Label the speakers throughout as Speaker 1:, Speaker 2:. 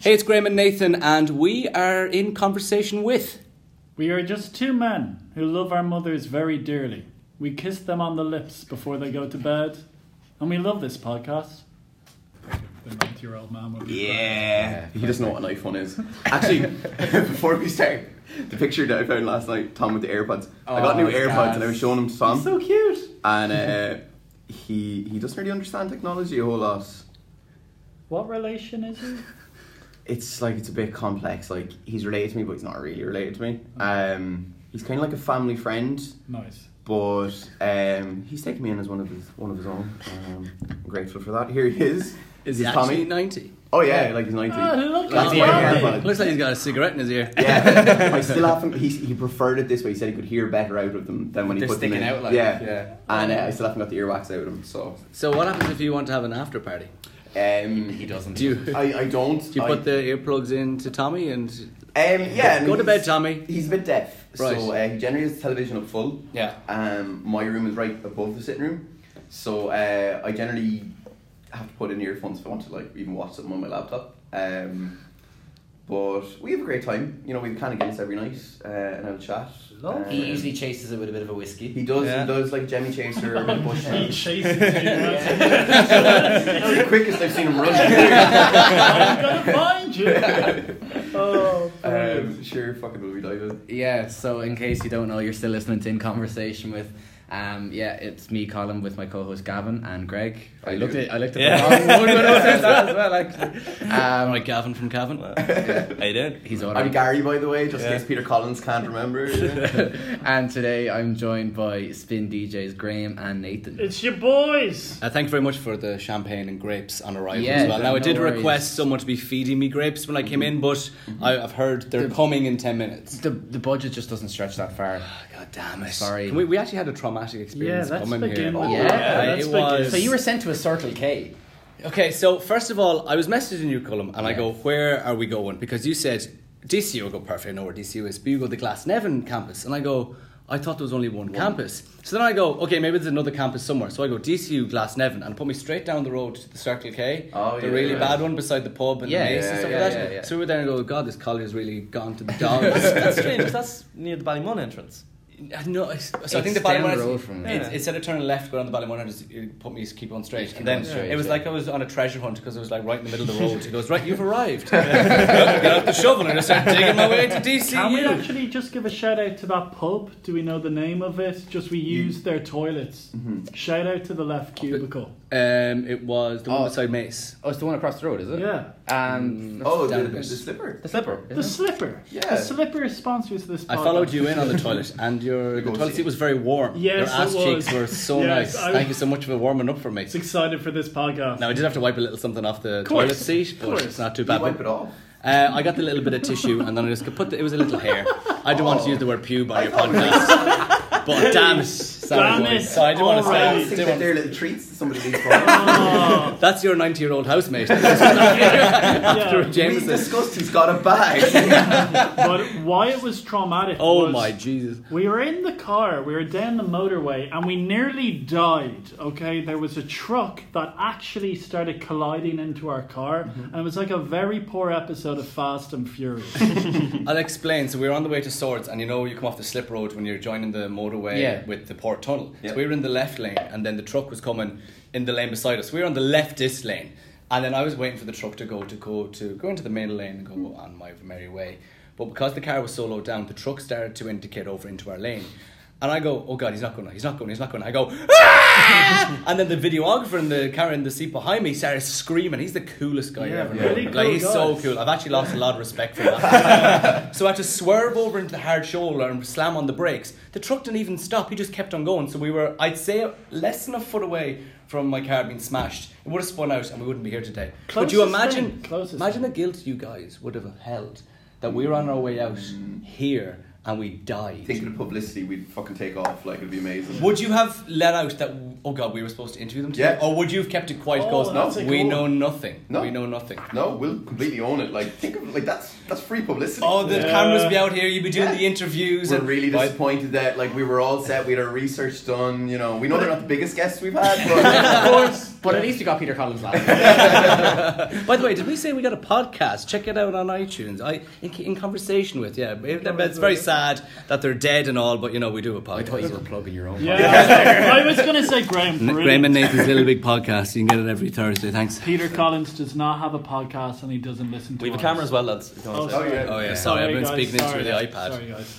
Speaker 1: Hey, it's Graham and Nathan, and we are in conversation with.
Speaker 2: We are just two men who love our mothers very dearly. We kiss them on the lips before they go to bed, and we love this podcast. The ninety-year-old man will be
Speaker 3: Yeah. He doesn't know what an iPhone is. Actually, before we start, the picture that I found last night, Tom with the AirPods. I got
Speaker 1: Oh,
Speaker 3: new AirPods
Speaker 1: gas.
Speaker 3: and I was showing them to Tom,
Speaker 2: so cute.
Speaker 3: and uh, he he doesn't really understand technology a whole lot.
Speaker 2: What relation is he?
Speaker 3: It's like it's a bit complex. Like he's related to me, but he's not really related to me. Um, he's kind of like a family friend,
Speaker 2: Nice.
Speaker 3: but um, he's taken me in as one of his one of his own. Um, I'm grateful for that. Here he is.
Speaker 1: Is
Speaker 3: This
Speaker 1: it
Speaker 3: Tommy?
Speaker 1: actually 90?
Speaker 3: Oh yeah, like he's ninety.
Speaker 2: Ah,
Speaker 4: Oh.
Speaker 2: look
Speaker 3: That's
Speaker 2: at
Speaker 3: the
Speaker 2: Bobby.
Speaker 3: AirPods.
Speaker 1: Looks like he's got a cigarette in his ear.
Speaker 3: Yeah, I still haven't. He, he preferred it this way. He said he could hear better out of them than when
Speaker 4: They're
Speaker 3: he put them
Speaker 4: sticking
Speaker 3: in.
Speaker 4: out like-
Speaker 3: yeah.
Speaker 4: yeah.
Speaker 3: And uh, I still haven't got the earwax out of them. So
Speaker 1: So, what happens if you want to have an after party?
Speaker 3: um,
Speaker 4: He doesn't.
Speaker 1: Do you, do
Speaker 3: I, I don't.
Speaker 1: you
Speaker 3: I,
Speaker 1: put the earplugs in to Tommy and.
Speaker 3: um, yeah. I
Speaker 1: Go
Speaker 3: mean,
Speaker 1: to bed,
Speaker 3: he's-
Speaker 1: Tommy.
Speaker 3: He's a bit deaf,
Speaker 1: Right.
Speaker 3: so uh, he generally has the television up full.
Speaker 4: Yeah.
Speaker 3: Um, my room is right above the sitting room, so uh, I generally have to put in earphones if I want to like even watch something on my laptop. Um, but we have a great time. You know, we kind of get this every night uh, and have a chat.
Speaker 2: Lovely.
Speaker 4: He
Speaker 3: Um,
Speaker 4: usually chases it with a bit of a whiskey.
Speaker 3: He does.
Speaker 1: Yeah.
Speaker 3: He does like Jemmy Chaser or like Bush.
Speaker 2: He
Speaker 3: That's
Speaker 2: chases you. right?
Speaker 3: the quickest I've seen him run.
Speaker 2: I'm gonna find you. Oh, brilliant.
Speaker 3: um, sure, fucking will we dive in?
Speaker 4: Yeah. So in case you don't know, you're still listening to in conversation with. Um, yeah, it's me, Colin, with my co-host Gavin and Greg. I
Speaker 3: How you
Speaker 4: looked
Speaker 3: doing?
Speaker 4: at I looked at
Speaker 5: Yeah.
Speaker 4: the wrong one when I said that as well. Actually, um,
Speaker 5: Alright, Gavin from Cavan.
Speaker 4: yeah,
Speaker 5: How you doing?
Speaker 4: he's
Speaker 3: I'm
Speaker 4: ordering.
Speaker 3: Gary, by the way, just
Speaker 5: Yeah.
Speaker 3: in case Peter Collins can't remember.
Speaker 4: and today I'm joined by Spin DJs Graham and Nathan.
Speaker 2: It's your boys.
Speaker 1: Uh, thank you very much for the champagne and grapes on arrival
Speaker 4: Yeah,
Speaker 1: as well. Now, I
Speaker 4: no
Speaker 1: did
Speaker 4: worries.
Speaker 1: request someone to be feeding me grapes when I came in, but I, I've heard they're coming in 10 minutes.
Speaker 4: the the budget just doesn't stretch that far.
Speaker 1: God damn it.
Speaker 4: Sorry.
Speaker 1: Can We, we actually had a traumatic
Speaker 2: Yeah,
Speaker 1: experience
Speaker 2: let's
Speaker 1: coming
Speaker 2: begin.
Speaker 1: here.
Speaker 2: with
Speaker 4: Yeah,
Speaker 2: that.
Speaker 1: it
Speaker 2: let's
Speaker 1: was.
Speaker 2: begin.
Speaker 4: So you were sent to a Circle K.
Speaker 1: Okay, so first of all, I was messaging you, Cullum, and I
Speaker 4: Yeah.
Speaker 1: go, where are we going? Because you said DCU will go perfect. I know where DCU is, but you go the Glasnevin campus. And I go, I thought there was only one, campus. So then I go, okay, maybe there's another campus somewhere. So I go DCU, Glasnevin, and put me straight down the road to the Circle K,
Speaker 3: Oh,
Speaker 1: the
Speaker 3: yeah,
Speaker 1: really
Speaker 3: yeah.
Speaker 1: bad one beside the pub and the
Speaker 4: Yeah,
Speaker 1: mace and
Speaker 3: yeah,
Speaker 1: stuff
Speaker 3: yeah,
Speaker 1: like that.
Speaker 4: yeah, yeah.
Speaker 1: So we were there and I go, God, this college has really gone to the dogs. Uh,
Speaker 5: That's strange, that's near the Ballymun entrance.
Speaker 1: No, it's- so I
Speaker 4: It's
Speaker 1: think the
Speaker 4: down
Speaker 1: bottom one
Speaker 4: the
Speaker 1: is-
Speaker 4: road from
Speaker 1: it,
Speaker 5: there.
Speaker 1: it said to turn left, go on the bottom one, and just it put me just keep on straight. and then
Speaker 4: on straight,
Speaker 1: it was
Speaker 4: yeah.
Speaker 1: like I was on a treasure hunt because it was like right in the middle of the road. It goes right, you've arrived. Get out the shovel and I start digging my way to
Speaker 2: Can we
Speaker 1: DCU.
Speaker 2: actually just give a shout out to that pub? Do we know the name of it? Just we used their toilets. Shout out to the left cubicle.
Speaker 1: Um, it was the one
Speaker 4: Oh.
Speaker 1: beside Mace.
Speaker 4: Oh, it's the one across the road, is it?
Speaker 2: Yeah.
Speaker 4: Um,
Speaker 3: oh, the,
Speaker 1: down a
Speaker 3: the,
Speaker 1: bit.
Speaker 3: the slipper.
Speaker 4: the slipper.
Speaker 2: The slipper.
Speaker 3: Yeah.
Speaker 2: The slipper sponsors this podcast.
Speaker 1: I followed you in on the toilet, and your the
Speaker 3: go
Speaker 1: toilet
Speaker 3: see.
Speaker 1: seat was very warm. your
Speaker 2: Yes,
Speaker 1: ass
Speaker 2: it was.
Speaker 1: cheeks were so
Speaker 2: Yes,
Speaker 1: nice.
Speaker 2: I was-
Speaker 1: Thank you so much for warming up for me.
Speaker 2: It's excited for this podcast.
Speaker 1: Now I did have to wipe a little something off the
Speaker 2: Course,
Speaker 1: toilet seat, but
Speaker 2: course.
Speaker 1: it's not too
Speaker 3: You
Speaker 1: bad.
Speaker 3: wipe
Speaker 1: But
Speaker 3: it off.
Speaker 1: Uh, I got the little bit of tissue, and then I just could put the, it was a little hair. I don't want to use the word pube on your podcast, but damn it, sorry
Speaker 2: Oh, Damn
Speaker 1: boys.
Speaker 2: it.
Speaker 1: So I do want to
Speaker 2: Alright.
Speaker 1: say,
Speaker 3: I
Speaker 2: you
Speaker 3: think
Speaker 1: do
Speaker 3: that
Speaker 1: want-
Speaker 3: they're little treats to some of these problems.
Speaker 2: Oh,
Speaker 1: that's your ninety-year-old housemate. After
Speaker 2: yeah.
Speaker 3: we
Speaker 1: Jameson.
Speaker 3: discussed he's got a bag.
Speaker 2: But why it was traumatic.
Speaker 1: Oh
Speaker 2: was
Speaker 1: my Jesus!
Speaker 2: We were in the car, we were down the motorway, and we nearly died. Okay, there was a truck that actually started colliding into our car,
Speaker 1: Mm-hmm.
Speaker 2: and it was like a very poor episode of Fast and Furious.
Speaker 1: I'll explain. So we were on the way to Swords, and you know you come off the slip road when you're joining the motorway
Speaker 4: Yeah.
Speaker 1: with the port tunnel.
Speaker 3: Yeah.
Speaker 1: So we were in the left lane, and then the truck was coming in the lane beside us. We were on the leftist lane, and then I was waiting for the truck to go to go to go into the middle lane and go
Speaker 2: Mm.
Speaker 1: on my merry way. But because the car was so low down, the truck started to indicate over into our lane. And I go, oh god, he's not going, he's not going, he's not going. I go, "Ah!" and then the videographer in the car in the seat behind me started screaming. He's the coolest guy
Speaker 2: Yeah,
Speaker 1: ever.
Speaker 2: really
Speaker 1: like
Speaker 2: cool
Speaker 1: he's
Speaker 2: guy.
Speaker 1: so cool. I've actually lost a lot of respect for that. so I had to swerve over into the hard shoulder and slam on the brakes. The truck didn't even stop. He just kept on going. So we were, I'd say, less than a foot away from my car being smashed. It would have spun out, and we wouldn't be here today. Could you
Speaker 2: Closest
Speaker 1: imagine?
Speaker 2: thing, closest
Speaker 1: imagine
Speaker 2: thing.
Speaker 1: the guilt you guys would have held that we were on our way out here. and we died.
Speaker 3: Think of the publicity we'd fucking take off. Like it'd be amazing.
Speaker 1: Would you have let out that? Oh God, we were supposed to interview them. Today?
Speaker 3: Yeah.
Speaker 1: Or would you have kept it quiet?
Speaker 2: Oh,
Speaker 1: Because
Speaker 2: that's a
Speaker 1: we
Speaker 2: good
Speaker 1: know
Speaker 2: one.
Speaker 1: nothing.
Speaker 3: No.
Speaker 1: We know nothing.
Speaker 3: No, we'll completely own it. Like think of like that's that's free publicity.
Speaker 1: Oh, the
Speaker 2: Yeah.
Speaker 1: cameras be out here. You'd be doing
Speaker 3: Yeah.
Speaker 1: the interviews.
Speaker 3: We're
Speaker 1: and
Speaker 3: really
Speaker 1: Right.
Speaker 3: disappointed that like we were all set, we had our research done. You know, we know they're not the biggest guests we've had, but
Speaker 4: Of course, but at least we got Peter Collins last. year.
Speaker 1: By the way, did we say we got a podcast? Check it out on iTunes. I in, in conversation with yeah. It- It's very sad that they're dead and all, but you know we do a
Speaker 4: I thought you
Speaker 1: podcast.
Speaker 4: were plugging your own. podcast.
Speaker 2: Yeah, I was going to say Graham.
Speaker 1: N-
Speaker 2: Brady.
Speaker 1: Graham and Nathan's Little Big Podcast. You can get it every Thursday. Thanks.
Speaker 2: Peter Collins does not have a podcast and he doesn't listen to
Speaker 5: We have a
Speaker 2: us.
Speaker 5: camera as well, lads. if you wanna
Speaker 2: Oh,
Speaker 5: say.
Speaker 3: oh yeah.
Speaker 1: Oh yeah, sorry, I've been
Speaker 2: guys,
Speaker 1: speaking
Speaker 2: sorry.
Speaker 1: into the iPad.
Speaker 2: Sorry, guys.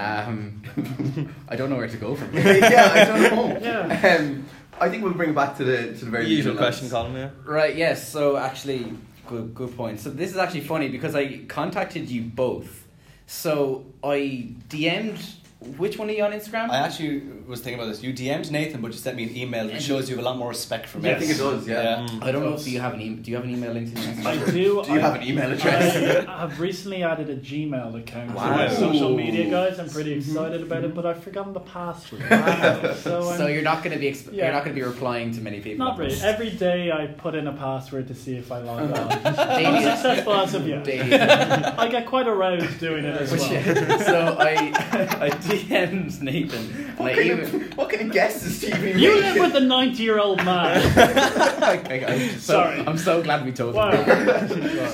Speaker 4: Um, I don't know where to go from here.
Speaker 3: yeah, I don't know.
Speaker 2: Yeah.
Speaker 3: Um, I think we'll bring it back to the to the very
Speaker 5: Usual
Speaker 3: beginning,
Speaker 5: question,
Speaker 3: lads.
Speaker 5: Colin. Yeah.
Speaker 4: Right. Yes. So actually, good good point. So this is actually funny because I contacted you both. So I DM'd which one of you on Instagram?
Speaker 1: I actually was thinking about this. You DM'd Nathan, but you sent me an email, which shows you have a lot more respect for me.
Speaker 3: I think it does. Yeah.
Speaker 1: Yeah.
Speaker 5: Mm.
Speaker 4: I don't know if you have an email. Do you have an email linked to your Instagram?
Speaker 2: I do.
Speaker 3: Do you
Speaker 2: I,
Speaker 3: have an email address?
Speaker 2: I have recently added a Gmail account
Speaker 5: Wow.
Speaker 2: to my social media,
Speaker 3: Ooh.
Speaker 2: guys. I'm pretty excited about it, but I've forgotten the password. Wow. So, I'm
Speaker 4: So you're not going to be exp-
Speaker 2: Yeah.
Speaker 4: you're not going to be replying to many people.
Speaker 2: not really. Every day I put in a password to see if I log on. I'm
Speaker 4: Daily.
Speaker 2: successful as of yet.
Speaker 4: Daily.
Speaker 2: I get quite aroused doing it as
Speaker 4: Which-
Speaker 2: well.
Speaker 4: so I I DM'd Nathan and I
Speaker 3: What kind,
Speaker 4: even
Speaker 3: of, what kind of guesses do you even
Speaker 2: You
Speaker 3: make?
Speaker 2: live with a 90 year old man.
Speaker 4: I, I, am so,
Speaker 2: Sorry.
Speaker 4: I'm so glad we told him.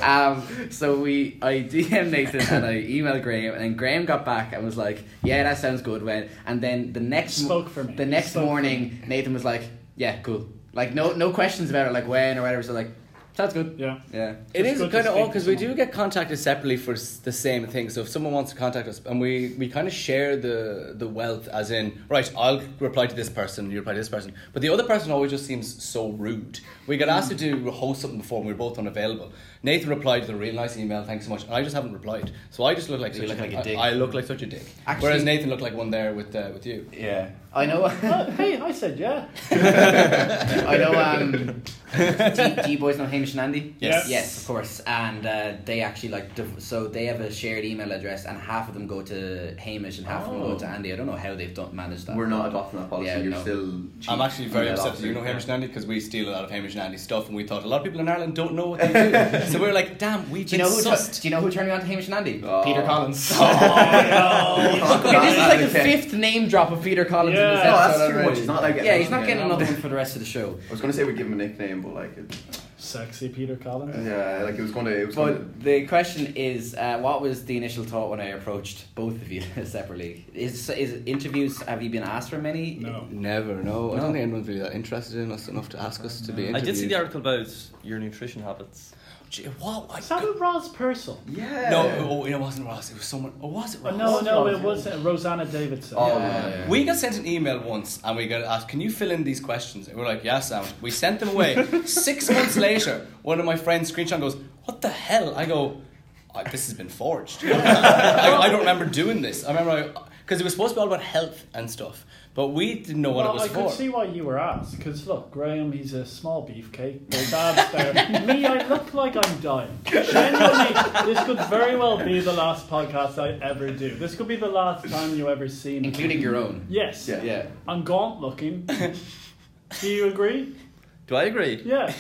Speaker 2: Wow.
Speaker 4: Um, so we, I DM'd Nathan and I emailed Graham, and then Graham got back and was like, "Yeah, that sounds good." When and then the next mo-
Speaker 2: Spoke for me.
Speaker 4: the next
Speaker 2: Spoke for
Speaker 4: morning, Nathan was like, "Yeah, cool." Like no no questions about it, like when or whatever. So like, sounds good.
Speaker 2: Yeah.
Speaker 4: Yeah.
Speaker 1: It
Speaker 2: It's
Speaker 1: is
Speaker 2: good to
Speaker 1: kind of
Speaker 2: speak
Speaker 1: odd
Speaker 2: to
Speaker 1: because we do
Speaker 2: someone.
Speaker 1: get contacted separately for s- the same thing. So if someone wants to contact us, and we, we kind of share the the wealth, as in, right, I'll reply to this person, you reply to this person, but the other person always just seems so rude. We got asked to do host something before, and we were both unavailable. Nathan replied with a really nice email, thanks so much, and I just haven't replied. So I just look like
Speaker 5: You
Speaker 1: such
Speaker 5: look
Speaker 1: a,
Speaker 5: like a
Speaker 1: I-
Speaker 5: dick.
Speaker 1: I look like such a dick.
Speaker 4: Actually-
Speaker 1: Whereas Nathan looked like one there with uh, with you.
Speaker 4: Yeah. I know.
Speaker 2: Oh, hey, I said yeah.
Speaker 4: I know. Um, do, do you boys know Hamish and Andy?
Speaker 1: Yes.
Speaker 4: Yes, of course. And uh, they actually like div- so they have a shared email address, and half of them go to Hamish and half of them go
Speaker 3: Oh.
Speaker 4: to Andy. I don't know how they've done managed that.
Speaker 3: We're not adopting that policy.
Speaker 4: Yeah,
Speaker 3: You're
Speaker 4: no.
Speaker 3: still.
Speaker 1: I'm
Speaker 3: cheap
Speaker 1: actually very
Speaker 3: email
Speaker 1: upset that you know
Speaker 3: officer.
Speaker 1: Hamish and Andy because we steal a lot of Hamish and Andy stuff, and we thought a lot of people in Ireland don't know what they do. so we were like, damn, we've
Speaker 4: Do you
Speaker 1: been
Speaker 4: know who?
Speaker 1: sussed.
Speaker 4: tu- do you know who turned me on to Hamish and Andy?
Speaker 3: Oh.
Speaker 4: Peter Collins.
Speaker 2: Oh,
Speaker 4: Okay, this is like the
Speaker 3: Okay. Oh,
Speaker 4: fifth name drop of Peter Collins in this
Speaker 2: Yeah.
Speaker 4: episode.
Speaker 2: No,
Speaker 3: that's too
Speaker 4: already.
Speaker 3: much. He's not, like, getting
Speaker 4: yeah, he's
Speaker 3: another
Speaker 4: not getting
Speaker 3: one.
Speaker 4: another one for the rest of the show.
Speaker 3: I was gonna say we give him a nickname, but like, it,
Speaker 2: no. Sexy Peter Collins.
Speaker 3: yeah, like it was gonna. It was gonna
Speaker 4: But the question is, uh, what was the initial thought when I approached both of you separately? Is is interviews? Have you been asked for many?
Speaker 2: No.
Speaker 1: Never, no. I
Speaker 4: No.
Speaker 1: don't think anyone's really that interested in us enough to ask us to be
Speaker 5: I did see
Speaker 1: interviewed.
Speaker 5: the article about your nutrition habits.
Speaker 1: Gee, What? I
Speaker 2: Is that a Ross Purcell?
Speaker 3: yeah.
Speaker 1: no, oh, it wasn't Ross. It was someone. Oh, was it
Speaker 2: Oh,
Speaker 1: Ross?
Speaker 2: no, no, it wasn't. Rosanna Davidson.
Speaker 3: Oh,
Speaker 4: Yeah.
Speaker 1: Uh, We got sent an email once and we got asked, Can you fill in these questions? And we we're like, Yeah, Sam. We sent them away. Six months later, one of my friends screenshot goes, What the hell? I go, "Uh, This has been forged. I, I don't remember doing this. I remember because it was supposed to be all about health and stuff, but we didn't know what
Speaker 2: Well,
Speaker 1: it was
Speaker 2: I
Speaker 1: for.
Speaker 2: could see why you were asked, because look, Graham, he's a small beefcake. There's abs there. Me, I look like I'm dying. Genuinely, this could very well be the last podcast I ever do. This could be the last time you ever see me.
Speaker 4: including your own.
Speaker 2: Yes,
Speaker 3: Yeah.
Speaker 4: Yeah.
Speaker 2: I'm gaunt looking. Do you agree?
Speaker 5: Do I agree?
Speaker 2: Yeah,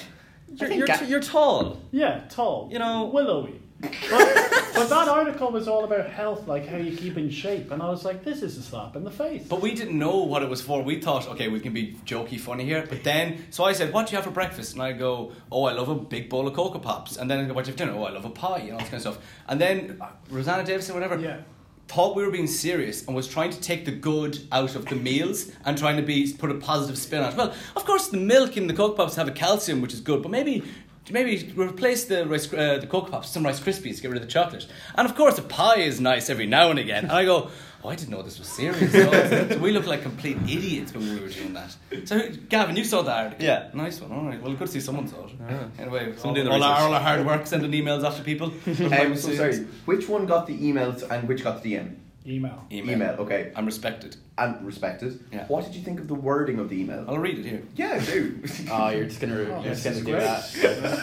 Speaker 5: You're,
Speaker 4: think
Speaker 5: you're,
Speaker 4: that-
Speaker 5: t- you're tall.
Speaker 2: yeah, tall.
Speaker 5: You know-
Speaker 2: willowy. But, but that article was all about health, like how you keep in shape, and I was like, this is a slap in the face.
Speaker 1: But we didn't know what it was for. We thought, okay, we can be jokey, funny here. But then, so I said, "What do you have for breakfast?" And I go, "Oh, I love a big bowl of cocoa pops." And then I go, "What do you have for dinner?" "Oh, I love a pie," and all this kind of stuff. And then uh, Rosanna Davidson, whatever,
Speaker 2: Yeah.
Speaker 1: thought we were being serious and was trying to take the good out of the meals and trying to be put a positive spin on it. Well, of course, the milk in the cocoa pops have a calcium, which is good, but maybe. Maybe replace the rice, uh, the cocoa pops with some rice krispies, get rid of the chocolate, and of course a pie is nice every now and again. And I go, oh, I didn't know this was serious. so we look like complete idiots when we were doing that. So Gavin, you saw that article.
Speaker 5: Yeah.
Speaker 1: nice one. All right, well, good to see someone saw it. Anyway, all,
Speaker 5: Someone doing the
Speaker 1: all our,
Speaker 5: research.
Speaker 1: all our hard work sending emails after people. Um,
Speaker 3: Um, so sorry. Which one got the emails and which got the DM?
Speaker 2: Email.
Speaker 1: Email.
Speaker 3: Email, okay,
Speaker 1: I'm respected.
Speaker 3: and respected.
Speaker 1: Yeah.
Speaker 3: What did you think of the wording of the email?
Speaker 1: I'll read it here.
Speaker 3: Yeah, do.
Speaker 1: Ah,
Speaker 4: Oh, you're just gonna, you're just gonna do that.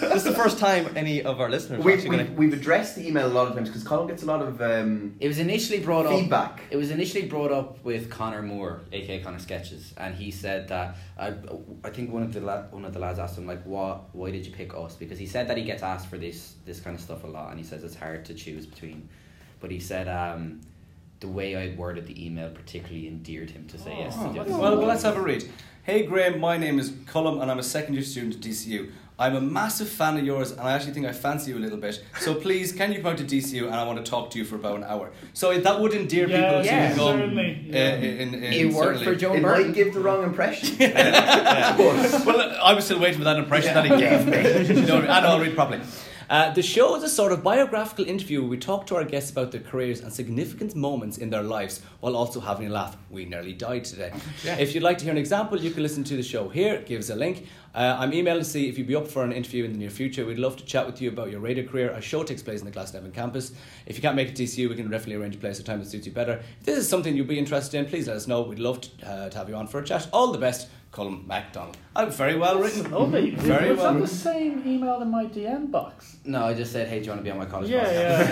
Speaker 5: this is the first time any of our listeners are
Speaker 3: we've,
Speaker 5: actually
Speaker 3: we've,
Speaker 5: going
Speaker 3: we've addressed the email a lot of times because Colin gets a lot of um,
Speaker 4: It was initially brought up.
Speaker 3: feedback.
Speaker 4: It was initially brought up with Connor Moore, aka Connor Sketches, and he said that I, I think one of the la- one of the lads asked him like, "What? Why did you pick us?" Because he said that he gets asked for this this kind of stuff a lot, and he says it's hard to choose between. But he said um, the way I worded the email particularly endeared him to say yes. To
Speaker 1: Oh,
Speaker 4: the
Speaker 1: well,
Speaker 4: other
Speaker 1: well,
Speaker 4: side.
Speaker 1: let's have a read. Hey Graham, my name is Cullum and I'm a second year student at DCU. I'm a massive fan of yours and I actually think I fancy you a little bit. So please, can you come out to DCU and I want to talk to you for about an hour? So that would endear people to
Speaker 4: yeah,
Speaker 1: the gum,
Speaker 2: certainly.
Speaker 1: uh, in, in,
Speaker 4: It worked
Speaker 1: certainly.
Speaker 4: for Joe
Speaker 3: It
Speaker 4: Burton.
Speaker 3: might give the wrong impression. Of course.
Speaker 1: well, I was still waiting for that impression that he gave me. You know what I mean? I know, I'll read properly. Uh, the show is a sort of biographical interview where we talk to our guests about their careers and significant moments in their lives while also having a laugh. We nearly died today. If you'd like to hear an example, you can listen to the show here. Give us a link. Uh, I'm emailing to see if you'd be up for an interview in the near future. We'd love to chat with you about your radio career. Our show takes place in the Glasnevin campus. If you can't make it to TCU, we can definitely arrange a place or time that suits you better. If this is something you'd be interested in, please let us know. We'd love to, uh, to have you on for a chat. All the best, Colin MacDonald. I'm very well written.
Speaker 2: Lovely.
Speaker 1: Very
Speaker 2: was
Speaker 1: well.
Speaker 2: that the same email in my DM box?
Speaker 4: No, I just said, "Hey, do you want to be on my college
Speaker 2: Yeah,
Speaker 4: podcast?"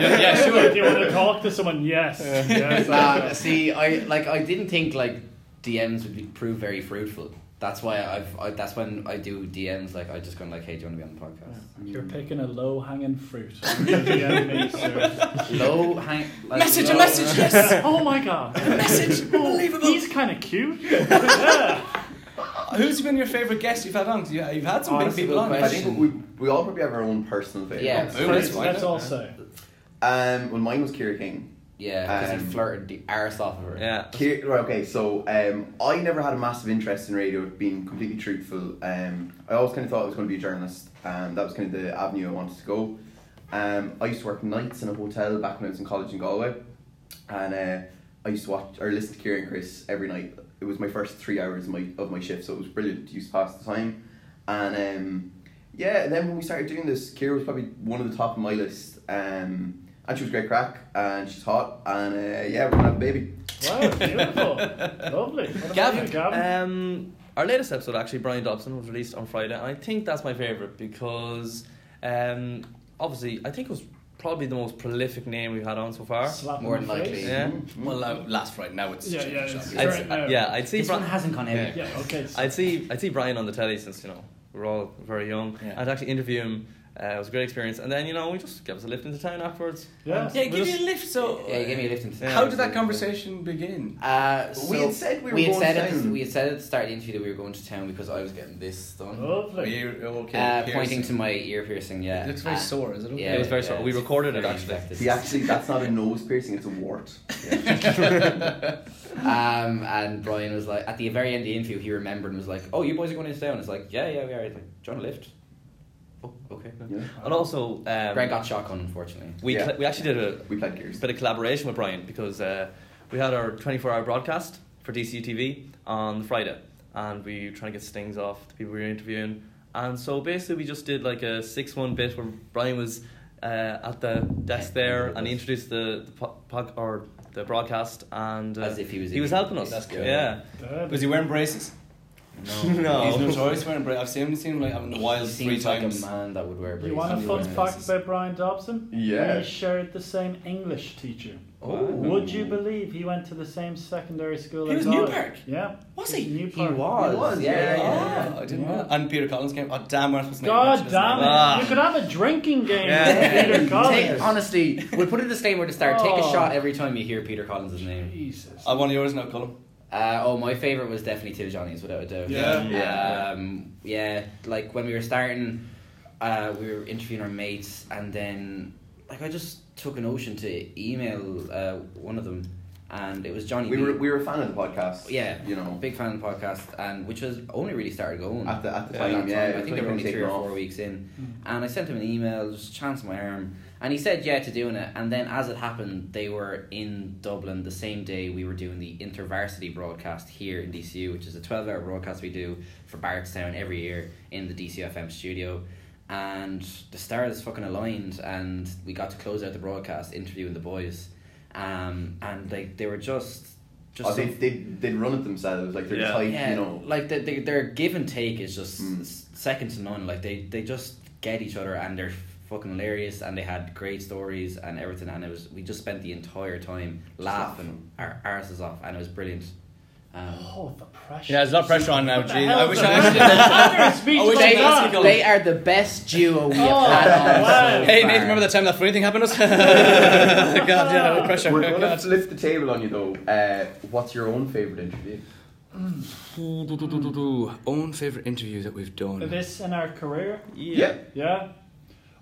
Speaker 1: yeah, yeah, sure.
Speaker 2: Do you want to talk to someone? Yes. yes.
Speaker 4: Nah, see, I like I didn't think like DMs would be, prove very fruitful. That's why I've I, that's when I do DMs like I just go like, hey, do you want to be on the
Speaker 2: You're picking a low hanging fruit. DM me, sir.
Speaker 4: podcast? low hang like,
Speaker 1: Message, a
Speaker 4: low-
Speaker 1: message, yes.
Speaker 2: Oh my god. Oh,
Speaker 1: Message, unbelievable.
Speaker 2: He's kind of cute. yeah.
Speaker 1: Who's been your favourite guest you've had on? 'Cause you- You've had
Speaker 2: Oh,
Speaker 1: some big
Speaker 4: Honestly,
Speaker 1: people
Speaker 4: good
Speaker 1: on.
Speaker 3: I
Speaker 4: question.
Speaker 3: think we, we all probably have our own personal favorite.
Speaker 4: Yeah.
Speaker 1: Oh, that's fine.
Speaker 2: That's also.
Speaker 3: Um, well, mine was Kira King.
Speaker 4: Yeah, because
Speaker 3: Um,
Speaker 4: he flirted the arse off of her.
Speaker 5: to. Yeah.
Speaker 3: Kira, right, okay, so um, I never had a massive interest in radio, being completely truthful. Um, I always kind of thought I was going to be a journalist, and that was kind of the avenue I wanted to go. Um, I used to work nights in a hotel back when I was in college in Galway, and uh, I used to watch or listen to Kira and Chris every night. It was my first three hours of my, of my shift, so it was brilliant. It used to pass the time, and um, yeah, and then when we started doing this, Kira was probably one of the top of my list. Um, and she was great crack, and she's hot, and uh, yeah, we're gonna have a baby.
Speaker 2: Wow, beautiful. Lovely. What about
Speaker 5: Gavin,
Speaker 2: you, Gavin?
Speaker 5: Um, our latest episode, actually, Brian Dobson was released on Friday, and I think that's my favourite because um, obviously, I think it was probably the most prolific name we've had on so far.
Speaker 2: Slap
Speaker 4: more
Speaker 2: in the
Speaker 4: than
Speaker 2: face.
Speaker 4: likely.
Speaker 5: Um, Yeah.
Speaker 1: Well, uh, last Friday, now it's
Speaker 2: Yeah, yeah,
Speaker 1: changed,
Speaker 2: it's-
Speaker 1: obviously.
Speaker 5: I'd,
Speaker 2: Sorry,
Speaker 5: s-
Speaker 2: no.
Speaker 5: yeah, I'd see
Speaker 4: This
Speaker 5: Bri-
Speaker 4: one hasn't gone out.
Speaker 5: Yeah.
Speaker 2: Yeah, okay. so-
Speaker 5: I'd see I'd see Brian on the telly since you know we're all very young.
Speaker 1: Yeah.
Speaker 5: I'd actually interview him. Uh, it was a great experience, and then you know we just gave us a lift into town afterwards.
Speaker 2: Yeah.
Speaker 1: Yeah,
Speaker 5: We
Speaker 1: give
Speaker 5: just-
Speaker 1: me a lift. So,
Speaker 4: Yeah, he gave me a lift. in-
Speaker 5: Yeah.
Speaker 1: how did that conversation begin?
Speaker 4: Uh, so
Speaker 3: We had said we were
Speaker 4: had
Speaker 3: going
Speaker 4: said
Speaker 3: to
Speaker 4: at the-
Speaker 3: town.
Speaker 4: we had said at the start of the interview that we were going to town because I was getting this done.
Speaker 1: Are
Speaker 2: Lovely.
Speaker 1: you okay?
Speaker 4: uh,
Speaker 1: piercing?
Speaker 4: pointing to my ear piercing. Yeah,
Speaker 1: It looks very
Speaker 4: Uh,
Speaker 1: sore, is it okay?
Speaker 4: Yeah,
Speaker 5: It was very sore. We
Speaker 4: it's
Speaker 5: recorded it,
Speaker 4: very
Speaker 5: actually.
Speaker 4: infected.
Speaker 3: See, actually, that's not a nose piercing; it's a wart.
Speaker 4: Um, and Brian was like, at the very end of the interview, he remembered and was like, "Oh, you boys are going to town." It's like, "Yeah, yeah, we are." He's like, "John lift."
Speaker 5: Oh, okay.
Speaker 3: Yeah.
Speaker 5: And also, um,
Speaker 4: Greg got shotgun, unfortunately.
Speaker 5: we
Speaker 3: Yeah.
Speaker 5: cl- we actually did a
Speaker 3: We played gears.
Speaker 5: bit of collaboration with Brian because uh, we had our 24 hour broadcast for DCU TV on the Friday and we were trying to get stings off the people we were interviewing. And so basically, we just did like a 6 1 bit where Brian was uh, at the desk there and he introduced the, the po- pod, or the broadcast and uh,
Speaker 4: As if he was
Speaker 5: he was
Speaker 4: in-
Speaker 5: helping us.
Speaker 1: That's good.
Speaker 5: Yeah.
Speaker 2: Dead.
Speaker 1: Was he wearing braces?
Speaker 5: No.
Speaker 1: He's notorious wearing braces. I've seen him, seen him like out in the
Speaker 4: He
Speaker 1: wild three
Speaker 4: seems like
Speaker 1: times.
Speaker 4: a man that would wear.
Speaker 2: You
Speaker 4: braces.
Speaker 2: want a
Speaker 4: He
Speaker 2: fun
Speaker 4: wears-
Speaker 2: fact about Brian Dobson?
Speaker 3: Yeah.
Speaker 2: They shared the same English teacher.
Speaker 4: Oh.
Speaker 2: Would you believe he went to the same secondary school?
Speaker 1: He
Speaker 2: as
Speaker 1: was
Speaker 2: I?
Speaker 1: Newpark?
Speaker 2: Yeah.
Speaker 1: Was
Speaker 2: He's
Speaker 1: he?
Speaker 4: He
Speaker 2: Newpark.
Speaker 4: was.
Speaker 3: He was,
Speaker 4: Yeah,
Speaker 3: yeah,
Speaker 4: yeah, yeah.
Speaker 1: Oh, I didn't know. that. And Peter Collins came. Oh damn, we're not supposed to
Speaker 2: God
Speaker 1: make
Speaker 2: damn it!
Speaker 5: Ah.
Speaker 2: You could have a drinking game
Speaker 5: Yeah.
Speaker 2: with Peter
Speaker 4: Take,
Speaker 2: Collins.
Speaker 4: honestly, we'll put a disclaimer to start. Take a
Speaker 2: Oh.
Speaker 4: shot every time you hear Peter Collins' name.
Speaker 2: Jesus.
Speaker 1: I want yours now, Colin.
Speaker 4: Uh, oh, my favorite was definitely Two Johnnies, without a doubt.
Speaker 2: Yeah.
Speaker 1: Yeah.
Speaker 4: Um, yeah, like when we were starting, uh, we were interviewing our mates, and then like I just took a notion to email uh, one of them, and it was Johnny.
Speaker 3: We
Speaker 4: B.
Speaker 3: were we were a fan of the podcast.
Speaker 4: yeah,
Speaker 3: You know,
Speaker 4: big fan of the podcast, and which was only really started going
Speaker 3: at the at the
Speaker 4: by that
Speaker 3: time, yeah.
Speaker 4: I
Speaker 3: it was
Speaker 4: think
Speaker 3: like
Speaker 4: they were only
Speaker 3: taking
Speaker 4: three or
Speaker 3: off.
Speaker 4: four weeks in, and I sent him an email, just chance my arm, and he said yeah to doing it. And then as it happened, they were in Dublin the same day we were doing the InterVarsity broadcast here in DCU, which is a twelve hour broadcast we do for Barrettstown every year in the DCFM studio. And the stars fucking aligned, and we got to close out the broadcast interviewing the boys. um, and like they were just just
Speaker 3: Oh, they,
Speaker 4: so-
Speaker 3: they, they'd run it themselves. Like, they're
Speaker 5: Yeah.
Speaker 3: just like,
Speaker 4: yeah,
Speaker 3: you know.
Speaker 4: like the, the, their give and take is just
Speaker 3: Mm.
Speaker 4: s- second to none. Like they, they just get each other and they're fucking hilarious and they had great stories and everything and it was we just spent the entire time laughing our asses off and it was brilliant. Um,
Speaker 2: Oh, the pressure.
Speaker 1: Yeah, there's a lot of pressure on now, Gene. I
Speaker 2: hell
Speaker 1: wish
Speaker 2: is
Speaker 1: I actually.
Speaker 2: the pressure? How dare speech
Speaker 1: I wish
Speaker 2: like
Speaker 1: I
Speaker 2: that?
Speaker 1: could-
Speaker 4: Oh, they are the best duo we have
Speaker 2: Oh,
Speaker 4: had. on
Speaker 2: wow.
Speaker 4: so
Speaker 1: Hey,
Speaker 4: far.
Speaker 1: Nate, remember that time that funny thing happened to us? God, yeah, the pressure.
Speaker 3: We're
Speaker 1: Oh,
Speaker 3: going to
Speaker 1: God.
Speaker 3: flip the table on you, though. Uh, what's your own favourite interview?
Speaker 1: Own favourite interview that we've done.
Speaker 2: This in our career,
Speaker 3: Mm. Yeah.
Speaker 2: yeah.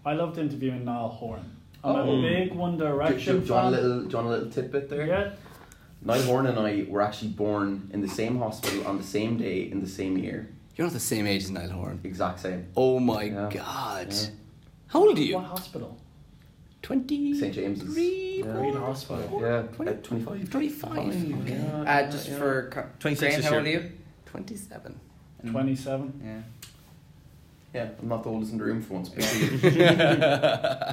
Speaker 2: I loved interviewing Niall Horan. I'm
Speaker 3: Oh.
Speaker 2: a big One
Speaker 3: John
Speaker 2: Direction
Speaker 3: John, John, a
Speaker 2: fan.
Speaker 3: little, John, a little tidbit there.
Speaker 2: Yeah,
Speaker 3: Niall Horan and I were actually born in the same hospital on the same day in the same year.
Speaker 1: You're not the same age as Niall Horan.
Speaker 3: Exact same.
Speaker 1: Oh my
Speaker 3: Yeah.
Speaker 1: God.
Speaker 3: Yeah.
Speaker 1: How old are you?
Speaker 2: what hospital?
Speaker 1: 20.
Speaker 3: St. James's.
Speaker 1: Three,
Speaker 3: Yeah.
Speaker 2: Green
Speaker 1: four,
Speaker 2: Hospital.
Speaker 1: four,
Speaker 3: Yeah.
Speaker 1: twenty-
Speaker 3: Uh, 25.
Speaker 1: 25.
Speaker 4: Uh, just for co-
Speaker 5: 26
Speaker 4: Graham,
Speaker 5: this
Speaker 4: how old are
Speaker 5: year.
Speaker 4: you?
Speaker 1: 27.
Speaker 2: Twenty-seven.
Speaker 4: Yeah.
Speaker 3: Yeah, I'm not the oldest in the room for once. But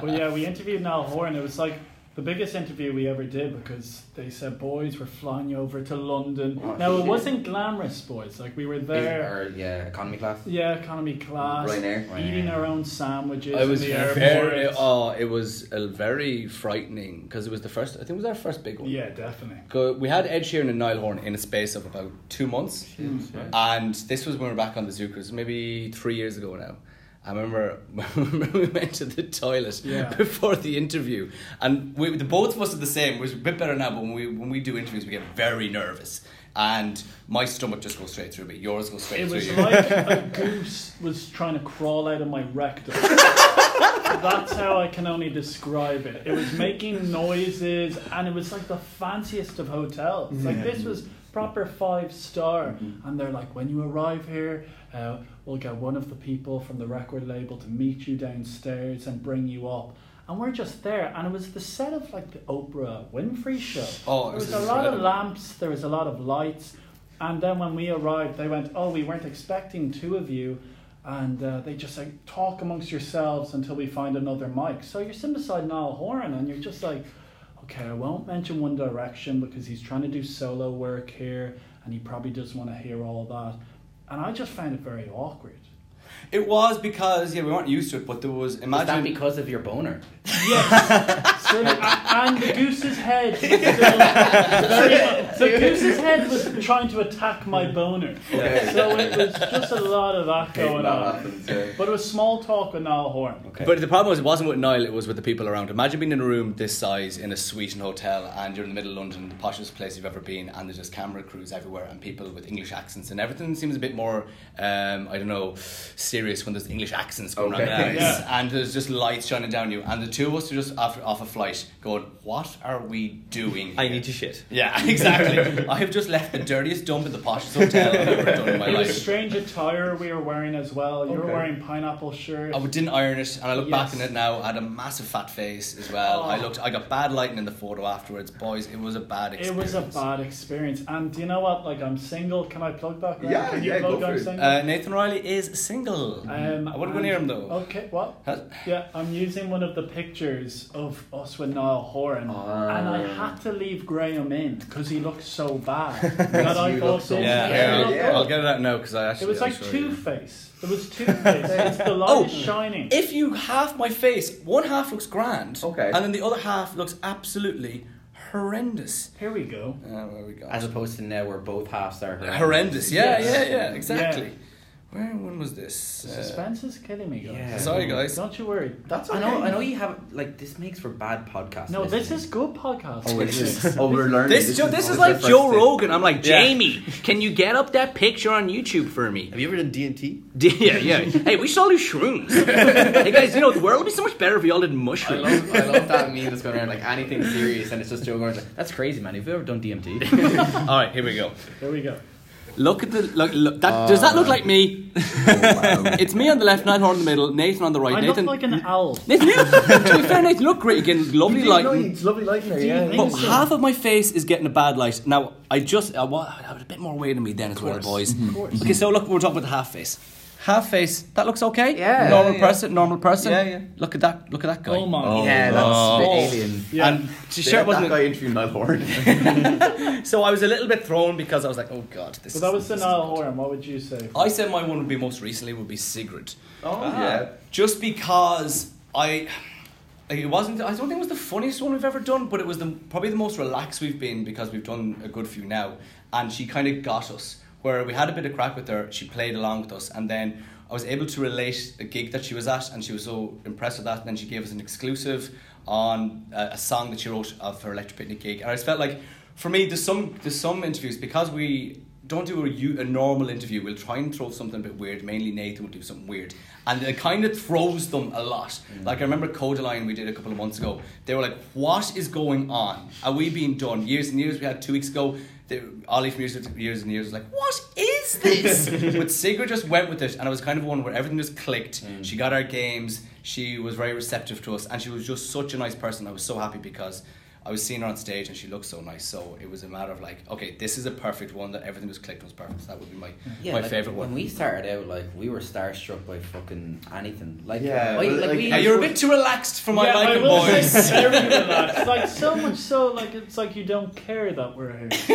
Speaker 2: Well, yeah, we interviewed Niall Horan. It was like the biggest interview we ever did because they said, "Boys, we're flying you over to London."
Speaker 3: Oh,
Speaker 2: now it
Speaker 3: shit.
Speaker 2: wasn't glamorous, boys. Like we were there,
Speaker 4: Or, yeah, economy class.
Speaker 2: yeah, economy class,
Speaker 3: Ryanair.
Speaker 2: eating our own sandwiches.
Speaker 1: I was
Speaker 2: in the airport.
Speaker 1: very, oh, it was uh, very frightening because it was the first, I think it was our first big one.
Speaker 2: yeah, definitely.
Speaker 1: 'Cause We had Ed Sheeran and Niall Horan in a space of about two months.
Speaker 3: Hmm.
Speaker 1: And this was when we were back on the Zookers, maybe three years ago now. I remember we went to the toilet
Speaker 2: Yeah.
Speaker 1: before the interview, and we, the both of us are the same, which is a bit better now. But when we when we do interviews, we get very nervous, and my stomach just goes straight through me. Yours goes straight
Speaker 2: It
Speaker 1: through
Speaker 2: was
Speaker 1: you.
Speaker 2: like a goose was trying to crawl out of my rectum. That's how I can only describe it. It was making noises, and it was like the fanciest of hotels. Like this was proper five star, and they're like, when you arrive here, uh, we'll get one of the people from the record label to meet you downstairs and bring you up. And we're just there, and it was the set of like the Oprah Winfrey show.
Speaker 1: Oh, it
Speaker 2: there
Speaker 1: was
Speaker 2: was, a lot of
Speaker 1: incredible.
Speaker 2: lamps, there was a lot of lights, and then when we arrived, they went, "Oh, we weren't expecting two of you," and uh, they just like talk amongst yourselves until we find another mic. So you're sitting beside Niall Horan, and you're just like, "Okay, I won't mention One Direction because he's trying to do solo work here, and he probably doesn't want to hear all that." And I just found it very awkward.
Speaker 1: it was because yeah, we weren't used to it, but there was
Speaker 4: Is that
Speaker 1: imagine.
Speaker 4: because of your boner?
Speaker 2: So, and the goose's head was still very much, the goose's head was trying to attack my boner.
Speaker 3: Okay.
Speaker 2: So it was just a lot of that
Speaker 3: Okay,
Speaker 2: going
Speaker 3: that
Speaker 2: on.
Speaker 3: happens, yeah.
Speaker 2: But it was small talk with Niall Horn.
Speaker 1: But the problem was it wasn't with Niall, it was with the people around. Imagine being in a room this size in a suite in a hotel and you're in the middle of London, the poshest place you've ever been, and there's just camera crews everywhere and people with English accents and everything seems a bit more um, I don't know, serious when there's English accents going
Speaker 3: Okay.
Speaker 1: around.
Speaker 2: Yeah.
Speaker 1: And there's just lights shining down you and the two of us are just after off a flight going, What are we doing?
Speaker 5: I
Speaker 1: here?"
Speaker 5: need to shit.
Speaker 1: Yeah, exactly. I have just left the dirtiest dump in the poshest hotel I've ever done in my
Speaker 2: It was
Speaker 1: life.
Speaker 2: strange attire we were wearing as well. You were
Speaker 3: Okay.
Speaker 2: wearing pineapple shirts.
Speaker 1: I would- didn't iron it, and I look back
Speaker 2: Yes.
Speaker 1: on it now. I had a massive fat face as well. I
Speaker 2: Oh.
Speaker 1: looked, I got bad lighting in the photo afterwards, boys. It was a bad
Speaker 2: It
Speaker 1: experience.
Speaker 2: was a bad experience. And do you know what? Like, I'm single. Can I plug that? Graham?
Speaker 3: Yeah,
Speaker 2: Can you
Speaker 3: yeah,
Speaker 2: plug
Speaker 3: go
Speaker 2: I'm
Speaker 3: for it.
Speaker 2: single?
Speaker 1: Uh, Nathan Riley is single.
Speaker 2: Um,
Speaker 1: I wouldn't go near him though.
Speaker 2: Okay, what?
Speaker 1: Has-
Speaker 2: Yeah, I'm using one of the pictures of us with Niall Horan,
Speaker 3: Ah.
Speaker 2: and I had to leave Graham in because he looked so bad that I
Speaker 3: You
Speaker 2: thought
Speaker 3: look so
Speaker 2: this-
Speaker 1: Yeah,
Speaker 3: Yeah,
Speaker 1: here, I'll,
Speaker 2: looked
Speaker 3: yeah.
Speaker 1: I'll
Speaker 2: good.
Speaker 1: get it out now because I actually.
Speaker 2: It was
Speaker 1: I'll
Speaker 2: like
Speaker 1: show
Speaker 2: Two
Speaker 1: you.
Speaker 2: Face. It was Two Face. it's the light
Speaker 1: Oh.
Speaker 2: is shining.
Speaker 1: If you half my face, one half looks grand,
Speaker 3: Okay.
Speaker 1: and then the other half looks absolutely horrendous.
Speaker 2: Here we go.
Speaker 1: Uh, where we go?
Speaker 4: As opposed to now where both halves are horrendous.
Speaker 1: horrendous. Yeah,
Speaker 2: Yes.
Speaker 1: yeah, yeah. Exactly. Where? When was this?
Speaker 2: The
Speaker 1: Uh,
Speaker 2: suspense is killing me, guys.
Speaker 4: Yeah.
Speaker 1: sorry, guys.
Speaker 2: Don't you worry.
Speaker 3: That's
Speaker 4: I know.
Speaker 3: okay.
Speaker 4: I know you have like this makes for bad podcast.
Speaker 2: No, this
Speaker 4: listening.
Speaker 2: is good podcast.
Speaker 3: Oh, it is. Oh, we're learning.
Speaker 1: This, Joe, this is like Joe Rogan. I'm like, Jamie, can you get up that picture on YouTube for me?
Speaker 5: Have you ever done DMT?
Speaker 1: yeah, yeah. Hey, we should all do shrooms. hey, guys, you know, the world would be so much better if we all did
Speaker 4: I
Speaker 1: mushrooms.
Speaker 4: love, I love that meme that's going around like anything serious, and it's just Joe Gordon's like, "That's crazy, man. Have you ever done DMT?"
Speaker 1: all right, here we go.
Speaker 2: There we go.
Speaker 1: Look at the. Look, look, that, does that look like me?
Speaker 4: "Oh,
Speaker 1: it's me on the left, Nine Horn in the middle, Nathan on the right.
Speaker 2: I look
Speaker 1: Nathan.
Speaker 2: like an owl.
Speaker 1: Nathan, you, to be fair, Nathan, you look great again. Lovely light.
Speaker 3: it's lovely light in there.
Speaker 2: yeah. think
Speaker 1: But
Speaker 2: so.
Speaker 1: half of my face is getting a bad light.
Speaker 2: Mm-hmm.
Speaker 1: Now, I just. I, wa- I had a bit more weight on me then as well, boys. Okay, so look, we're talking about the half face. half face. That looks okay.
Speaker 4: Yeah.
Speaker 1: Normal
Speaker 4: Yeah, yeah.
Speaker 1: person. Normal person.
Speaker 5: Yeah, yeah.
Speaker 1: Look at that. Look at that guy.
Speaker 2: Oh my
Speaker 3: Oh.
Speaker 4: Yeah, that's the
Speaker 1: Oh.
Speaker 4: alien.
Speaker 2: Yeah.
Speaker 1: And she
Speaker 3: They
Speaker 1: sure
Speaker 3: had that
Speaker 1: wasn't.
Speaker 3: guy interviewing Niall Horan.
Speaker 1: So I was a little bit thrown because I was like, oh god, this.
Speaker 2: But that
Speaker 1: is-
Speaker 2: was the
Speaker 1: this is
Speaker 2: Niall
Speaker 1: good.
Speaker 2: Horan. What would you say?
Speaker 1: I said my one would be most recently would be Sigrid.
Speaker 3: oh
Speaker 5: Ah.
Speaker 3: yeah.
Speaker 1: Just because I. like, It wasn't. I don't think it was the funniest one we've ever done, but it was the probably the most relaxed we've been because we've done a good few now, and she kind of got us. Where we had a bit of crack with her, she played along with us, and then I was able to relate a gig that she was at, and she was so impressed with that. And then she gave us an exclusive on a, a song that she wrote of her electric picnic gig, and I just felt like, for me, there's some there's some interviews because we don't do a, u- a normal interview. We'll try and throw something a bit weird. Mainly Nathan will do something weird, and it kind of throws them a lot. Like I remember Codaline we did a couple of months ago. They were like, "What is going on? Are we being done?" Years and years. We had two weeks ago. They, Ollie from years, and years and years was like, "What is this?" but Sigrid just went with it, and it was kind of one where everything just clicked. She got our games. She was very receptive to us, and she was just such a nice person. I was so happy because I was seeing her on stage and she looked so nice. So it was a matter of like, okay, this is a perfect one that everything was clicked was perfect. So that would be my
Speaker 4: Yeah,
Speaker 1: my
Speaker 4: like,
Speaker 1: favorite
Speaker 4: When
Speaker 1: one.
Speaker 4: we started out, like we were starstruck by fucking anything. Like
Speaker 3: Yeah,
Speaker 4: I-
Speaker 3: well,
Speaker 4: like,
Speaker 3: like,
Speaker 4: we,
Speaker 1: Now, you're a bit too relaxed for my
Speaker 2: yeah, I
Speaker 1: liking,
Speaker 2: will say
Speaker 1: boys.
Speaker 2: very relaxed. Like so much so, like it's like you don't care that we're here.
Speaker 3: What's,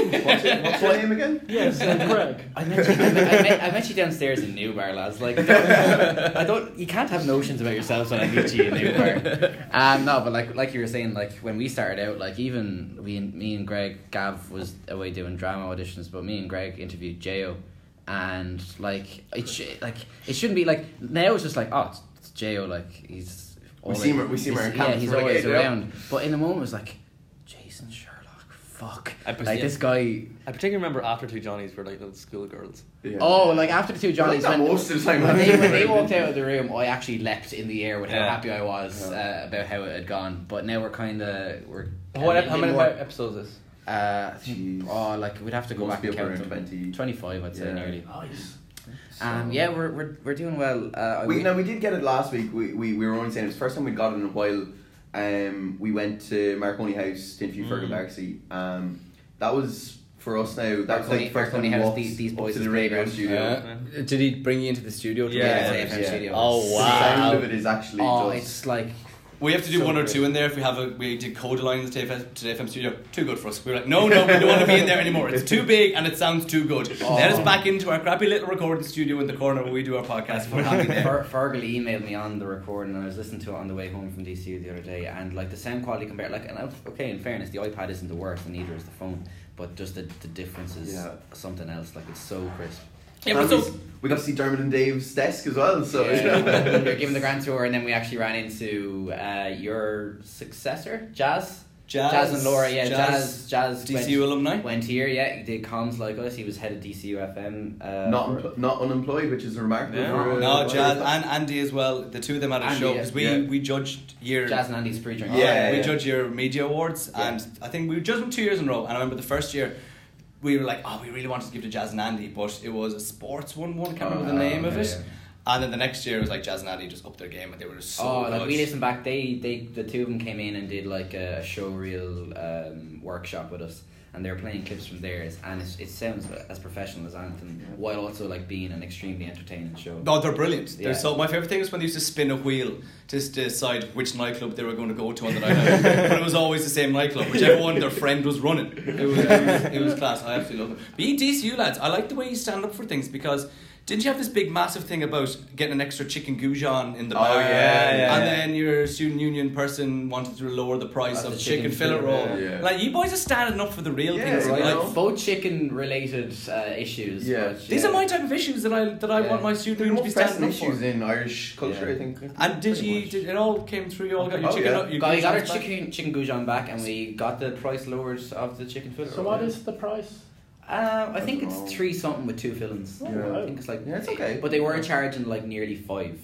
Speaker 3: it, what's your name again?
Speaker 2: Yes, so Greg.
Speaker 4: I met, you, I, met, I met you downstairs in New Bar, lads. Like, I don't. You can't have notions about yourselves when I meet you in New Bar. Um, no, but like, like you were saying, like when we started out, like even we, and me and Greg, Gav was away doing drama auditions, but me and Greg interviewed Jo, and like it, sh- like it shouldn't be like now it's just like oh, it's, it's Jo, like he's.
Speaker 3: We
Speaker 4: always-
Speaker 3: see him- we see him
Speaker 4: he's-
Speaker 3: around
Speaker 4: Yeah,
Speaker 3: campus,
Speaker 4: he's
Speaker 3: we're like,
Speaker 4: always
Speaker 3: "Hey, Jo."
Speaker 4: around. But in the moment, it was like, Jason Sherlock, fuck,
Speaker 5: I
Speaker 4: like this guy.
Speaker 5: I particularly remember after two Johnnies were like little schoolgirls.
Speaker 3: Yeah.
Speaker 4: Oh, like after the two
Speaker 3: I like
Speaker 4: Johnnies
Speaker 3: that
Speaker 4: went.
Speaker 3: most of the time.
Speaker 4: when they, when they walked out of the room, I actually leapt in the air with how
Speaker 5: Yeah.
Speaker 4: happy I was uh, about how it had gone. But now we're kind of we're
Speaker 5: What
Speaker 4: a
Speaker 5: ep- how
Speaker 4: bit
Speaker 5: many
Speaker 4: more-
Speaker 5: episodes is this?
Speaker 4: Uh,
Speaker 3: Jeez.
Speaker 4: oh, like we'd have to go
Speaker 3: Must
Speaker 4: back
Speaker 3: be
Speaker 4: and
Speaker 3: up around
Speaker 4: count them.
Speaker 3: 20.
Speaker 4: Twenty-five, I'd say
Speaker 3: Yeah.
Speaker 4: nearly.
Speaker 2: Nice.
Speaker 4: Um, yeah, we're we're, we're doing well. Uh, I
Speaker 3: We
Speaker 4: would-
Speaker 3: now we did get it last week. We, we, we were only saying it was the first time we'd got it in a while. Um, we went to Marconi House to interview
Speaker 4: Mm.
Speaker 3: Fergal Baxi. Um, that was for us now. That was
Speaker 4: Marconi-
Speaker 3: like the first time
Speaker 4: Marconi
Speaker 3: we
Speaker 4: House,
Speaker 3: walked
Speaker 4: these- these
Speaker 3: up
Speaker 4: boys'
Speaker 3: to the radio
Speaker 4: playground.
Speaker 3: studio.
Speaker 1: Uh, did he bring you into the studio? to
Speaker 5: Yeah,
Speaker 1: record?
Speaker 4: yeah, FM studio.
Speaker 1: Oh
Speaker 3: The
Speaker 1: wow.
Speaker 3: sound of it is actually
Speaker 4: Oh,
Speaker 3: just
Speaker 4: it's like
Speaker 1: We have to do
Speaker 4: So
Speaker 1: one or
Speaker 4: good.
Speaker 1: two in there. If we have a, we did code line in the TFM, to the FM studio. Too good for us. We were like, no, no, we don't want to be in there anymore. It's too big and it sounds too good. Let us back into our crappy little recording studio in the corner where we do our podcast. We're happy there.
Speaker 4: Fer- Fergal emailed me on the recording, and I was listening to it on the way home from DC the other day, and like the sound quality compared, like, and I, okay, in fairness, the iPad isn't the worst, and neither is the phone, but just the, the difference is
Speaker 3: Yeah.
Speaker 4: something else. Like it's so crisp.
Speaker 1: Yeah, but
Speaker 3: And
Speaker 1: so
Speaker 3: we got to see Dermot and Dave's desk as well. So
Speaker 4: Yeah, we were given the grand tour, and then we actually ran into uh, your successor, Jazz.
Speaker 1: Jazz,
Speaker 4: and Laura, yeah, Jazz, Jazz,
Speaker 1: DCU
Speaker 4: went,
Speaker 1: alumni.
Speaker 4: went here, yeah, he did comms like us. He was head of DCU FM. Uh,
Speaker 3: not
Speaker 4: for-
Speaker 3: empl- not unemployed, which is remarkable.
Speaker 5: Yeah.
Speaker 3: for, uh,
Speaker 1: No,
Speaker 3: for-
Speaker 1: Jazz and Andy as well. The two of them had a
Speaker 4: Andy,
Speaker 1: show
Speaker 4: yeah.
Speaker 1: because we,
Speaker 3: Yeah.
Speaker 1: we judged your
Speaker 4: Jazz and Andy's pre-drink.
Speaker 1: yeah,
Speaker 3: Yeah,
Speaker 1: we
Speaker 3: yeah.
Speaker 1: judged your media awards
Speaker 3: Yeah.
Speaker 1: and I think we judged them two years in a row. And I remember the first year we were like, oh, we really wanted to give to Jazz and Andy, but it was a sports one. One I can't remember the
Speaker 4: Oh,
Speaker 1: name of
Speaker 4: yeah,
Speaker 1: it.
Speaker 4: yeah.
Speaker 1: And then the next year it was like Jazz and Andy just upped their game and they were so
Speaker 4: oh, like
Speaker 1: good.
Speaker 4: we listened back. They, they, the two of them came in and did like a showreel um, workshop with us, and they were playing clips from theirs, and it's, it sounds as professional as anything, while also like being an extremely entertaining show.
Speaker 1: No, they're brilliant. They're
Speaker 4: Yeah.
Speaker 1: so my favorite thing was when they used to spin a wheel to s- decide which nightclub they were going to go to on the night out. but it was always the same nightclub, whichever one their friend was running. It was, it was, it was class. I absolutely love it. But you DCU lads, I like the way you stand up for things because. Didn't you have this big massive thing about getting an extra chicken goujon in the
Speaker 3: Oh,
Speaker 1: bar?
Speaker 3: yeah,
Speaker 5: yeah,
Speaker 1: and
Speaker 5: yeah.
Speaker 1: then your student union person wanted to lower the price
Speaker 4: Of
Speaker 1: of
Speaker 4: the
Speaker 1: chicken,
Speaker 4: chicken
Speaker 1: fillet
Speaker 4: fillet
Speaker 1: roll.
Speaker 3: roll. Yeah.
Speaker 1: Like you boys are standing up for the real
Speaker 3: Yeah,
Speaker 1: things.
Speaker 3: you
Speaker 1: Like,
Speaker 3: know.
Speaker 4: both chicken related uh, issues.
Speaker 3: Yeah.
Speaker 4: but,
Speaker 1: These are my type of issues that I that I
Speaker 4: Yeah.
Speaker 1: want my student
Speaker 3: There's
Speaker 1: union to
Speaker 3: more
Speaker 1: be standing
Speaker 3: pressing
Speaker 1: up for.
Speaker 3: issues in Irish culture,
Speaker 4: Yeah.
Speaker 3: I think.
Speaker 1: And did
Speaker 3: Pretty
Speaker 1: you?
Speaker 3: much.
Speaker 1: Did it all came through? You all got your
Speaker 3: Oh,
Speaker 1: chicken.
Speaker 3: yeah.
Speaker 1: Your
Speaker 4: Guy got our
Speaker 1: goujons back?
Speaker 4: chicken chicken goujon back, and we got the price lowered of the chicken fillet.
Speaker 2: So what is the price?
Speaker 4: Um, I think
Speaker 3: That's
Speaker 4: it's
Speaker 3: wrong.
Speaker 4: three something with two fillings.
Speaker 2: Oh,
Speaker 3: Yeah.
Speaker 4: I think
Speaker 2: wow.
Speaker 4: it's like
Speaker 3: Yeah, it's okay.
Speaker 4: But they were charging like nearly five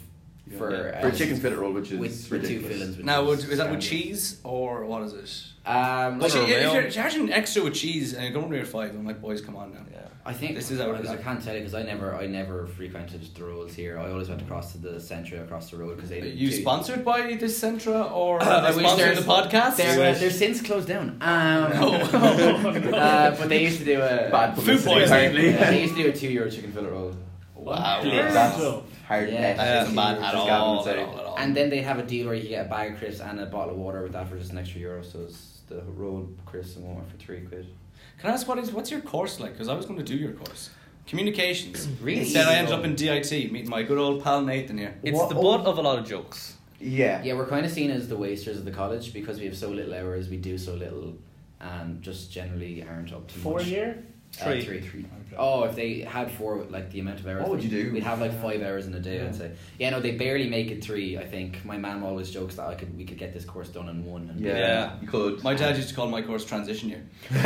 Speaker 3: Yeah.
Speaker 4: for uh,
Speaker 3: For a chicken fillet roll, which is
Speaker 4: with, with two
Speaker 3: ridiculous.
Speaker 4: fillings. which
Speaker 1: Now, would- is that with
Speaker 4: scandalous.
Speaker 1: cheese or what is it?
Speaker 4: Um,
Speaker 1: Like,
Speaker 5: Like
Speaker 1: if
Speaker 5: a
Speaker 1: you're- if
Speaker 5: royal.
Speaker 1: you're charging extra with cheese and you're going near five, I'm like, boys, come on now.
Speaker 5: Yeah.
Speaker 4: I think
Speaker 1: This is how it is.
Speaker 4: I can't tell you because I never, I never frequented the roads here. I always went across to the centre, across the road because they.
Speaker 1: Are you
Speaker 4: they-
Speaker 1: sponsored by this Centra or
Speaker 4: I
Speaker 1: are they
Speaker 4: wish
Speaker 1: sponsoring
Speaker 4: there's-
Speaker 1: the podcast?
Speaker 4: They're, they're since closed down. Um,
Speaker 3: Oh.
Speaker 4: uh, but they used to do a
Speaker 3: Bad
Speaker 1: Food
Speaker 3: publicity,
Speaker 1: poisoning.
Speaker 3: apparently.
Speaker 4: Yeah, they used to do a two euro chicken fillet roll.
Speaker 1: Wow.
Speaker 2: Yeah.
Speaker 3: That's-
Speaker 2: So,
Speaker 3: hard
Speaker 4: Yeah.
Speaker 3: net.
Speaker 4: That
Speaker 1: isn't bad
Speaker 3: Just
Speaker 1: at
Speaker 3: Gavin would
Speaker 1: all,
Speaker 3: say.
Speaker 1: at all, at all.
Speaker 4: And then they have a deal where you get a bag of crisps and a bottle of water with that for just an extra euro. So it's the roll crisps and water for three quid.
Speaker 1: Can I ask what is what's your course like? Because I was going to do your course, communications.
Speaker 4: Really
Speaker 1: Instead, I
Speaker 4: easy
Speaker 1: ended
Speaker 4: one.
Speaker 1: up in DIT, meeting my good old pal Nathan here.
Speaker 5: It's
Speaker 3: What-
Speaker 5: the butt of a lot of jokes.
Speaker 3: Yeah.
Speaker 4: Yeah, we're kind of seen as the wasters of the college because we have so little hours, we do so little, and just generally aren't up to
Speaker 2: Four
Speaker 4: much.
Speaker 2: year?
Speaker 4: Uh,
Speaker 5: Three.
Speaker 4: three, three. Oh, if they had four, like the amount of hours.
Speaker 3: What would you do?
Speaker 4: We'd have like five hours in a day, I'd say. Yeah, no, they barely make it three. I think my mom always jokes that I could we could get this course done in one. And
Speaker 3: Yeah.
Speaker 5: Yeah.
Speaker 3: You could.
Speaker 1: My dad used to call my course transition year.
Speaker 4: yeah.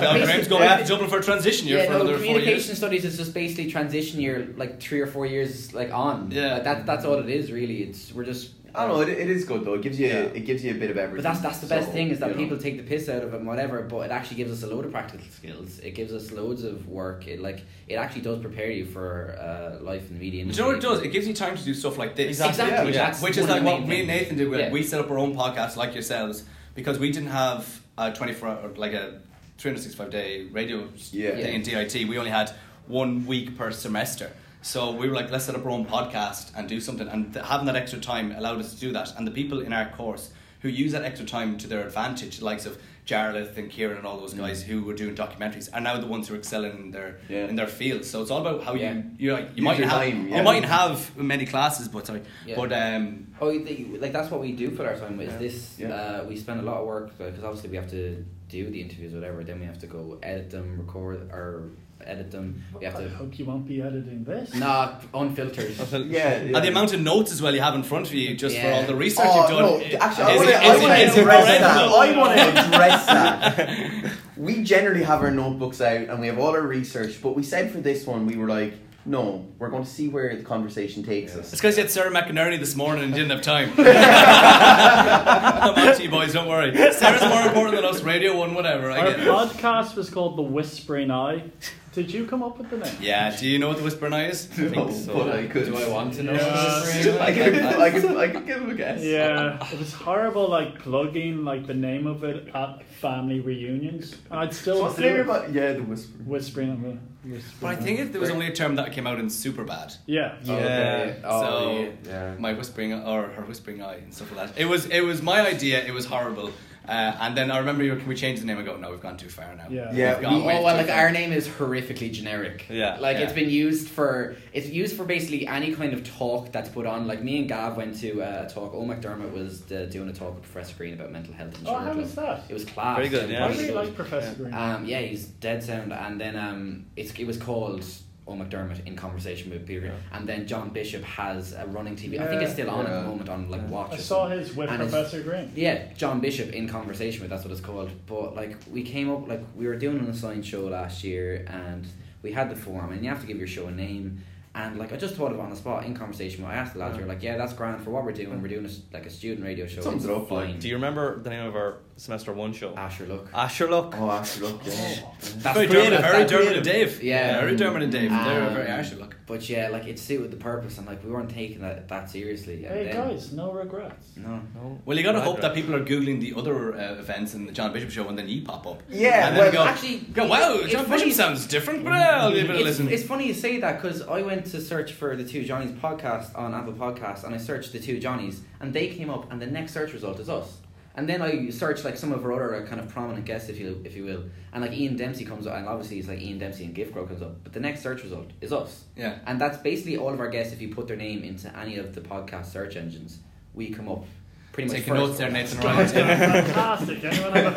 Speaker 1: Now
Speaker 4: Basically-
Speaker 1: Graham's going back to Dublin for a transition year
Speaker 4: yeah,
Speaker 1: for
Speaker 4: no,
Speaker 1: another four
Speaker 4: communication
Speaker 1: years.
Speaker 4: studies is just basically transition year, like three or four years, like on.
Speaker 1: Yeah.
Speaker 4: like, that that's all it is really. It's we're just.
Speaker 3: I don't know. It, it is good though. It gives you
Speaker 1: Yeah.
Speaker 3: it gives you a bit of everything.
Speaker 4: But that's that's the best
Speaker 3: So,
Speaker 4: thing is that
Speaker 3: you know.
Speaker 4: people take the piss out of it and whatever, but it actually gives us a load of practical skills. It gives us loads of work. It like it actually does prepare you for uh, life in the media
Speaker 1: Do
Speaker 4: industry.
Speaker 1: you know what it does? It gives you time to do stuff like this.
Speaker 5: Exactly.
Speaker 4: Exactly.
Speaker 5: Yeah,
Speaker 4: That's
Speaker 1: Which is
Speaker 4: one
Speaker 1: like
Speaker 4: of the
Speaker 1: what
Speaker 4: main
Speaker 1: me and
Speaker 4: things.
Speaker 1: Nathan did. We,
Speaker 4: Yeah.
Speaker 1: we set up our own podcast, like yourselves, because we didn't have a twenty-four hour, like a three hundred sixty-five day radio s-
Speaker 3: Yeah.
Speaker 1: thing in DIT. We only had one week per semester, so we were like, let's set up our own podcast and do something. And th- having that extra time allowed us to do that. And the people in our course who use that extra time to their advantage, the likes of Jarlath and Kieran and all
Speaker 3: Mm.
Speaker 1: those guys who were doing documentaries, are now the ones who are excelling in their
Speaker 3: Yeah.
Speaker 1: in their field. So it's all about how
Speaker 4: Yeah.
Speaker 1: you you like you
Speaker 3: Use
Speaker 1: might
Speaker 3: your
Speaker 1: have
Speaker 3: time, yeah.
Speaker 1: you might have many classes, but sorry,
Speaker 4: Yeah.
Speaker 1: but um,
Speaker 4: Oh, you think- like that's what we do for our time. Is
Speaker 1: Yeah.
Speaker 4: this?
Speaker 3: Yeah.
Speaker 4: Uh, we spend a lot of work because obviously we have to do the interviews, whatever. Then we have to go edit them, record or edit them. We have
Speaker 2: I
Speaker 4: to
Speaker 2: hope you won't be editing this.
Speaker 4: nah unfiltered.
Speaker 3: Yeah. yeah.
Speaker 1: and the amount of notes as well you have in front of you just for
Speaker 4: Yeah.
Speaker 1: all the research
Speaker 3: Oh,
Speaker 1: you've done.
Speaker 3: no,
Speaker 1: it-
Speaker 3: actually, I
Speaker 1: is-
Speaker 3: want to
Speaker 1: is-
Speaker 3: I
Speaker 1: is
Speaker 3: want to address that.
Speaker 1: horrendous.
Speaker 3: I want to address that. We generally have our notebooks out and we have all our research, but we said for this one we were like, no, we're going to see where the conversation takes
Speaker 4: Yeah.
Speaker 1: It's
Speaker 3: us.
Speaker 1: because you had Sarah McInerney this morning and didn't have time. I'm on to you boys, don't worry. Sarah's more important than us, Radio 1, whatever, I
Speaker 2: Our
Speaker 1: get it.
Speaker 2: podcast was called The Whispering Eye. Did you come up with the name?
Speaker 1: Yeah, do you know what the Whispering Eye is?
Speaker 3: No,
Speaker 5: think so.
Speaker 3: but I could.
Speaker 4: do I want to know?
Speaker 2: Yeah.
Speaker 3: I could, I could, I could give him a guess.
Speaker 2: Yeah, it was horrible. Like plugging like the name of it at family reunions, and I'd
Speaker 3: So
Speaker 2: still
Speaker 3: what's the
Speaker 2: do
Speaker 3: name
Speaker 2: it.
Speaker 3: of it? Yeah, the whisper.
Speaker 2: whispering. of it, whispering
Speaker 1: But I
Speaker 2: of
Speaker 1: think
Speaker 2: it.
Speaker 1: if there was only a term that came out in Superbad.
Speaker 2: yeah.
Speaker 4: Oh, okay.
Speaker 1: Yeah,
Speaker 4: Oh,
Speaker 1: so-
Speaker 4: yeah.
Speaker 1: My whispering or her whispering eye and stuff like that. It was it was my idea. It was horrible. Uh, and then I remember you were, can we change the name? I go no, we've gone too far now.
Speaker 2: Yeah.
Speaker 3: Yeah,
Speaker 1: We've gone
Speaker 4: oh
Speaker 1: way
Speaker 4: well,
Speaker 1: too
Speaker 4: like
Speaker 1: far.
Speaker 4: our name is horrifically generic.
Speaker 5: Yeah.
Speaker 4: Like
Speaker 1: Yeah.
Speaker 4: it's been used for it's used for basically any kind of talk that's put on. Like me and Gav went to uh, a talk. Oh McDermott was uh, doing a talk with Professor Green about mental health. in
Speaker 2: Oh, how
Speaker 4: Sherlock.
Speaker 2: was that?
Speaker 4: It was class.
Speaker 5: Very good, yeah.
Speaker 2: I
Speaker 5: Why do
Speaker 2: really
Speaker 5: you
Speaker 2: like Professor Green.
Speaker 4: Um, yeah, he's dead sound, and then um, it's it was called. Oh McDermott in conversation with Peter, Green. and then John Bishop has a running TV. I think it's still on at
Speaker 3: Yeah.
Speaker 4: the moment on like Watch.
Speaker 2: I
Speaker 4: or
Speaker 2: saw
Speaker 4: something.
Speaker 2: his with
Speaker 4: And it's-
Speaker 2: Professor Green.
Speaker 4: Yeah, John Bishop in conversation with that's what it's called. But like we came up like we were doing an assigned show last year and we had the form and you have to give your show a name and like I just thought of it on the spot in conversation with I asked the lads, we were like, Yeah, that's grand for what we're doing, we're doing a, s- like a student radio show.
Speaker 3: Sums
Speaker 4: it's
Speaker 3: it up, like,
Speaker 4: fine.
Speaker 5: Do you Ah, remember the name of our semester one show?
Speaker 4: Asher look.
Speaker 5: Asher Look.
Speaker 3: Oh, after look. Yeah.
Speaker 4: That's
Speaker 1: very
Speaker 4: creative,
Speaker 1: Dermot, very
Speaker 4: that's
Speaker 1: Dermot and
Speaker 4: creative.
Speaker 1: Dave.
Speaker 4: Yeah.
Speaker 1: very Dermot and Dave. They're
Speaker 4: Um,
Speaker 1: very Irish look.
Speaker 4: But yeah, like it suited the purpose and like we weren't taking that that seriously. And
Speaker 2: Hey
Speaker 4: then-
Speaker 2: guys, no regrets.
Speaker 4: No.
Speaker 5: No.
Speaker 1: Well, you gotta
Speaker 5: Right,
Speaker 1: hope that
Speaker 5: right.
Speaker 1: people are googling the other uh, events in the John Bishop show, and then you pop up.
Speaker 3: Yeah,
Speaker 1: and then
Speaker 3: well,
Speaker 1: go,
Speaker 4: actually,
Speaker 1: go, wow,
Speaker 4: it's
Speaker 1: John
Speaker 4: funny-
Speaker 1: Bishop sounds different. But I'll give it a
Speaker 4: it's,
Speaker 1: listen.
Speaker 4: it's funny you say that because I went to search for the Two Johnnies podcast on Apple Podcasts and I searched the Two Johnnies and they came up and the next search result is us. And then I searched like some of our other like, kind of prominent guests, if you if you will, and like Ian Dempsey comes up, and obviously it's like Ian Dempsey and Gifgrow comes up, but the next search result is us,
Speaker 1: yeah.
Speaker 4: and that's basically all of our guests. If you put their name into any of the podcast search engines, we come up pretty much
Speaker 1: Taking
Speaker 4: first.
Speaker 1: notes there, Nathan
Speaker 2: Guys,
Speaker 1: Ryan.
Speaker 2: fantastic. Anyone have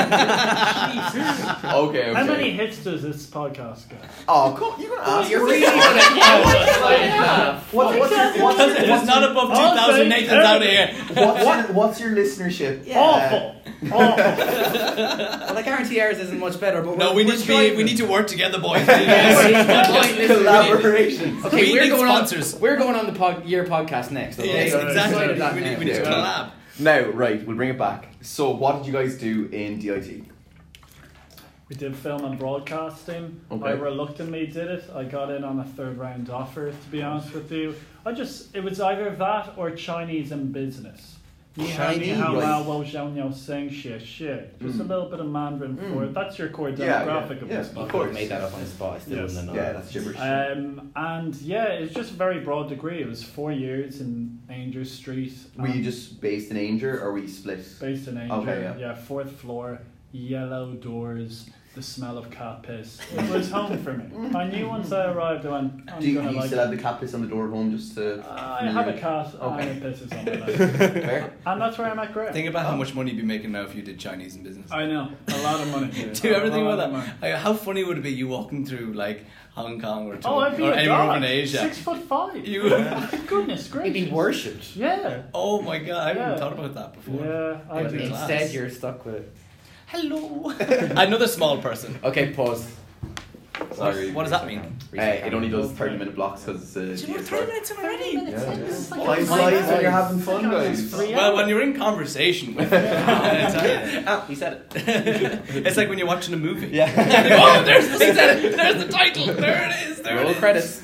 Speaker 2: a thank you? Jesus.
Speaker 3: Okay, okay.
Speaker 2: How many hits does this podcast get?
Speaker 3: Oh, cool. You're going to ask.
Speaker 4: You're
Speaker 3: for
Speaker 4: really
Speaker 3: this?
Speaker 4: gonna
Speaker 2: Yeah.
Speaker 3: What- what's your- what's
Speaker 1: Because
Speaker 3: your-
Speaker 1: it's not above two thousand. Nathan's out of here.
Speaker 3: What's your- what's your listenership? Uh,
Speaker 4: Yeah.
Speaker 2: Awful. Awful.
Speaker 4: Well, I guarantee ours isn't much better, but
Speaker 1: No, we
Speaker 4: we're- we're
Speaker 1: need to
Speaker 4: trying.
Speaker 1: be. We need to work together, boys.
Speaker 4: Listen, we need-
Speaker 3: Collaboration.
Speaker 4: Okay,
Speaker 1: We
Speaker 4: we're
Speaker 1: need
Speaker 4: going
Speaker 1: sponsors.
Speaker 4: on. We're going on the pod, your podcast next. okay?
Speaker 1: Yes,
Speaker 2: Yeah,
Speaker 1: exactly.
Speaker 4: Decided that
Speaker 1: We
Speaker 4: now.
Speaker 1: need, we need to
Speaker 3: Yeah.
Speaker 1: collab.
Speaker 3: Now, right, we'll bring it back. So, what did you guys do in DIT?
Speaker 2: We did film and broadcasting. I
Speaker 3: Okay.
Speaker 2: reluctantly did it. I got in on a third round offer, to be honest with you. I just, it was either that or Chinese and business.
Speaker 4: Chinese.
Speaker 2: Wow, wow, Zhao Seng shit, shit. Just a
Speaker 3: Mm.
Speaker 2: little bit of Mandarin
Speaker 3: Mm.
Speaker 2: for that's your core demographic
Speaker 3: Yeah,
Speaker 2: of
Speaker 3: yeah,
Speaker 2: this
Speaker 3: yeah,
Speaker 4: I
Speaker 3: of
Speaker 2: podcast.
Speaker 4: could
Speaker 3: course.
Speaker 4: have made that up on the spot. I still
Speaker 2: Yes.
Speaker 4: wouldn't have known.
Speaker 3: Yeah, that's gibberish.
Speaker 2: Um, and yeah, it's just a very broad degree. It was four years in Angers Street. Um,
Speaker 3: were you
Speaker 2: and
Speaker 3: just based in Anger or were you split?
Speaker 2: based in Angers?
Speaker 3: Okay, yeah.
Speaker 2: fourth floor, yellow doors, the smell of cat piss. It was home for me. I knew once I arrived, I went. I'm
Speaker 3: Do you,
Speaker 2: gonna
Speaker 3: you
Speaker 2: like Uh,
Speaker 3: still have
Speaker 2: it.
Speaker 3: the cat piss on the door at home just to?
Speaker 2: I have a cat
Speaker 3: Okay.
Speaker 2: and it pisses on my leg.
Speaker 3: Fair.
Speaker 2: and that's where I'm at great.
Speaker 1: Think about how much money you'd be making now if you did Chinese in business.
Speaker 2: I know a lot of money.
Speaker 1: Do you ever think about
Speaker 2: A lot of
Speaker 1: that?
Speaker 2: money.
Speaker 1: Like, how funny would it be you walking through like Hong Kong or,
Speaker 2: Oh, I'd be
Speaker 1: Tokyo or
Speaker 2: a
Speaker 1: anywhere
Speaker 2: dog.
Speaker 1: over in Asia?
Speaker 2: Six foot five.
Speaker 1: You-
Speaker 2: My goodness gracious.
Speaker 4: You'd be worshipped.
Speaker 2: Yeah.
Speaker 1: Oh my god, I haven't
Speaker 2: Yeah.
Speaker 1: even thought about that before.
Speaker 2: Yeah, I
Speaker 1: That'd be
Speaker 2: do.
Speaker 1: class.
Speaker 4: Instead, you're stuck with it.
Speaker 1: Hello. Another small person.
Speaker 4: Okay, pause.
Speaker 3: Sorry.
Speaker 1: What does that mean?
Speaker 3: Uh, it only does thirty minute blocks because it's uh, DSR.
Speaker 1: minutes
Speaker 3: Yeah.
Speaker 2: It's like
Speaker 3: Five
Speaker 2: a-
Speaker 3: slides when you're having
Speaker 2: It's like a-
Speaker 3: fun, guys.
Speaker 2: three
Speaker 1: Well,
Speaker 2: hours.
Speaker 1: when you're in conversation with
Speaker 4: Ah, he said it.
Speaker 1: it's like when you're watching a movie.
Speaker 4: Yeah.
Speaker 1: oh, there's the, there's the title. There it is. There it
Speaker 4: Roll
Speaker 1: is.
Speaker 4: credits.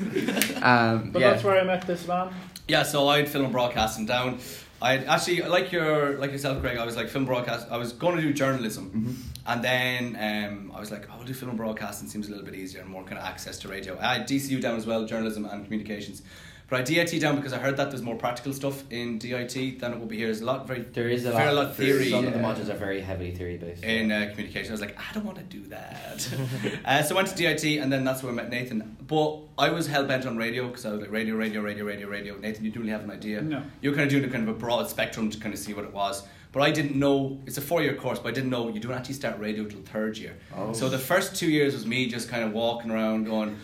Speaker 4: Um,
Speaker 2: But
Speaker 4: yeah.
Speaker 2: that's where I met this man.
Speaker 1: Yeah, so I'd film and broadcast and down. I'd actually like your like yourself, Greg. I was like film broadcast. I was going to do journalism,
Speaker 4: Mm-hmm.
Speaker 1: and then um, I was like, I'll do film and broadcasting. Seems a little bit easier and more kind of access to radio. I had DCU down as well, journalism and communications. But I had DIT down because I heard that there's more practical stuff in DIT than it will be here. There's a lot very
Speaker 4: There is a
Speaker 1: fair
Speaker 4: lot,
Speaker 1: lot of theory.
Speaker 4: Some of the
Speaker 1: uh,
Speaker 4: modules are very heavily theory based.
Speaker 1: in uh, communication. I was like, I don't want to do that. uh, so I went to DIT, and then that's where I met Nathan. But I was hell bent on radio because I was like, radio, radio, radio, radio, radio. Nathan, you don't really have an idea.
Speaker 2: No.
Speaker 1: You're kind of doing a kind of a broad spectrum to kind of see what it was. But I didn't know, it's a four year course, but I didn't know you don't actually start radio till third year.
Speaker 3: Oh.
Speaker 1: So the first two years was me just kind of walking around going,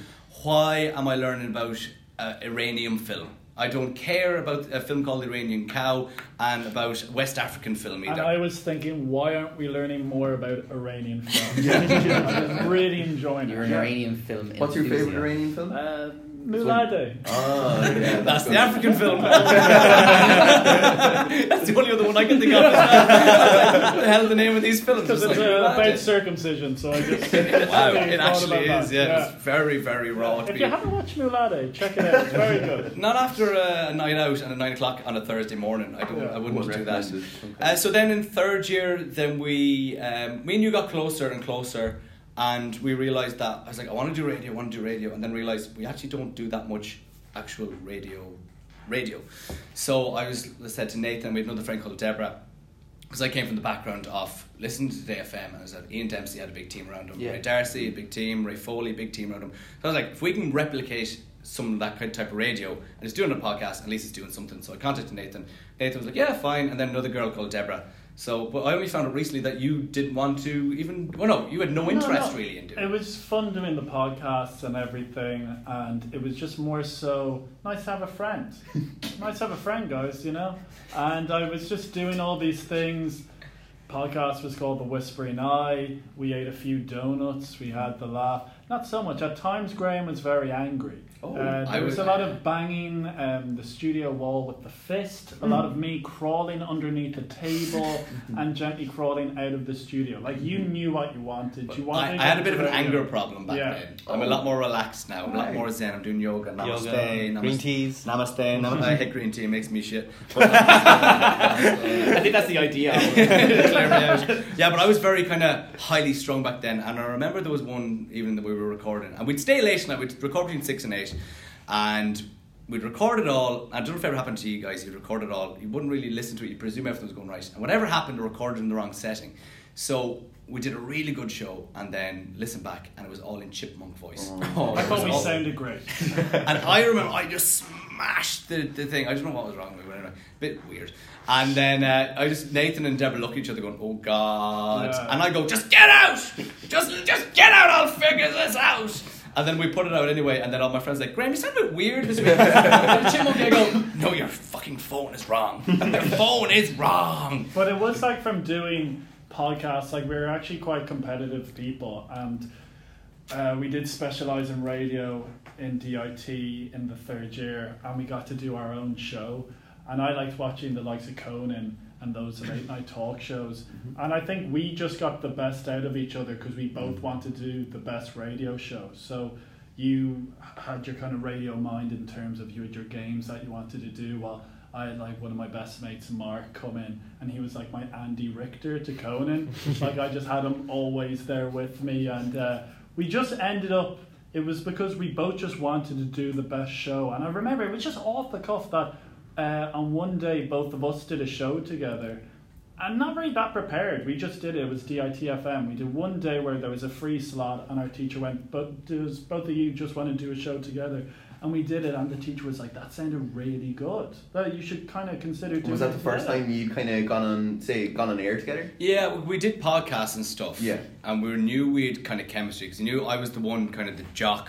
Speaker 1: why am I learning about uh, Iranian film? I don't care about a film called Iranian Cow and about West African film either.
Speaker 2: And I was thinking, why aren't we learning more about Iranian films? I was really enjoying
Speaker 4: You're
Speaker 2: it.
Speaker 4: an
Speaker 2: Yeah.
Speaker 4: Iranian film.
Speaker 3: What's your favorite
Speaker 4: enthusiast.
Speaker 3: Iranian film?
Speaker 2: Uh, Mulade.
Speaker 3: Oh, yeah,
Speaker 1: That's
Speaker 3: good.
Speaker 1: the African film. That's the only other one I can think of. as well. what the hell are the name of these films?
Speaker 2: Because
Speaker 1: It's
Speaker 2: it's
Speaker 1: like,
Speaker 2: uh,
Speaker 1: wow,
Speaker 2: about circumcision, so I just.
Speaker 1: wow,
Speaker 2: I
Speaker 1: it
Speaker 2: thought
Speaker 1: actually
Speaker 2: about
Speaker 1: is.
Speaker 2: that.
Speaker 1: Yeah, it's very, very raw. to
Speaker 2: If
Speaker 1: be-
Speaker 2: you haven't watched Mulade, check it out. It's very good.
Speaker 1: Not after a night out and a nine o'clock on a Thursday morning. I don't.
Speaker 2: Yeah.
Speaker 1: I wouldn't do that.
Speaker 3: recommended.
Speaker 1: Uh, so then in third year, then we, um, me and you got closer and closer, and we realized that I was like, I want to do radio, I want to do radio, and then realized we actually don't do that much actual radio, radio. So I was I said to Nathan, we had another friend called Deborah, because I came from the background of listening to Today FM, and I was like, Ian Dempsey had a big team around him,
Speaker 4: Yeah.
Speaker 1: Ray Darcy, a big team, Ray Foley, a big team around him. So I was like, if we can replicate some of that kind of type of radio, and it's doing a podcast, at least it's doing something. So I contacted Nathan. Nathan was like, yeah, fine. And then another girl called Deborah. So, but I only found out recently that you didn't want to even, well, no, you had no interest
Speaker 2: no.
Speaker 1: really in doing
Speaker 2: It was fun doing the podcasts and everything, and it was just more so nice to have a friend. nice to have a friend, guys, you know? And I was just doing all these things. Podcast was called The Whispering Eye. We ate a few donuts. We had the laugh. Not so much. At times, Graham was very angry. Uh,
Speaker 3: Oh,
Speaker 2: there
Speaker 1: I
Speaker 2: was
Speaker 1: would-
Speaker 2: a lot of banging um, the studio wall with the fist, a lot of me crawling underneath the table and gently crawling out of the studio. Like, you knew what you wanted. you
Speaker 1: Mm. I,
Speaker 2: wanted
Speaker 1: I had a bit of an
Speaker 2: to-
Speaker 1: anger problem back
Speaker 2: Yeah.
Speaker 1: then. I'm a lot more relaxed now. I'm a lot
Speaker 3: Right.
Speaker 1: more zen. I'm doing yoga. Namaste.
Speaker 5: Yoga,
Speaker 1: namaste.
Speaker 5: green teas.
Speaker 1: Namaste. Namaste. I hate green tea. It makes me shit. uh,
Speaker 4: I think that's the idea.
Speaker 1: Clear me out. yeah, but I was very kind of highly strung back then, and I remember there was one even that we were recording, and we'd stay late tonight. We'd record between six and eight, and we'd record it all. I don't know if it ever happened to you guys. You'd record it all. You wouldn't really listen to it. You presume everything was going right, and whatever happened, we recorded in the wrong setting. So we did a really good show, and then listened back, and it was all in chipmunk voice.
Speaker 3: Oh.
Speaker 2: I
Speaker 1: It was
Speaker 2: thought we
Speaker 1: all-
Speaker 2: sounded great.
Speaker 1: and I remember I just smashed the, the thing. I don't know what was wrong with me, but anyway, bit weird. And then uh, I just Nathan and Deborah look at each other, going, "Oh God!"
Speaker 2: Yeah.
Speaker 1: And I go, "Just get out! Just just get out! I'll figure this out." And then we put it out anyway, and then all my friends were like, Graham, you sound a bit weird this week. and Chipmunk, I go, no, your fucking phone is wrong. Your phone is wrong.
Speaker 2: But it was like from doing podcasts, like we were actually quite competitive people, and uh, we did specialize in radio in DIT in the third year, and we got to do our own show. And I liked watching the likes of Conan and those late night talk shows, and I think we just got the best out of each other because we both wanted to do the best radio show. So. You had your kind of radio mind in terms of you had your games that you wanted to do, while I had like one of my best mates, Mark, come in, and he was like my Andy Richter to Conan. like I just had him always there with me, and uh, we just ended up. It was because we both just wanted to do the best show, and I remember it was just off the cuff that uh, on one day both of us did a show together. I'm not really that prepared. We just did it. It was DITFM. We did one day where there was a free slot, and our teacher went, "But does both of you just want to do a show together?" And we did it, and the teacher was like, "That sounded really good. That you should kind of consider doing."
Speaker 3: Was that
Speaker 2: it
Speaker 3: the first
Speaker 2: together."
Speaker 3: time you kind of gone on, say, gone on air together?
Speaker 1: Yeah, w- we did podcasts and stuff.
Speaker 3: Yeah.
Speaker 1: And we knew we had kind of chemistry because you knew I was the one kind of the jock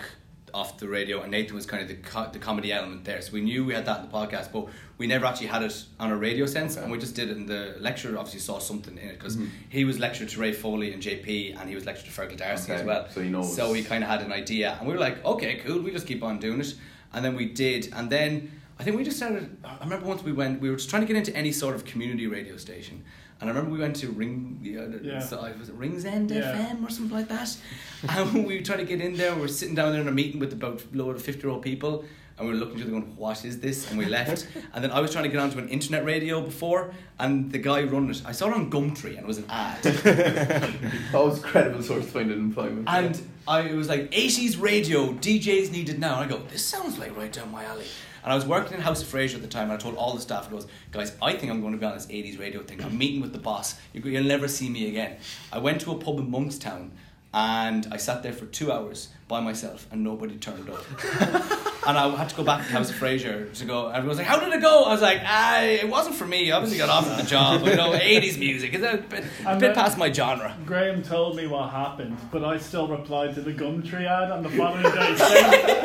Speaker 1: off the radio and Nathan was kind of the, co- the comedy element there. So we knew we had that in the podcast, but we never actually had it on a radio sense. And we just did it in the lecturer, obviously saw something in it because
Speaker 3: Mm-hmm.
Speaker 1: he was lectured to Ray Foley and JP and he was lectured to Fergal Darcy
Speaker 3: Okay,
Speaker 1: as well.
Speaker 3: so he knows.
Speaker 1: So we kind of had an idea and we were like, okay, cool, we just keep on doing it. And then we did. And then I think we just started, I remember once we went, we were just trying to get into any sort of community radio station. And I remember we went to Ring, yeah,
Speaker 2: Yeah.
Speaker 1: so I was it Rings End
Speaker 2: Yeah.
Speaker 1: FM or something like that. and we were trying to get in there. We were sitting down there in a meeting with about load of fifty year old people, and we were looking at each other going, "What is this?" And we left. and then I was trying to get onto an internet radio before, and the guy running it, I saw it on Gumtree, and it was an ad.
Speaker 3: That was a credible source to find an employment.
Speaker 1: And I it was like 80s radio, DJs needed now. And I go, this sounds like right down my alley. And I was working in House of Fraser at the time, and I told all the staff, I goes, guys, I think I'm going to be on this 80s radio thing. I'm meeting with the boss. You- You'll never see me again. I went to a pub in Monkstown, and I sat there for two hours by myself, and nobody turned up. and I had to go back to House of Fraser to go. Everyone was like, "How did it go?" I was like, ah, "It wasn't for me. I obviously got offered the job. You know, 80s music. It's a bit, a
Speaker 2: And
Speaker 1: bit
Speaker 2: then-
Speaker 1: past my genre."
Speaker 2: Graham told me what happened, but I still replied to the Gumtree ad on the following day. Same,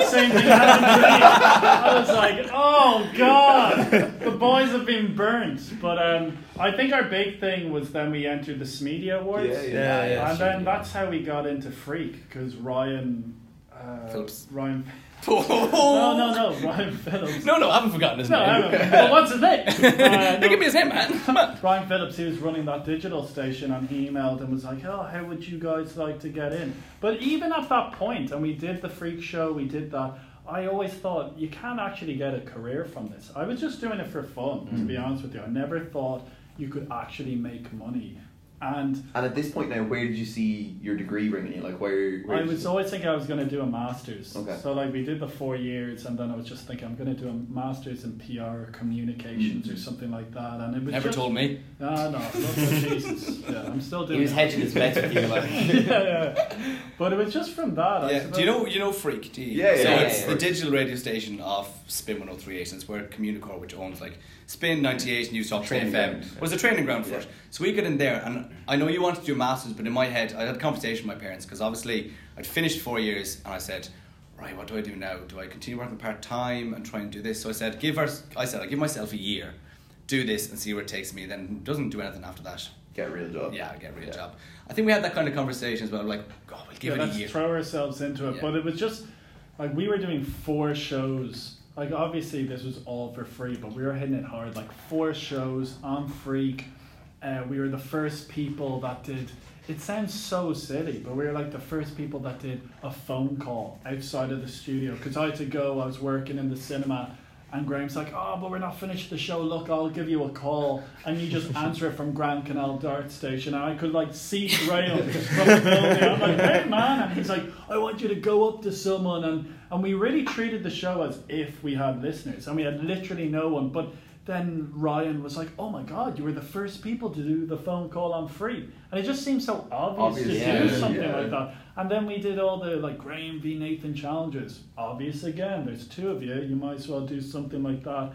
Speaker 2: same thing happened to me. I was like, oh god, the boys have been burnt. But um, I think our big thing was then we entered the Smedia Awards.
Speaker 3: Yeah, yeah.
Speaker 5: Yeah, yeah.
Speaker 2: and then that's how we got into Freak, because Ryan. Uh,
Speaker 1: Phillips.
Speaker 2: Ryan. No, no, no, Ryan Phillips.
Speaker 1: No, no, I haven't forgotten his
Speaker 2: No,
Speaker 1: name.
Speaker 2: I don't know. Well, what's his name? Uh,
Speaker 1: They
Speaker 2: no,
Speaker 1: give me his name, man. Come on.
Speaker 2: Brian Phillips, he was running that digital station, and he emailed and was like, "Oh, how would you guys like to get in?" But even at that point, and we did the freak show, we did that. I always thought you can't actually get a career from this. I was just doing it for fun, to
Speaker 1: Mm.
Speaker 2: be honest with you. I never thought you could actually make money, and
Speaker 3: And at this point now, where did you see your degree bringing you? Like where? where
Speaker 2: I
Speaker 3: did
Speaker 2: was
Speaker 3: you,
Speaker 2: always thinking I was going to do a master's.
Speaker 3: Okay.
Speaker 2: So like we did the four years, and then I was just thinking I'm going to do a master's in PR or communications or something like that. And it was
Speaker 1: Mm-hmm. Never
Speaker 2: just,
Speaker 1: told me.
Speaker 2: Ah, no, not so Jesus. Yeah, I'm still doing.
Speaker 4: He was
Speaker 2: it.
Speaker 4: hedging his bets with you, like.
Speaker 2: yeah, yeah. But it was just from that. I
Speaker 1: Yeah. Do you
Speaker 2: suppose.
Speaker 1: know you know Freak? Do you?
Speaker 3: Yeah,
Speaker 1: So
Speaker 3: yeah,
Speaker 4: yeah,
Speaker 1: it's
Speaker 4: yeah.
Speaker 1: the digital radio station of Spin 1038, and it's where Communicore, which owns like Spin 98 News Talk FM,
Speaker 3: Training ground, yeah.
Speaker 1: was a training ground for
Speaker 3: Yeah.
Speaker 1: us. So we get in there, and I know you wanted to do a masters, but in my head, I had a conversation with my parents because obviously I'd finished four years, and I said. Right, what do I do now? Do I continue working part time and try and do this? So I said, give us. I said, I give myself a year, do this and see where it takes me. Then doesn't do anything after that.
Speaker 3: get a real job?
Speaker 1: Yeah, get a real job. I think we had that kind of conversation as well. Like, God, we'll give
Speaker 2: yeah,
Speaker 1: it a
Speaker 2: let's
Speaker 1: year.
Speaker 2: throw ourselves into it.
Speaker 1: Yeah.
Speaker 2: But it was just like we were doing four shows. Like obviously this was all for free, but we were hitting it hard. Like four shows on Freak. Uh, we were the first people that did. It sounds so silly, but we were like the first people that did a phone call outside of the studio. Cause I had to go. I was working in the cinema. And Graham's like, oh, but we're not finished the show. Look, I'll give you a call. And you just answer it from Grand Canal Dart Station. And I could, like, see Graham just from the building. I'm like, hey, man. And he's like, I want you to go up to someone. And, and we really treated the show as if we had listeners. And we had literally no one. But then Ryan was like, oh, my God, you were the first people to do the phone call on free. And it just seems so obvious,
Speaker 3: Obvious,
Speaker 2: to do
Speaker 4: yeah,
Speaker 2: something
Speaker 3: yeah.
Speaker 2: like that. And then we did all the like Graham v Nathan challenges. Obvious again, there's two of you, you might as well do something like that.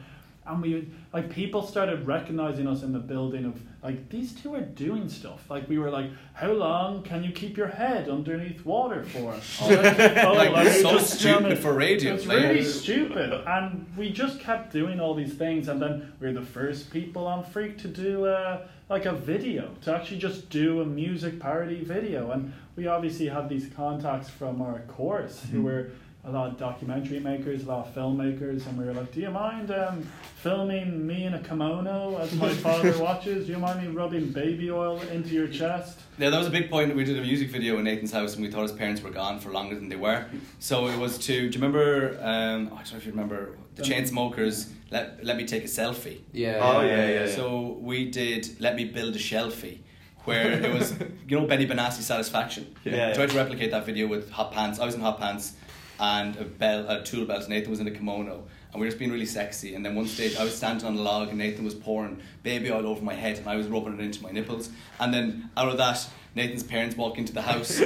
Speaker 2: And we like people started recognizing us in the building of like these two are doing stuff. Like we were like, how long can you keep your head underneath water for? Oh,
Speaker 1: Like,
Speaker 2: like,
Speaker 1: so
Speaker 2: just
Speaker 1: stupid
Speaker 2: jamming.
Speaker 1: for radio.
Speaker 2: It's
Speaker 1: Like-
Speaker 2: really stupid. And we just kept doing all these things, and then we were the first people on Freak to do uh, like a video, to actually just do a
Speaker 1: Mm-hmm.
Speaker 2: music parody video. And we obviously had these contacts from our course who were a lot of documentary makers, a lot of filmmakers, and we were like, "Do you mind um, filming me in a kimono as my father watches? Do you mind me rubbing baby oil into your chest?"
Speaker 1: Yeah, that was a big point. We did a music video in Nathan's house, and we thought his parents were gone for longer than they were. So it was to. Do you remember? Um, I don't know if you remember the Chainsmokers. Let Let me take a selfie.
Speaker 4: Yeah.
Speaker 3: Oh, yeah, yeah.
Speaker 1: So we did. Let me build a shelfie, where it was you know Benny Benassi satisfaction.
Speaker 5: Yeah, yeah.
Speaker 1: Tried to replicate that video with hot pants. I was in hot pants, and a bell, a tool belt. Nathan was in a kimono, and we were just being really sexy. And then one stage, I was standing on a log, and Nathan was pouring baby oil over my head, and I was rubbing it into my nipples. And then out of that, Nathan's parents walk into the house,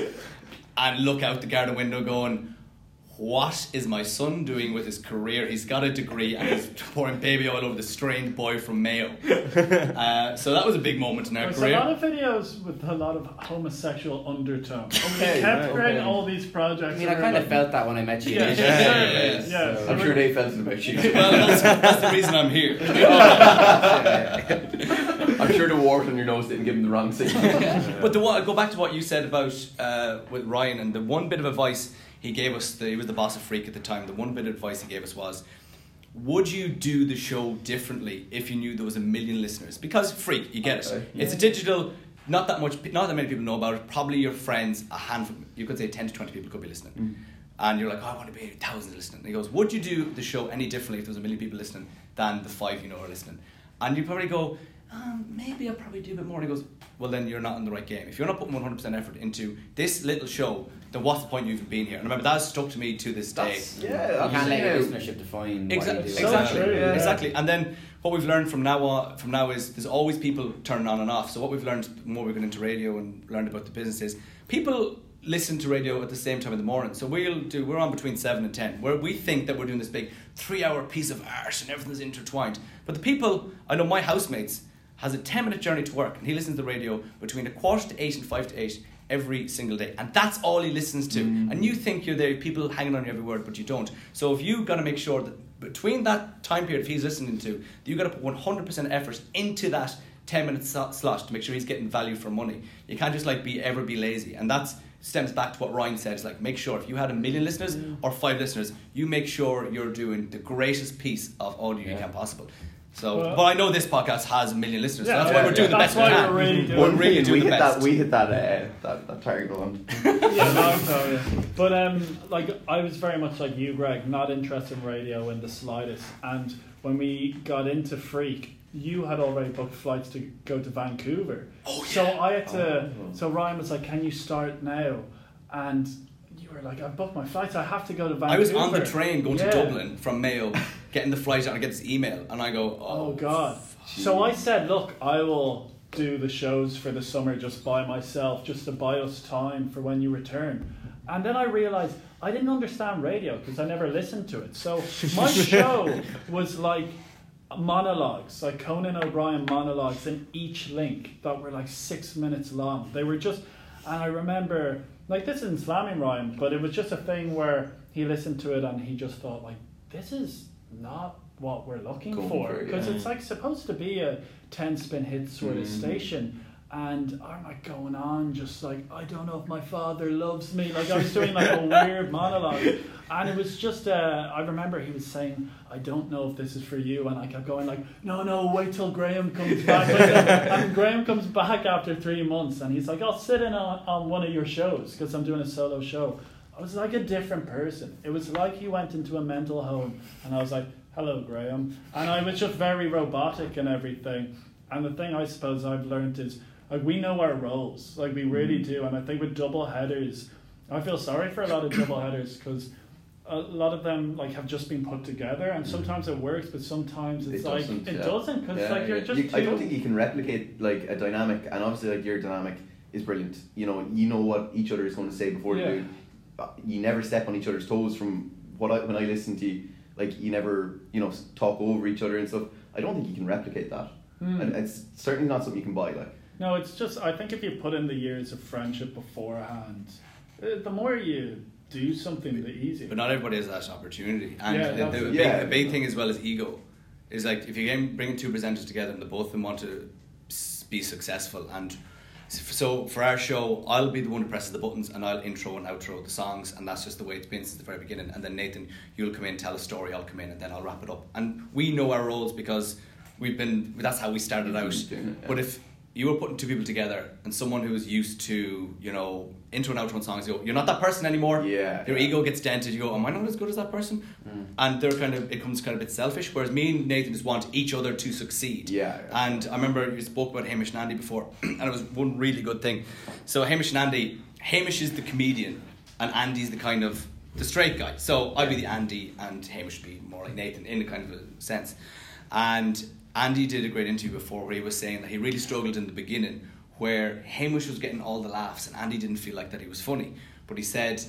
Speaker 1: and look out the garden window, going. What is my son doing with his career? He's got a degree and he's pouring baby oil over the strained boy from Mayo. Uh, so that was a big moment in our
Speaker 2: There's a
Speaker 1: career.
Speaker 2: lot of videos with a lot of homosexual undertones.
Speaker 3: Okay,
Speaker 2: we kept
Speaker 3: right,
Speaker 2: creating
Speaker 4: okay.
Speaker 2: all these
Speaker 4: I
Speaker 2: projects.
Speaker 4: mean, I
Speaker 2: and we were
Speaker 4: kind of
Speaker 2: like,
Speaker 4: felt that when I met you.
Speaker 2: Yeah,
Speaker 1: yeah, yeah,
Speaker 2: yeah, yeah.
Speaker 4: So-
Speaker 3: I'm sure they felt it about you.
Speaker 1: well, that's, that's the reason I'm here.
Speaker 3: I'm sure the wart on your nose didn't give him the wrong signal.
Speaker 1: But the one, go back to what you said about uh, with Ryan and the one bit of advice he gave us. The, he was the boss of Freak at the time. The one bit of advice he gave us was, would you do the show differently if you knew there was a million listeners? Because Freak, you get
Speaker 3: Okay.
Speaker 1: it. It's a digital. Not that much. Not that many people know about it. Probably your friends, a handful. You could say ten to twenty people could be listening. And you're like, oh, I want to be thousands listening. And he goes, Would you do the show any differently if there was a million people listening than the five you know are listening? And you probably go, um, maybe I'll probably do a bit more. And he goes, well, then you're not in the right game. If you're not putting 100% effort into this little show, then what's the point of even being here? And remember, that has stuck to me to this day.
Speaker 4: That's-
Speaker 3: yeah,
Speaker 4: You can't let your
Speaker 3: absolutely.
Speaker 4: listenership define what
Speaker 1: Exactly.
Speaker 4: you do.
Speaker 2: So
Speaker 1: exactly.
Speaker 2: true, yeah.
Speaker 1: Exactly. And then what we've learned from now on, from now is there's always people turning on and off. So what we've learned the more we've gone into radio and learned about the business is people listen to radio at the same time in the morning. So we'll do we're on between seven and ten, where we think that we're doing this big three hour piece of art and everything's intertwined. But the people I know my housemates has a ten minute journey to work and he listens to the radio between a quarter to eight and five to eight every single day and that's all he listens to and you think you're there people hanging on your every word but you don't so if you've got to make sure that between that time period if he's listening to you've got to put 100% effort into that 10 minute so- slot to make sure he's getting value for money you can't just like be ever be lazy and that's stems back to what Ryan said it's like make sure if you had a million listeners or five listeners you make sure you're doing the greatest piece of audio you
Speaker 4: Yeah.
Speaker 1: can possible so
Speaker 2: Well-
Speaker 1: but I know this podcast has a million listeners so
Speaker 2: Yeah,
Speaker 1: that's why
Speaker 3: yeah,
Speaker 1: we're doing
Speaker 3: yeah.
Speaker 1: the best
Speaker 2: That's
Speaker 1: we
Speaker 2: why
Speaker 1: can
Speaker 2: we're really doing-
Speaker 1: we're
Speaker 3: One
Speaker 1: really
Speaker 3: million, we
Speaker 1: doing the
Speaker 3: hit
Speaker 1: best
Speaker 3: that. We hit that. Uh, that, that target on.
Speaker 2: Yeah, no, no, yeah. But um, like I was very much like you, Greg, not interested in radio in the slightest. And when we got into Freak, you had already booked flights to go to Vancouver. Oh, So I had to. So Ryan was like, "Can you start now?" And you were like, "I booked my flights. I have to go to Vancouver."
Speaker 1: I was on the train going
Speaker 2: Yeah.
Speaker 1: to Dublin from Mayo, getting the flight out, and I get this email, and I go,
Speaker 2: Oh
Speaker 1: oh,
Speaker 2: God! So I said, "Look, I will do the shows for the summer just by myself, just to buy us time for when you return." And then I realized I didn't understand radio because I never listened to it. So my show was like monologues, like Conan O'Brien monologues in each link that were like six minutes long. They were just, and I remember like this isn't slamming Ryan, but it was just a thing where he listened to it and he just thought like, this is not what we're looking
Speaker 3: Going
Speaker 2: for
Speaker 3: for it,
Speaker 2: because
Speaker 3: yeah.
Speaker 2: it's like supposed to be a 10 spin hit sort of station and I'm like going on just like I don't know if my father loves me like I was doing like a weird monologue and it was just uh, I remember he was saying I don't know if this is for you and I kept going like no no wait till Graham comes back Wait till-" and Graham comes back after three months and he's like I'll sit in on, on one of your shows because I'm doing a solo show I was like a different person. It was like he went into a mental home, and I was like, "Hello, Graham," and I was just very robotic and everything. And the thing I suppose I've learned is like we know our roles, like we really
Speaker 3: Mm-hmm.
Speaker 2: do. And I think with double headers, I feel sorry for a lot of double headers because a lot of them like have just been put together,
Speaker 3: Mm-hmm.
Speaker 2: and sometimes it works, but sometimes it's like it doesn't because like you're just
Speaker 3: I don't
Speaker 2: too-
Speaker 3: think you can replicate like a dynamic, and obviously, like your dynamic is brilliant. You know, you know what each other is going to say before
Speaker 2: Yeah.
Speaker 3: they do. Uh, You never step on each other's toes. From what I when I listen to you, like you never you know s- talk over each other and stuff. I don't think you can replicate that,
Speaker 2: Hmm.
Speaker 3: and it's certainly not something you can buy. Like
Speaker 2: No, it's just I think if you put in the years of friendship beforehand, uh, the more you do something, the easier.
Speaker 1: But not everybody has that opportunity. And
Speaker 2: Yeah,
Speaker 1: the, the,
Speaker 2: that's-
Speaker 1: big,
Speaker 3: yeah.
Speaker 1: the big thing as well is ego. Is like if you game- bring two presenters together and the both of them want to s- be successful and So for our show, I'll be the one who presses the buttons and I'll intro and outro the songs, and that's just the way it's been since the very beginning. And then Nathan, you'll come in, tell a story, I'll come in, and then I'll wrap it up. And we know our roles because we've been that's how we started out.
Speaker 3: doing it, yeah.
Speaker 1: But if you were putting two people together and someone who is used to you know intro and outro on songs, you go, you're not that person anymore.
Speaker 3: Yeah,
Speaker 1: Your
Speaker 3: yeah.
Speaker 1: ego gets dented. You go, am I not as good as that person?
Speaker 3: Mm.
Speaker 1: And they're kind of it becomes kind of a bit selfish. Whereas me and Nathan just want each other to succeed.
Speaker 3: Yeah, yeah.
Speaker 1: And I remember you spoke about Hamish and Andy before, and it was one really good thing. So Hamish and Andy, Hamish is the comedian, and Andy's the kind of the straight guy. So I'd be the Andy, and Hamish would be more like Nathan in a kind of a sense. And Andy did a great interview before where he was saying that he really struggled in the beginning, where Hamish was getting all the laughs, and Andy didn't feel like that he was funny. But he said,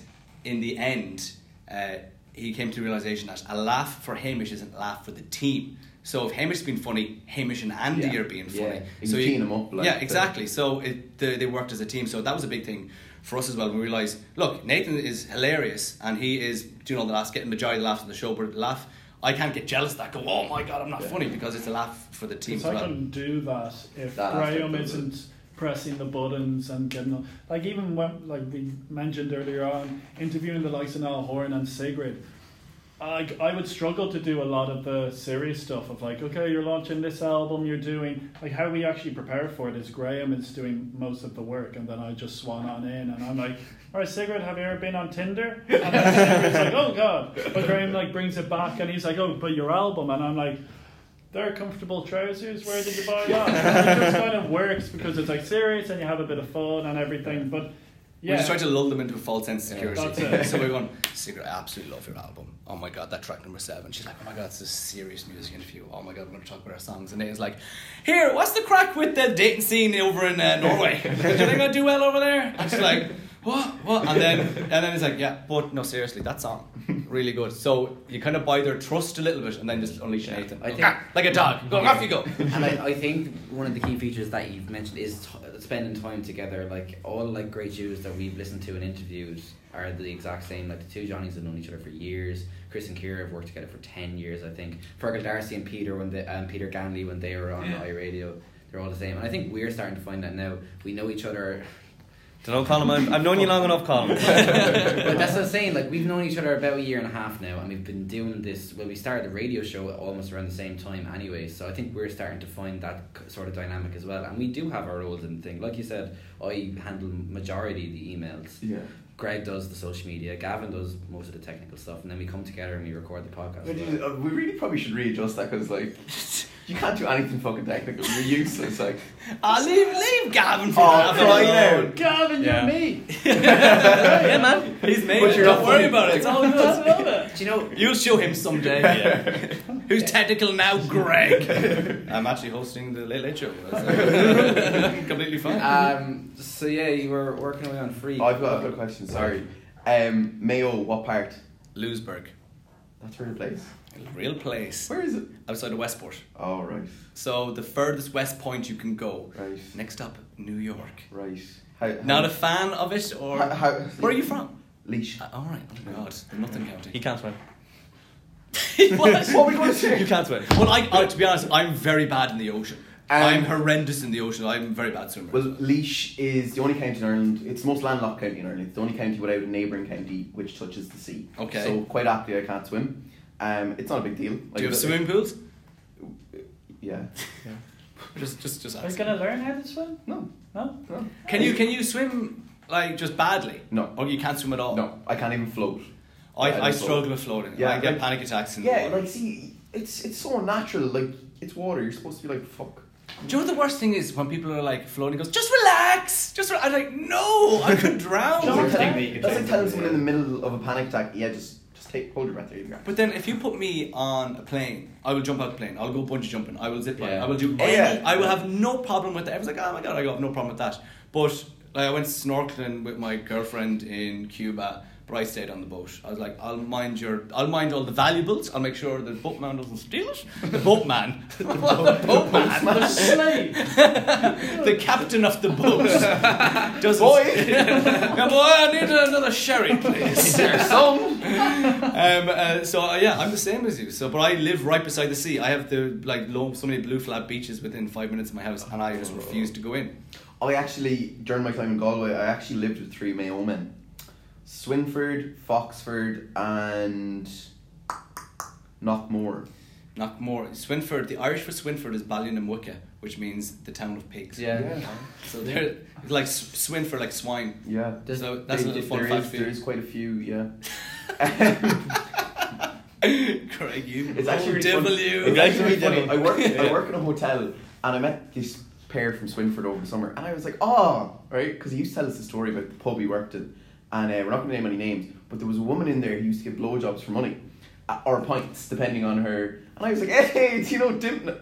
Speaker 1: in the end. Uh, he came to the realization that a laugh for Hamish isn't a laugh for the team. So if Hamish's been funny, Hamish and Andy
Speaker 3: Yeah.
Speaker 1: are being
Speaker 3: Yeah.
Speaker 1: funny.
Speaker 3: You
Speaker 1: So
Speaker 3: can team 'em up, like,
Speaker 1: yeah,
Speaker 3: the-
Speaker 1: exactly. So it, they, they worked as a team. So that was a big thing for us as well. We realized, look, Nathan is hilarious and he is doing all the laughs, getting the majority of the laughs on the show, but the laugh, I can't get jealous of that go, oh my God, I'm not
Speaker 3: Yeah.
Speaker 1: funny because it's a laugh for the team.
Speaker 2: Because
Speaker 1: as
Speaker 2: I
Speaker 1: well.
Speaker 2: couldn't do that if
Speaker 3: That aspect
Speaker 2: Graham
Speaker 3: of it.
Speaker 2: isn't pressing the buttons and getting on. Like even when, like we mentioned earlier on, interviewing the likes of Al Horn and Sigrid, I, I would struggle to do a lot of the serious stuff of like, okay, you're launching this album, you're doing like how we actually prepare for it is Graham is doing most of the work, and then I just swan on in, and I'm like, all right, Sigrid, have you ever been on Tinder? And then Sigrid's like, oh god, but Graham like brings it back, and he's like, oh, but your album, and I'm like. They're comfortable trousers. Where did you buy that? And it just kind of works because it's like serious and you have a bit of fun and everything. But
Speaker 1: We
Speaker 2: yeah,
Speaker 1: just tried to lull them into a false sense of
Speaker 3: Yeah.
Speaker 1: security.
Speaker 2: That's it.
Speaker 1: so we're going, Secret, I absolutely love your album. Oh my god, that track number seven. She's like, oh my god, it's a serious music interview. Oh my god, we're going to talk about our songs. And Nathan's like, here, what's the crack with the dating scene over in uh, Norway? Do you think I do well over there? And she's like, what, what? And then, and then he's like, yeah, but no, seriously, that song, really good. So you kind of buy their trust a little bit and then just unleash
Speaker 4: Yeah.
Speaker 1: Nathan.
Speaker 4: I think-
Speaker 1: "Ah, like a dog. Go,
Speaker 4: Yeah.
Speaker 1: off you go.
Speaker 4: and I, I think one of the key features that you've mentioned is t- spending time together. Like all like great duos that we've listened to and interviewed are the exact same. Like the two Johnnies have known each other for years. Chris and Kira have worked together for ten years, I think. Fergal Darcy and Peter when they um, Peter Ganley when they were on
Speaker 5: Yeah.
Speaker 4: iRadio, they're all the same. And I think we're starting to find that now. We know each other
Speaker 5: Don't know, Colin. I've, I've known you long enough, Colin.
Speaker 4: but that's what I'm saying. Like we've known each other about a year and a half now, and we've been doing this. Well, we started the radio show almost around the same time, anyway. So I think we're starting to find that c- sort of dynamic as well. And we do have our roles in the thing. Like you said, I handle majority of the emails.
Speaker 3: Yeah.
Speaker 4: Greg does the social media. Gavin does most of the technical stuff, and then we come together and we record the podcast.
Speaker 3: But you- uh, we really probably should readjust that because like you can't do anything fucking technical. You're useless. Like
Speaker 1: I'll leave, leave Gavin for
Speaker 3: Oh,
Speaker 1: that.
Speaker 3: cry
Speaker 1: alone."
Speaker 3: now.
Speaker 2: Gavin,
Speaker 5: Yeah.
Speaker 2: you're me.
Speaker 5: yeah, man. He's me.
Speaker 3: But you're
Speaker 1: Don't
Speaker 3: not
Speaker 1: worry
Speaker 3: funny.
Speaker 1: about it. It's all good.
Speaker 2: I love it.
Speaker 4: Do you know?
Speaker 1: You'll show him someday. Who's technical now, Greg? I'm actually hosting the Late Late Show. Uh, so- Completely fine.
Speaker 4: Um. So yeah, you were working away on free.
Speaker 3: oh, I've got, I've got a question. Sorry. Um, Mayo. What part?
Speaker 1: Lewisburg,
Speaker 3: That's where the place.
Speaker 1: a real place
Speaker 3: Where is it?
Speaker 1: outside of Westport.
Speaker 3: Oh right,
Speaker 1: So the furthest west point you can go.
Speaker 3: right,
Speaker 1: Next up, New York.
Speaker 3: right. How, how,
Speaker 1: Not a fan of it, or
Speaker 3: How- how-
Speaker 1: where are you from?
Speaker 3: leash.
Speaker 1: Uh, all right. Oh God, nothing county.
Speaker 5: He can't win.
Speaker 3: What
Speaker 1: what?
Speaker 3: we going to
Speaker 5: You can't win.
Speaker 1: Well, I, I, to be honest, I'm very bad in the ocean.
Speaker 3: Um,
Speaker 1: I'm horrendous in the ocean. I'm very bad swimmer.
Speaker 3: Well, Leash is the only county in Ireland. It's the most landlocked county in Ireland. It's the only county without a neighbouring county which touches the sea.
Speaker 1: Okay.
Speaker 3: So quite aptly, I can't swim. Um, it's not a big deal.
Speaker 1: Do you have
Speaker 3: but-
Speaker 1: swimming pools?
Speaker 3: Yeah.
Speaker 1: Just, just, just
Speaker 2: Are you
Speaker 1: ask.
Speaker 2: gonna learn how to swim?
Speaker 3: No.
Speaker 2: No.
Speaker 3: No.
Speaker 1: Can you can you swim like just badly?
Speaker 3: No.
Speaker 1: Or you can't swim at all.
Speaker 3: No. I can't even float.
Speaker 1: I,
Speaker 3: Yeah,
Speaker 1: I,
Speaker 3: I
Speaker 1: struggle with floating.
Speaker 3: Yeah,
Speaker 1: I get
Speaker 3: like-
Speaker 1: panic attacks in
Speaker 3: Yeah,
Speaker 1: the water.
Speaker 3: like see, it's it's so unnatural. Like it's water. You're supposed to be like fuck.
Speaker 1: Do you know what the worst thing is when people are like floating? Goes just relax, just. Re-. I'm like, no, I could
Speaker 2: Don't
Speaker 1: drown.
Speaker 3: That's
Speaker 2: attack.
Speaker 3: like, telling- that's like telling someone in the middle of a panic attack. Yeah, just just take hold your breath. There you go.
Speaker 1: but then if you put me on a plane, I will jump out of the plane. I'll go bungee jumping. I will zip line.
Speaker 4: Yeah.
Speaker 1: I will do.
Speaker 3: Oh,
Speaker 1: any,
Speaker 3: yeah.
Speaker 1: I will have no problem with that. Everyone's like, oh my god, I got no problem with that. But like, I went snorkeling with my girlfriend in Cuba. But I stayed on the boat. I was like, I'll mind your, I'll mind all the valuables. I'll make sure the boatman doesn't steal it. The boatman, the boatman.
Speaker 2: The slave.
Speaker 1: the captain of the boat doesn't.
Speaker 3: Boy.
Speaker 1: now, boy, I need another sherry, please.
Speaker 3: There's some.
Speaker 1: Um, uh, so uh, yeah, I'm the same as you. So, but I live right beside the sea. I have the like low, so many blue flat beaches within five minutes of my house, and I just refuse to go in.
Speaker 3: I actually, during my time in Galway, I actually lived with three Mayo men Swinford, Foxford, and Knockmore.
Speaker 1: Not more. Swinford. The Irish for Swinford is Ballinamwicca, which means the town of pigs.
Speaker 4: Yeah.
Speaker 1: So they're like S- Swinford, like swine.
Speaker 3: Yeah.
Speaker 4: There's-
Speaker 1: so that's a
Speaker 3: There-
Speaker 1: little fun
Speaker 3: there
Speaker 1: fact
Speaker 3: is-
Speaker 1: for
Speaker 3: There
Speaker 1: you.
Speaker 3: is quite a few, yeah.
Speaker 1: Craig, you.
Speaker 3: It's actually really
Speaker 1: Oh, devil
Speaker 3: funny.
Speaker 1: you.
Speaker 3: It's actually really
Speaker 5: Devil.
Speaker 3: funny. I work I work in a hotel and I met this pair from Swinford over the summer and I was like, oh, right, because he used to tell us the story about the pub he worked in, and uh, we're not going to name any names, but there was a woman in there who used to give blowjobs for money, uh, or pints depending on her, and I was like, hey, do you know Dimna?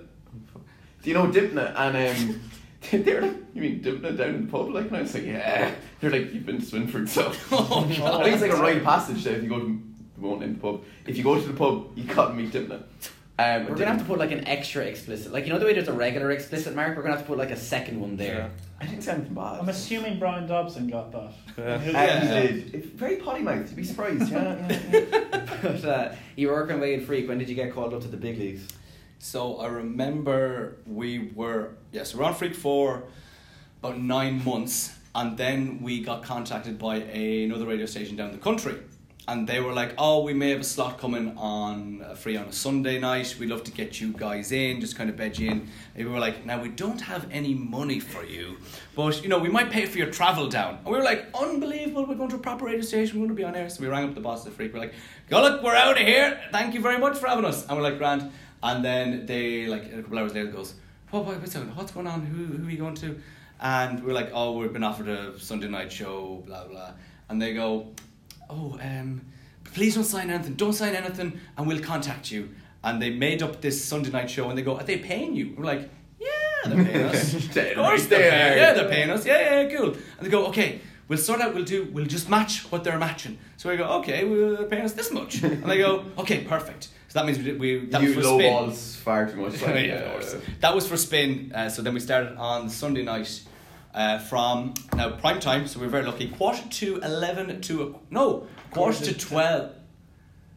Speaker 3: Do you know Dimna? And um. They were like, you mean Dimna down in the pub? Like, and I was like, yeah. They're like, you've been to Swinford, so.
Speaker 4: Oh,
Speaker 3: I think it's like a rite of passage that if you go to, we won't name the pub, if you go to the pub, you can't meet Dimna. Um,
Speaker 4: We're gonna have to put like an extra explicit, like you know the way there's a regular explicit mark. We're gonna have to put like a second one there.
Speaker 3: I didn't say anything bad.
Speaker 2: I'm assuming Brian Dobson got that.
Speaker 5: Yeah.
Speaker 2: Who-
Speaker 3: Um,
Speaker 1: Yeah.
Speaker 3: he did. If- Very potty mouth, you'd be surprised. Yeah, yeah, yeah.
Speaker 4: but uh, you were working away in freak. When did you get called up to the big leagues?
Speaker 1: So I remember we were yes, we were on Freak for about nine months, and then we got contacted by a, another radio station down the country, and they were like, "Oh, we may have a slot coming on uh, free on a Sunday night. We'd love to get you guys in, just kind of bed you in." And we were like, "Now we don't have any money for you, but you know we might pay for your travel down." And we were like, "Unbelievable! We're going to a proper radio station. We're going to be on air." So we rang up the boss of the Freak. We're like, "Go look, we're out of here. Thank you very much for having us." And we're like, "Grand." And then they, like a couple hours later, goes, what, what, what's, going, what's going on? Who, who are you going to? And we're like, oh, we've been offered a Sunday night show, blah, blah. And they go, oh, um, please don't sign anything. Don't sign anything, and we'll contact you. And they made up this Sunday night show, and they go, are they paying you? We're like, yeah, they're paying us.
Speaker 3: Dead
Speaker 1: of course
Speaker 3: right
Speaker 1: they're
Speaker 3: there.
Speaker 1: paying. Yeah, they're paying us. Yeah, yeah, cool. And they go, okay, we'll sort out, we'll do, we'll just match what they're matching. So we go, okay, well, they're paying us this much. And they go, okay, perfect. So that means we, did- we that
Speaker 3: you
Speaker 1: was for
Speaker 3: low
Speaker 1: spin.
Speaker 3: balls far too much.
Speaker 1: Yeah, of course. That was for Spin. Uh, so then we started on Sunday night uh, from now prime time. So we were very lucky. Quarter to eleven to a, no quarter to twelve.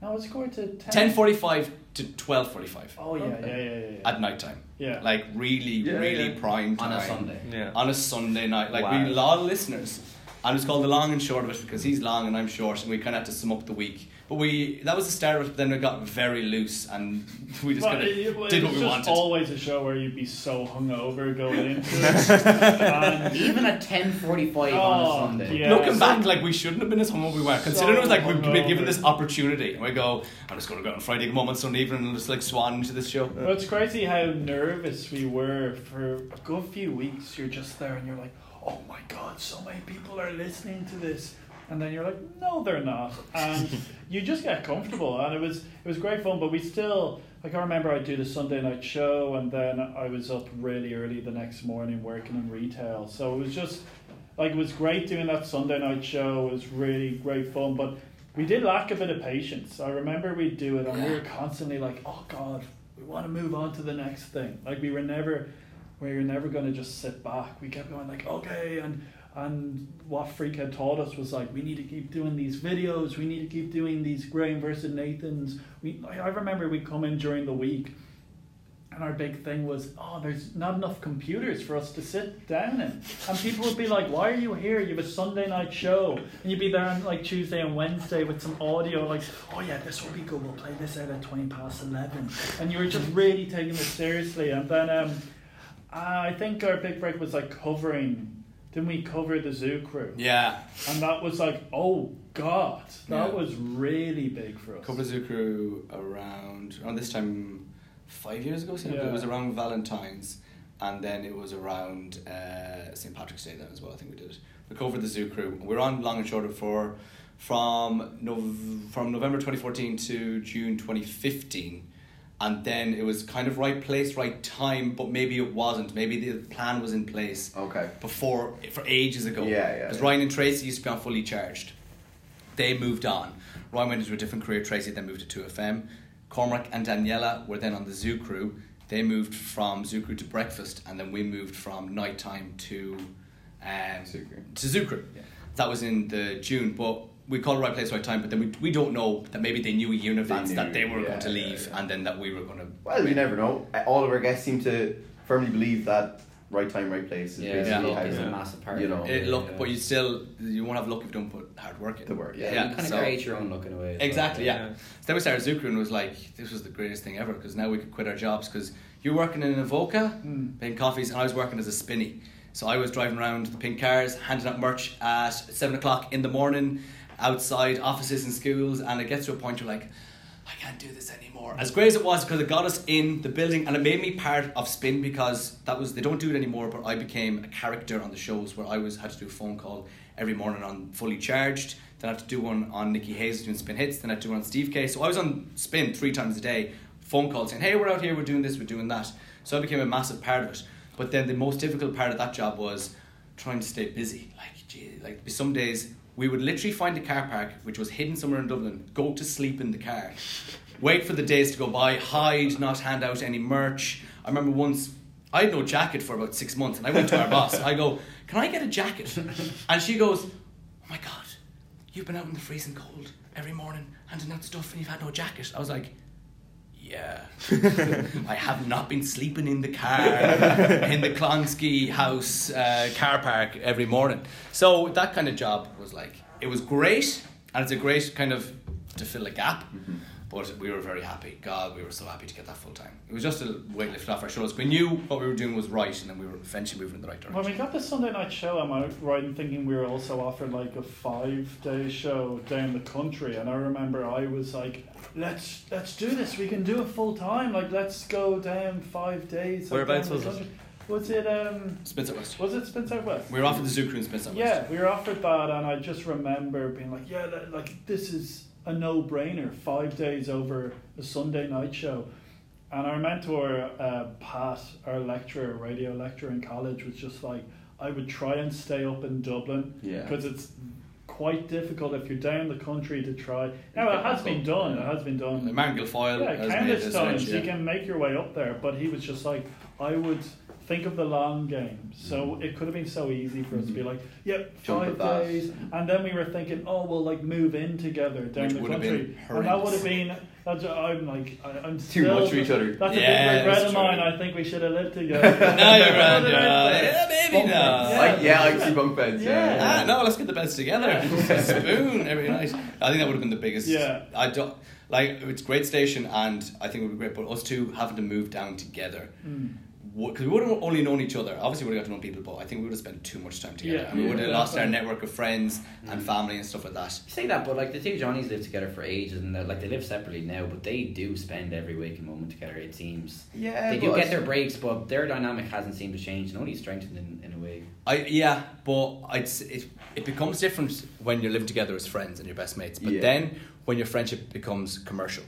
Speaker 2: No, it scored to 10.
Speaker 1: Ten forty-five to twelve forty-five
Speaker 2: Oh, yeah, yeah, yeah, yeah. yeah.
Speaker 1: at night time.
Speaker 2: Yeah.
Speaker 1: Like really,
Speaker 3: Yeah,
Speaker 1: really
Speaker 3: yeah.
Speaker 1: prime
Speaker 4: On
Speaker 1: time
Speaker 4: a Sunday.
Speaker 5: Yeah.
Speaker 1: On a Sunday night, like
Speaker 5: Wow.
Speaker 1: we lot of listeners. And it's called the long and short of it because he's long and I'm short, and we kind of had to sum up the week. But we that was the start of it. But then it got very loose, and we just
Speaker 2: Well,
Speaker 1: kind
Speaker 2: it- it
Speaker 1: of
Speaker 2: was
Speaker 1: did what we
Speaker 2: just
Speaker 1: wanted.
Speaker 2: always a show where you'd be so hungover going into it. And-
Speaker 4: Even at ten forty-five
Speaker 2: Oh,
Speaker 4: on a Sunday.
Speaker 2: yeah.
Speaker 1: Looking back, like we shouldn't have been as humble we were, considering it was like we've been given
Speaker 2: hungover.
Speaker 1: this opportunity, and we go, I'm just gonna go on Friday, come home on Sunday evening, and just like swan into this show.
Speaker 2: Well, it's crazy how nervous we were for a good few weeks. You're just there and you're like, oh my god, so many people are listening to this. And then you're like, no, they're not. And you just get comfortable. And it was it was great fun, but we still, like, I remember I'd do the Sunday night show and then I was up really early the next morning working in retail. So it was just, like, it was great doing that Sunday night show. It was really great fun. But we did lack a bit of patience. I remember we'd do it and we were constantly like, oh God, we want to move on to the next thing. Like we were never, we were never going to just sit back. We kept going like, okay, and and what Freak had taught us was like, we need to keep doing these videos. We need to keep doing these Graham versus Nathan's. We, I I remember we'd come in during the week and our big thing was, oh, there's not enough computers for us to sit down in. And people would be like, why are you here? You have a Sunday night show. And you'd be there on like Tuesday and Wednesday with some audio, like, oh yeah, this will be good. We'll play this out at 20 past 11. And you were just really taking it seriously. And then um, I think our big break was like covering, didn't we cover the zoo crew?
Speaker 1: Yeah,
Speaker 2: And that was like, oh God, that
Speaker 1: Yeah.
Speaker 2: was really big for us.
Speaker 1: Cobra Zukru around around this time five years ago, so
Speaker 2: Yeah.
Speaker 1: it was around Valentine's, and then it was around uh, St Patrick's Day then as well. I think we did it. We covered the Zoo Crew. We were on Long and Short for from Nov- from November twenty fourteen to June twenty fifteen. And then it was kind of right place, right time, but maybe it wasn't. Maybe the plan was in place
Speaker 3: uh, Okay.
Speaker 1: before for ages ago.
Speaker 3: Yeah, yeah,
Speaker 1: Because
Speaker 3: yeah.
Speaker 1: Ryan and Tracy used to be on fully charged. They moved on. Ryan went into a different career. Tracy then moved to 2FM. Cormac and Daniela were then on the Zoo Crew. They moved from Zoo Crew to Breakfast, and then we moved from Nighttime to um,
Speaker 3: Zoo Crew.
Speaker 1: to Zoo Crew. That was in the June, but we call it right place, right time, but then we, we don't know that maybe they knew a year in advance
Speaker 3: knew,
Speaker 1: that they were
Speaker 3: yeah,
Speaker 1: going to
Speaker 3: yeah,
Speaker 1: leave
Speaker 3: yeah.
Speaker 1: and then that we were going to.
Speaker 3: Well, you never know. Uh, All of our guests seem to firmly believe that right time, right place is
Speaker 4: Yeah,
Speaker 1: Yeah.
Speaker 3: basically
Speaker 4: luck is
Speaker 3: how
Speaker 4: a
Speaker 2: Yeah.
Speaker 4: massive part.
Speaker 3: You
Speaker 4: of
Speaker 3: know.
Speaker 1: It,
Speaker 4: Yeah,
Speaker 1: look,
Speaker 4: yeah.
Speaker 1: but you still you won't have luck if you don't put hard work in.
Speaker 3: the word.
Speaker 4: yeah,
Speaker 3: Yeah.
Speaker 1: Yeah.
Speaker 4: you kind
Speaker 1: so-
Speaker 4: of create your own look in a way. as
Speaker 1: Exactly,
Speaker 4: well.
Speaker 1: yeah. So then we started Zucrun was like, this was the greatest thing ever because now we could quit our jobs because you're working in an Evoca, making coffees, and I was working as a spinny. So I was driving around the pink cars, handing out merch at seven o'clock in the morning, outside offices and schools, and it gets to a point you're like, I can't do this anymore. As great as it was, because it got us in the building and it made me part of Spin because that was they don't do it anymore. But I became a character on the shows where I was had to do a phone call every morning on Fully Charged. Then I had to do one on Nikki Hayes doing Spin Hits. Then I had to do one on Steve K. So I was on Spin three times a day, phone calls saying, "Hey, we're out here. We're doing this. We're doing that." So I became a massive part of it. But then the most difficult part of that job was trying to stay busy. Like, gee, like some days we would literally find a car park which was hidden somewhere in Dublin, go to sleep in the car, wait for the days to go by, hide, not hand out any merch. I remember once I had no jacket for about six months, and I went to our boss. I go, "Can I get a jacket?" And she goes, "Oh my god, you've been out in the freezing cold every morning handing out stuff, and you've had no jacket." I was like. Yeah. I have not been sleeping in the car in the Klonsky house uh, car park every morning. So that kind of job was like, it was great, and it's a great kind of to fill a gap.
Speaker 3: Mm-hmm.
Speaker 1: But we were very happy. God, we were so happy to get that full time. It was just a weight lifted off our shoulders. We knew what we were doing was right, and then we were eventually moving in the right direction.
Speaker 2: When we got the Sunday night show, am I right in thinking we were also offered like a five day show down the country? And I remember I was like, let's let's do this. We can do it full time. Like let's go down five days. like,
Speaker 5: Whereabouts
Speaker 2: down the
Speaker 5: was it?
Speaker 2: country." Was it um?
Speaker 1: Spencer West.
Speaker 2: Was it Spencer West?
Speaker 1: We were off at the Zucru in Spencer West.
Speaker 2: Yeah, we were offered that, and I just remember being like, yeah, li- like this is a no brainer. Five days over a Sunday night show. And our mentor, uh, Pat, our lecturer, radio lecturer in college, was just like, I would try and stay up in Dublin
Speaker 3: Yeah.
Speaker 2: because it's quite difficult if you're down the country to try. Now, it
Speaker 3: get
Speaker 2: has
Speaker 3: back
Speaker 2: been
Speaker 3: up,
Speaker 2: done,
Speaker 3: yeah.
Speaker 2: it has been done.
Speaker 1: Martin Guilfoyle
Speaker 2: Yeah,
Speaker 1: has made
Speaker 2: countless
Speaker 1: his
Speaker 2: times
Speaker 1: entry.
Speaker 2: you can make your way up there, but he was just like, I would think of the long game. So
Speaker 1: Mm.
Speaker 2: it could have been so easy for us
Speaker 1: Mm-hmm.
Speaker 2: to be like, yep,
Speaker 3: Jump
Speaker 2: five
Speaker 3: at that.
Speaker 2: days, and then we were thinking, oh, we'll like move in together down
Speaker 1: Which
Speaker 2: the
Speaker 1: would have
Speaker 2: country,
Speaker 1: been
Speaker 2: and that
Speaker 1: horrendous.
Speaker 2: would have been. That's, I'm like, I, I'm
Speaker 3: Too
Speaker 2: still,
Speaker 3: much for each other.
Speaker 2: That's
Speaker 1: Yeah,
Speaker 2: a big regret
Speaker 1: that's
Speaker 2: of mine.
Speaker 1: true.
Speaker 2: I think we should have lived together.
Speaker 1: No, you're right,
Speaker 2: But
Speaker 1: you're right. Yeah, maybe
Speaker 2: But-
Speaker 1: not.
Speaker 3: I, yeah, I can see bunk beds. Yeah.
Speaker 2: Yeah.
Speaker 1: Ah, no, let's get the beds together.
Speaker 2: Yeah.
Speaker 1: Spoon every night. I think that would have been the biggest.
Speaker 2: Yeah.
Speaker 1: I don't like it's a great station, and I think it would be great. But us two having to move down together
Speaker 2: Mm.
Speaker 1: because we would have only known each other. Obviously, we would have got to know people, but I think we would have spent too much time together,
Speaker 2: Yeah.
Speaker 1: and we would have
Speaker 2: Yeah.
Speaker 1: lost our network of friends and family and stuff like that.
Speaker 4: You say that, but like the two Johnnies live together for ages, and they're- like they live separately now, but they do spend every waking moment together. It seems
Speaker 3: Yeah,
Speaker 4: they do
Speaker 3: but-
Speaker 4: get their breaks, but their dynamic hasn't seemed to change, and only strengthened in, in a way.
Speaker 1: I yeah, but it's it it becomes different when you're living together as friends and your best mates. But
Speaker 3: Yeah.
Speaker 1: then when your friendship becomes commercial.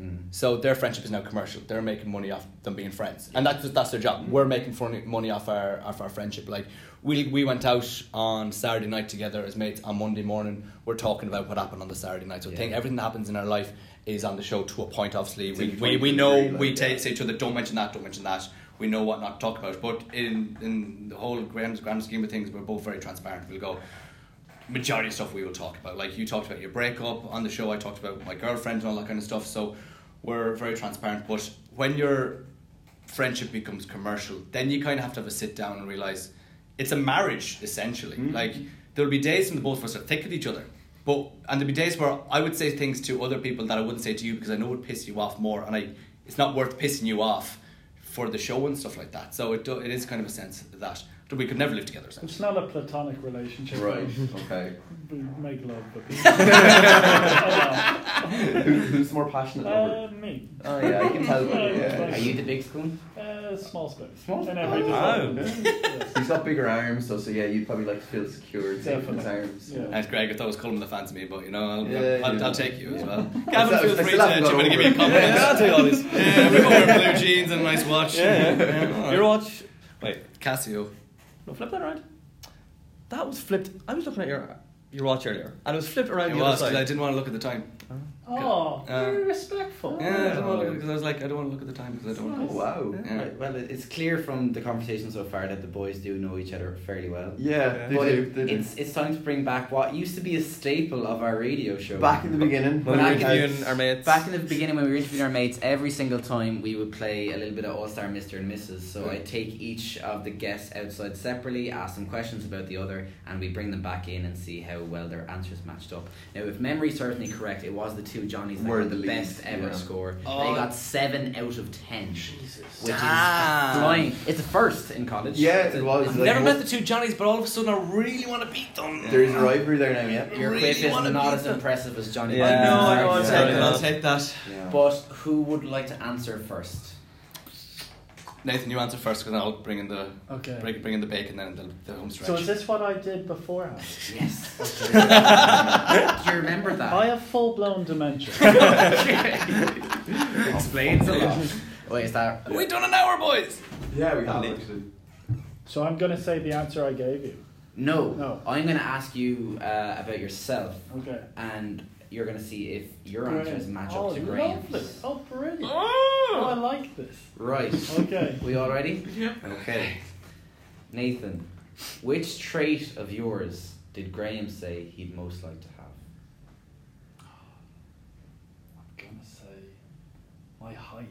Speaker 4: Mm.
Speaker 1: So their friendship is now commercial. They're making money off them being friends, and that's that's their job. We're making fun- money off our off our friendship. Like we we went out on Saturday night together as mates. On Monday morning, we're talking about what happened on the Saturday night. So I think
Speaker 4: Yeah.
Speaker 1: everything that happens in our life is on the show to a point. Obviously,
Speaker 3: a
Speaker 1: we, we,
Speaker 3: point
Speaker 1: we
Speaker 3: to
Speaker 1: know
Speaker 3: agree, like,
Speaker 1: we
Speaker 3: yeah.
Speaker 1: ta- say to each other, don't mention that, don't mention that. We know what not to talk about. But in in the whole grand grand scheme of things, we're both very transparent. We'll go majority of stuff we will talk about. Like you talked about your breakup on the show, I talked about my girlfriend and all that kind of stuff. So we're very transparent. But when your friendship becomes commercial, then you kind of have to have a sit down and realize it's a marriage essentially. Like there'll be days when the both of us are thick with each other. But and there'll be days where I would say things to other people that I wouldn't say to you because I know it would piss you off more, and I it's not worth pissing you off for the show and stuff like that. So it do, it is kind of a sense of that that we could never live together. Essentially.
Speaker 2: It's not a platonic relationship.
Speaker 3: Right. Okay.
Speaker 2: We make love, but. oh,
Speaker 3: Who's, who's the more passionate
Speaker 2: well.
Speaker 3: lover?
Speaker 2: uh, me.
Speaker 3: Oh yeah, I can tell. by it,
Speaker 2: Are
Speaker 4: Are
Speaker 3: Yeah.
Speaker 4: you the big spoon?
Speaker 2: Uh, small space.
Speaker 4: Small
Speaker 2: And every
Speaker 1: Oh,
Speaker 5: space.
Speaker 2: design. Yes.
Speaker 3: He's got bigger arms, so so yeah, you'd probably like to feel secure in his
Speaker 2: Definitely.
Speaker 3: arms.
Speaker 2: Yeah.
Speaker 1: And Greg, I thought it was calling the fans me, but you know, I'll,
Speaker 3: Yeah,
Speaker 1: I'll,
Speaker 3: yeah.
Speaker 1: I'll take you as
Speaker 3: Yeah.
Speaker 1: well.
Speaker 3: I
Speaker 1: Gavin,
Speaker 3: still-
Speaker 1: feel
Speaker 3: I
Speaker 1: free
Speaker 3: still
Speaker 1: to
Speaker 3: haven't
Speaker 1: chip in and
Speaker 3: got
Speaker 1: give me a
Speaker 3: over it.
Speaker 1: compliment.
Speaker 5: Yeah, I'll take all this.
Speaker 1: Yeah, we wear blue jeans and a nice watch.
Speaker 5: Yeah,
Speaker 1: all
Speaker 5: yeah.
Speaker 1: right.
Speaker 5: Your watch. Wait,
Speaker 1: Casio.
Speaker 5: no, flip that around. That was flipped. I was looking at your your watch earlier, and it was flipped around
Speaker 1: It
Speaker 5: the
Speaker 1: was,
Speaker 5: other
Speaker 1: 'cause I
Speaker 5: side.
Speaker 1: didn't want to look at the time.
Speaker 5: fan.
Speaker 2: Oh,
Speaker 1: Yeah.
Speaker 2: very respectful.
Speaker 1: Uh, Yeah, I don't want to look because I was like, I don't want to look at the time because I don't.
Speaker 3: Oh, wow.
Speaker 1: Yeah.
Speaker 4: Right, well, it- it's clear from the conversation so far that the boys do know each other fairly well.
Speaker 3: Yeah, they
Speaker 4: But
Speaker 3: do.
Speaker 4: it,
Speaker 3: They do.
Speaker 4: it's it's time to bring back what used to be a staple of our radio show.
Speaker 3: Back in the beginning,
Speaker 5: When
Speaker 4: When I
Speaker 5: we're
Speaker 3: we
Speaker 4: can-
Speaker 5: interviewing
Speaker 3: had-
Speaker 5: our mates.
Speaker 4: Back in the beginning, when we were interviewing our mates, every single time we would play a little bit of All Star Mr. and Mrs. So I take each of the guests outside separately, ask them questions about the other, and we bring them back in and see how well their answers matched up. Now, if memory serves me correct, it was the two Johnnies that
Speaker 3: Were
Speaker 4: had the
Speaker 3: the leads,
Speaker 4: best ever
Speaker 3: yeah.
Speaker 4: score.
Speaker 1: Oh.
Speaker 4: They got 7 out of 10.
Speaker 2: Jesus.
Speaker 4: Which
Speaker 3: Ah.
Speaker 1: Damn.
Speaker 4: is flying. It's a first in college.
Speaker 3: Yeah,
Speaker 4: It's a-
Speaker 3: it was.
Speaker 1: I've
Speaker 3: like,
Speaker 1: never
Speaker 3: what-
Speaker 1: met the two Johnnies, but all of a sudden I really want to beat them.
Speaker 3: There is a rivalry there now, yeah.
Speaker 4: Your
Speaker 1: Really
Speaker 4: quiff is
Speaker 1: wanna
Speaker 4: not
Speaker 1: beat
Speaker 4: as
Speaker 1: them.
Speaker 4: impressive as Johnny.
Speaker 5: Yeah.
Speaker 1: I know, I know, I'll
Speaker 4: Sorry.
Speaker 1: take that.
Speaker 5: Yeah.
Speaker 1: I'll take that.
Speaker 4: But who would like to answer first?
Speaker 1: Nathan, you answer first, because I'll bring in the
Speaker 2: Okay.
Speaker 1: bring, bring in the bacon then the, the home stretch.
Speaker 2: So is this what I did beforehand?
Speaker 4: Yes. Do you remember that?
Speaker 2: I have full blown dementia.
Speaker 4: Explains a lot. Wait, is that?
Speaker 1: we done an hour, boys.
Speaker 3: yeah, we have actually.
Speaker 2: so I'm going to say the answer I gave you.
Speaker 4: No.
Speaker 2: No.
Speaker 4: I'm going to ask you uh, about yourself,
Speaker 2: Okay.
Speaker 4: and you're going to see if your
Speaker 2: Great.
Speaker 4: answers match
Speaker 2: oh,
Speaker 4: up to
Speaker 2: lovely.
Speaker 4: Graham's.
Speaker 2: Oh,
Speaker 1: Ah!
Speaker 2: brilliant. Oh, I
Speaker 5: Oh!
Speaker 2: like this.
Speaker 4: Right.
Speaker 2: Okay.
Speaker 4: We all ready?
Speaker 1: Yeah.
Speaker 4: Okay. Nathan, which trait of yours did Graham say he'd most like to have?
Speaker 2: I'm going to say my height.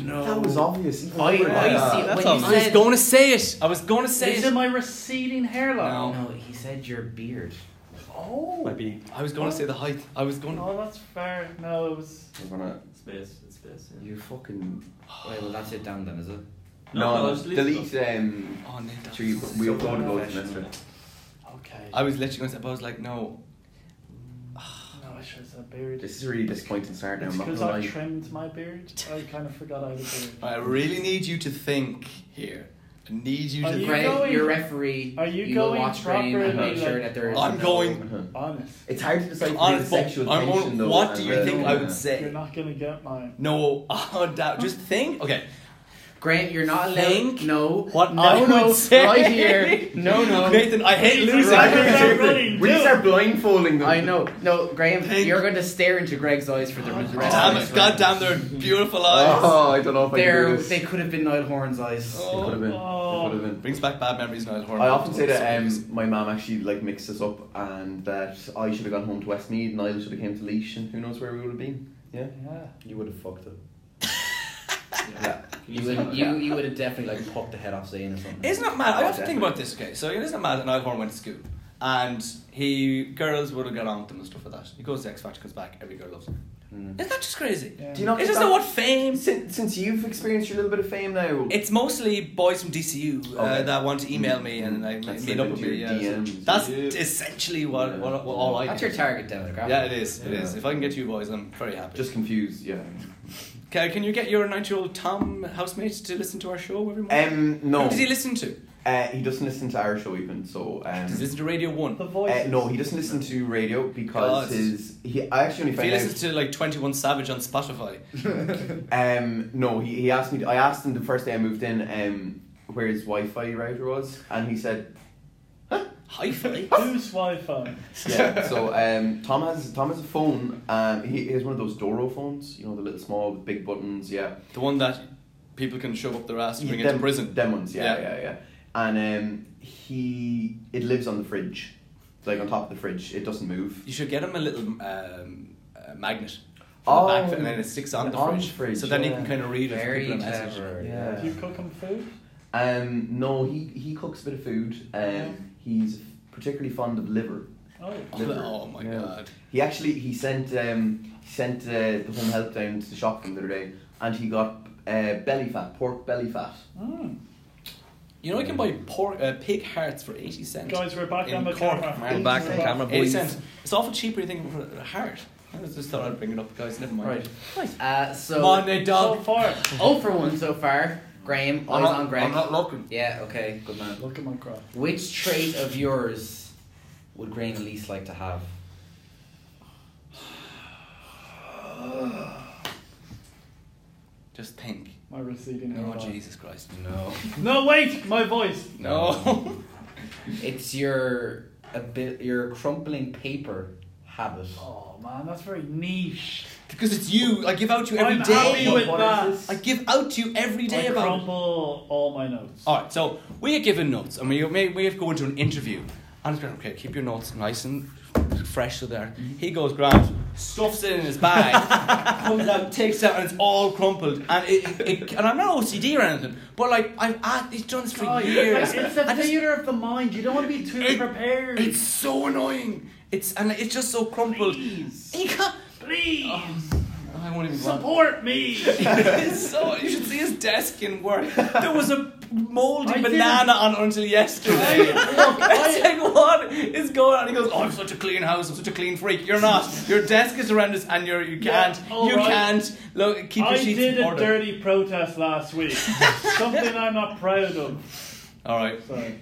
Speaker 1: No.
Speaker 3: That was obvious.
Speaker 4: I,
Speaker 5: Yeah.
Speaker 4: I see.
Speaker 5: That's
Speaker 4: when Oh, you
Speaker 5: obvious.
Speaker 1: I was
Speaker 4: said-
Speaker 1: going to say it. I was going to say
Speaker 2: Is
Speaker 1: it.
Speaker 2: it my receding hairline?
Speaker 4: No, he said your beard.
Speaker 2: Oh.
Speaker 5: Might be.
Speaker 1: I was going to say the height. I was going.
Speaker 2: Oh, that's fair. No, it was.
Speaker 3: I'm gonna-
Speaker 5: Space, it's space.
Speaker 3: You fucking.
Speaker 4: Wait, well that's it down then, is it?
Speaker 5: No, no, delete
Speaker 3: delete. Um,
Speaker 1: Oh, Nathan.
Speaker 3: sure, you, we uploaded those semester.
Speaker 2: Okay.
Speaker 1: I was literally going to say, but I was like, no.
Speaker 2: no, I should have said beard.
Speaker 3: This is a really disappointing start now.
Speaker 2: It's
Speaker 3: I'm not
Speaker 2: because
Speaker 3: gonna
Speaker 2: I
Speaker 3: lie.
Speaker 2: trimmed my beard. I kind of forgot I had a beard.
Speaker 1: I really need you to think here. I need you
Speaker 2: Are
Speaker 1: to
Speaker 2: you
Speaker 1: think.
Speaker 4: Gra-
Speaker 2: going-
Speaker 4: your referee.
Speaker 2: are you
Speaker 4: will
Speaker 2: going
Speaker 4: watch Graham and
Speaker 2: properly,
Speaker 4: make sure
Speaker 2: like-
Speaker 4: that there is.
Speaker 1: I'm
Speaker 4: no-
Speaker 1: going-
Speaker 3: Uh-huh.
Speaker 2: Honest.
Speaker 3: It's hard to decide between the
Speaker 1: Honest, but
Speaker 3: sexual
Speaker 1: I'm on-
Speaker 3: tension though.
Speaker 1: what
Speaker 3: and
Speaker 1: do you
Speaker 3: the-
Speaker 1: think I would
Speaker 3: Yeah.
Speaker 2: You're
Speaker 1: say?
Speaker 2: not gonna get mine.
Speaker 1: No, oh, doubt. Just think. Okay.
Speaker 4: Graham, you're not allowed.
Speaker 1: Think
Speaker 4: No.
Speaker 1: What
Speaker 4: No.
Speaker 1: I would
Speaker 4: no,
Speaker 1: say.
Speaker 4: Right here. No. No.
Speaker 1: Nathan, I hate losing.
Speaker 2: Right here.
Speaker 3: We just start blindfolding them.
Speaker 4: I know. No, Graham,
Speaker 1: Think.
Speaker 4: you're going to stare into Greg's eyes for the rest
Speaker 1: Damn
Speaker 4: of
Speaker 1: it.
Speaker 4: this
Speaker 1: God
Speaker 4: round.
Speaker 1: damn, they're beautiful eyes.
Speaker 3: Oh, I don't know if I
Speaker 4: They're,
Speaker 3: can do this.
Speaker 4: they could have been Niall Horn's eyes.
Speaker 1: Oh.
Speaker 3: It could have been. It could have been.
Speaker 1: Brings back bad memories, Niall Horan.
Speaker 3: I often say that um, my mum actually like mixed us up, and that I should have gone home to Westmead, Niall should have came to Leash, and who knows where we would have been.
Speaker 2: Yeah.
Speaker 4: You would have fucked up.
Speaker 3: Yeah.
Speaker 1: Oh.
Speaker 4: You would, you, you would have definitely like popped the head off Zane or something.
Speaker 1: Isn't it mad? I
Speaker 3: Oh,
Speaker 1: often think about this. Okay, so isn't it mad that Niall Horan went to school, and he girls would have got on with him and stuff like that. He goes to X Factor, comes back, every girl loves him.
Speaker 4: Mm.
Speaker 1: Isn't that just crazy?
Speaker 2: Yeah.
Speaker 3: Do you not
Speaker 1: Isn't
Speaker 3: get
Speaker 1: that
Speaker 3: that-
Speaker 1: what fame?
Speaker 3: Since, since you've experienced your little bit of fame now,
Speaker 1: It's mostly boys from DCU uh,
Speaker 3: Okay.
Speaker 1: that want to email me and I
Speaker 3: That's
Speaker 1: meet
Speaker 3: like
Speaker 1: up with
Speaker 3: your
Speaker 1: me. Yeah, so
Speaker 3: DMs.
Speaker 1: that's
Speaker 3: Yeah.
Speaker 1: essentially what,
Speaker 3: Yeah.
Speaker 1: what, what all I
Speaker 4: That's
Speaker 1: do.
Speaker 4: your target demographic.
Speaker 1: Yeah, it is. It
Speaker 3: Yeah.
Speaker 1: is. If I can get you boys, I'm very happy.
Speaker 3: just confused. Yeah.
Speaker 1: can, can you get your nine-year-old Tom housemate to listen to our show every morning?
Speaker 3: Um, no.
Speaker 1: Who does he listen to?
Speaker 3: Uh, he doesn't listen to our show even. So. Um,
Speaker 1: Does he listen to Radio One?
Speaker 2: The
Speaker 1: If
Speaker 2: voice.
Speaker 3: uh, no, he doesn't listen to radio because
Speaker 1: God.
Speaker 3: his he. I actually only
Speaker 1: he
Speaker 3: found out.
Speaker 1: listens to like Twenty One Savage on Spotify,
Speaker 3: Um, no, he, he asked me. I asked him the first day I moved in um, where his Wi-Fi router was, and he said,
Speaker 1: hi-fi.
Speaker 2: Who's Wi-Fi?
Speaker 3: "Yeah." so um, Tom has Tom has a phone. Um, he, he has one of those Doro phones, you know, the little small with big buttons. Yeah,
Speaker 1: The one that people can shove up their ass and bring
Speaker 3: them,
Speaker 1: into prison.
Speaker 3: Them ones. Yeah,
Speaker 1: Yeah.
Speaker 3: yeah, yeah. And um, he it lives on the fridge, like on top of the fridge. It doesn't move.
Speaker 1: You should get him a little um, uh, magnet
Speaker 3: Oh.
Speaker 1: for the back of it, and then it sticks on the
Speaker 3: On
Speaker 1: fridge.
Speaker 3: the fridge,
Speaker 1: So then he
Speaker 3: yeah.
Speaker 1: can kind of read it.
Speaker 4: Very
Speaker 1: people a message.
Speaker 4: clever.
Speaker 2: Do you cook him food?
Speaker 3: Um, no, he he cooks a bit of food.
Speaker 2: Yeah.
Speaker 3: Um, he's particularly fond of liver.
Speaker 2: Oh.
Speaker 1: Oh,
Speaker 3: Liver.
Speaker 1: Oh my
Speaker 3: Yeah.
Speaker 1: god.
Speaker 3: He actually he sent um, he sent uh, the home help down to the shop from the other day, and he got uh, belly fat, pork belly fat.
Speaker 2: Mm.
Speaker 1: You know, you can buy pork, uh, pig hearts for 80 cents.
Speaker 2: Guys, we're back
Speaker 1: In
Speaker 2: on the
Speaker 1: Cork,
Speaker 2: camera.
Speaker 1: man.
Speaker 5: We're back on camera,
Speaker 1: 80
Speaker 5: boys.
Speaker 1: cents. It's awful cheaper, you think, for a heart. I just thought I'd bring it up, guys. Never mind.
Speaker 3: Right.
Speaker 4: Uh, so.
Speaker 1: Come on, Nate
Speaker 2: So
Speaker 1: Dog.
Speaker 2: far.
Speaker 4: Oh for one so far. Graham, eyes on Greg.
Speaker 1: I'm not looking.
Speaker 4: yeah, okay, good man.
Speaker 2: Look at my crop.
Speaker 4: Which trait of yours would Graham least like to have?
Speaker 1: Just think.
Speaker 2: My receding
Speaker 1: Oh,
Speaker 2: hairline.
Speaker 1: Jesus Christ. Oh,
Speaker 4: No.
Speaker 2: No, wait. My voice.
Speaker 1: No.
Speaker 4: It's your a bit your crumpling paper habit.
Speaker 2: Oh man, that's very niche.
Speaker 1: Because it's you. I give out to you every
Speaker 2: I'm
Speaker 1: day.
Speaker 2: happy with
Speaker 3: What
Speaker 2: that.
Speaker 3: is
Speaker 1: I give out to you every day
Speaker 2: I
Speaker 1: about it.
Speaker 2: crumple all my notes.
Speaker 1: All right, so we are given notes, and we we we have to go into an interview, and it's going okay. Keep your notes nice and fresh so there. He goes grabs, stuffs it in his bag, comes out, takes it out, and it's all crumpled. And it, it, it- and I'm not OCD or anything, but like I've at, he's done this for
Speaker 2: God,
Speaker 1: years.
Speaker 2: it's, it's the
Speaker 1: I just-
Speaker 2: theater of the mind. You don't want to be too
Speaker 1: It-
Speaker 2: prepared.
Speaker 1: it's so annoying. It's and it's just so crumpled.
Speaker 2: please,
Speaker 1: He can't.
Speaker 2: please
Speaker 1: Oh, I won't even. go on.
Speaker 2: support me.
Speaker 1: It's so you should see his desk in work. There was a moldy
Speaker 2: I didn't-
Speaker 1: banana on it until yesterday.
Speaker 2: I- look,
Speaker 1: It's like, what is going on? He goes, oh, I'm such a clean house. I'm such a clean freak. You're not. Your desk is horrendous, and you're you
Speaker 2: Yeah,
Speaker 1: can't
Speaker 2: all
Speaker 1: you
Speaker 2: right.
Speaker 1: can't look keep your
Speaker 2: I
Speaker 1: sheets
Speaker 2: did
Speaker 1: in
Speaker 2: a
Speaker 1: order.
Speaker 2: dirty protest last week. Something I'm not proud of.
Speaker 1: All right,
Speaker 2: Sorry.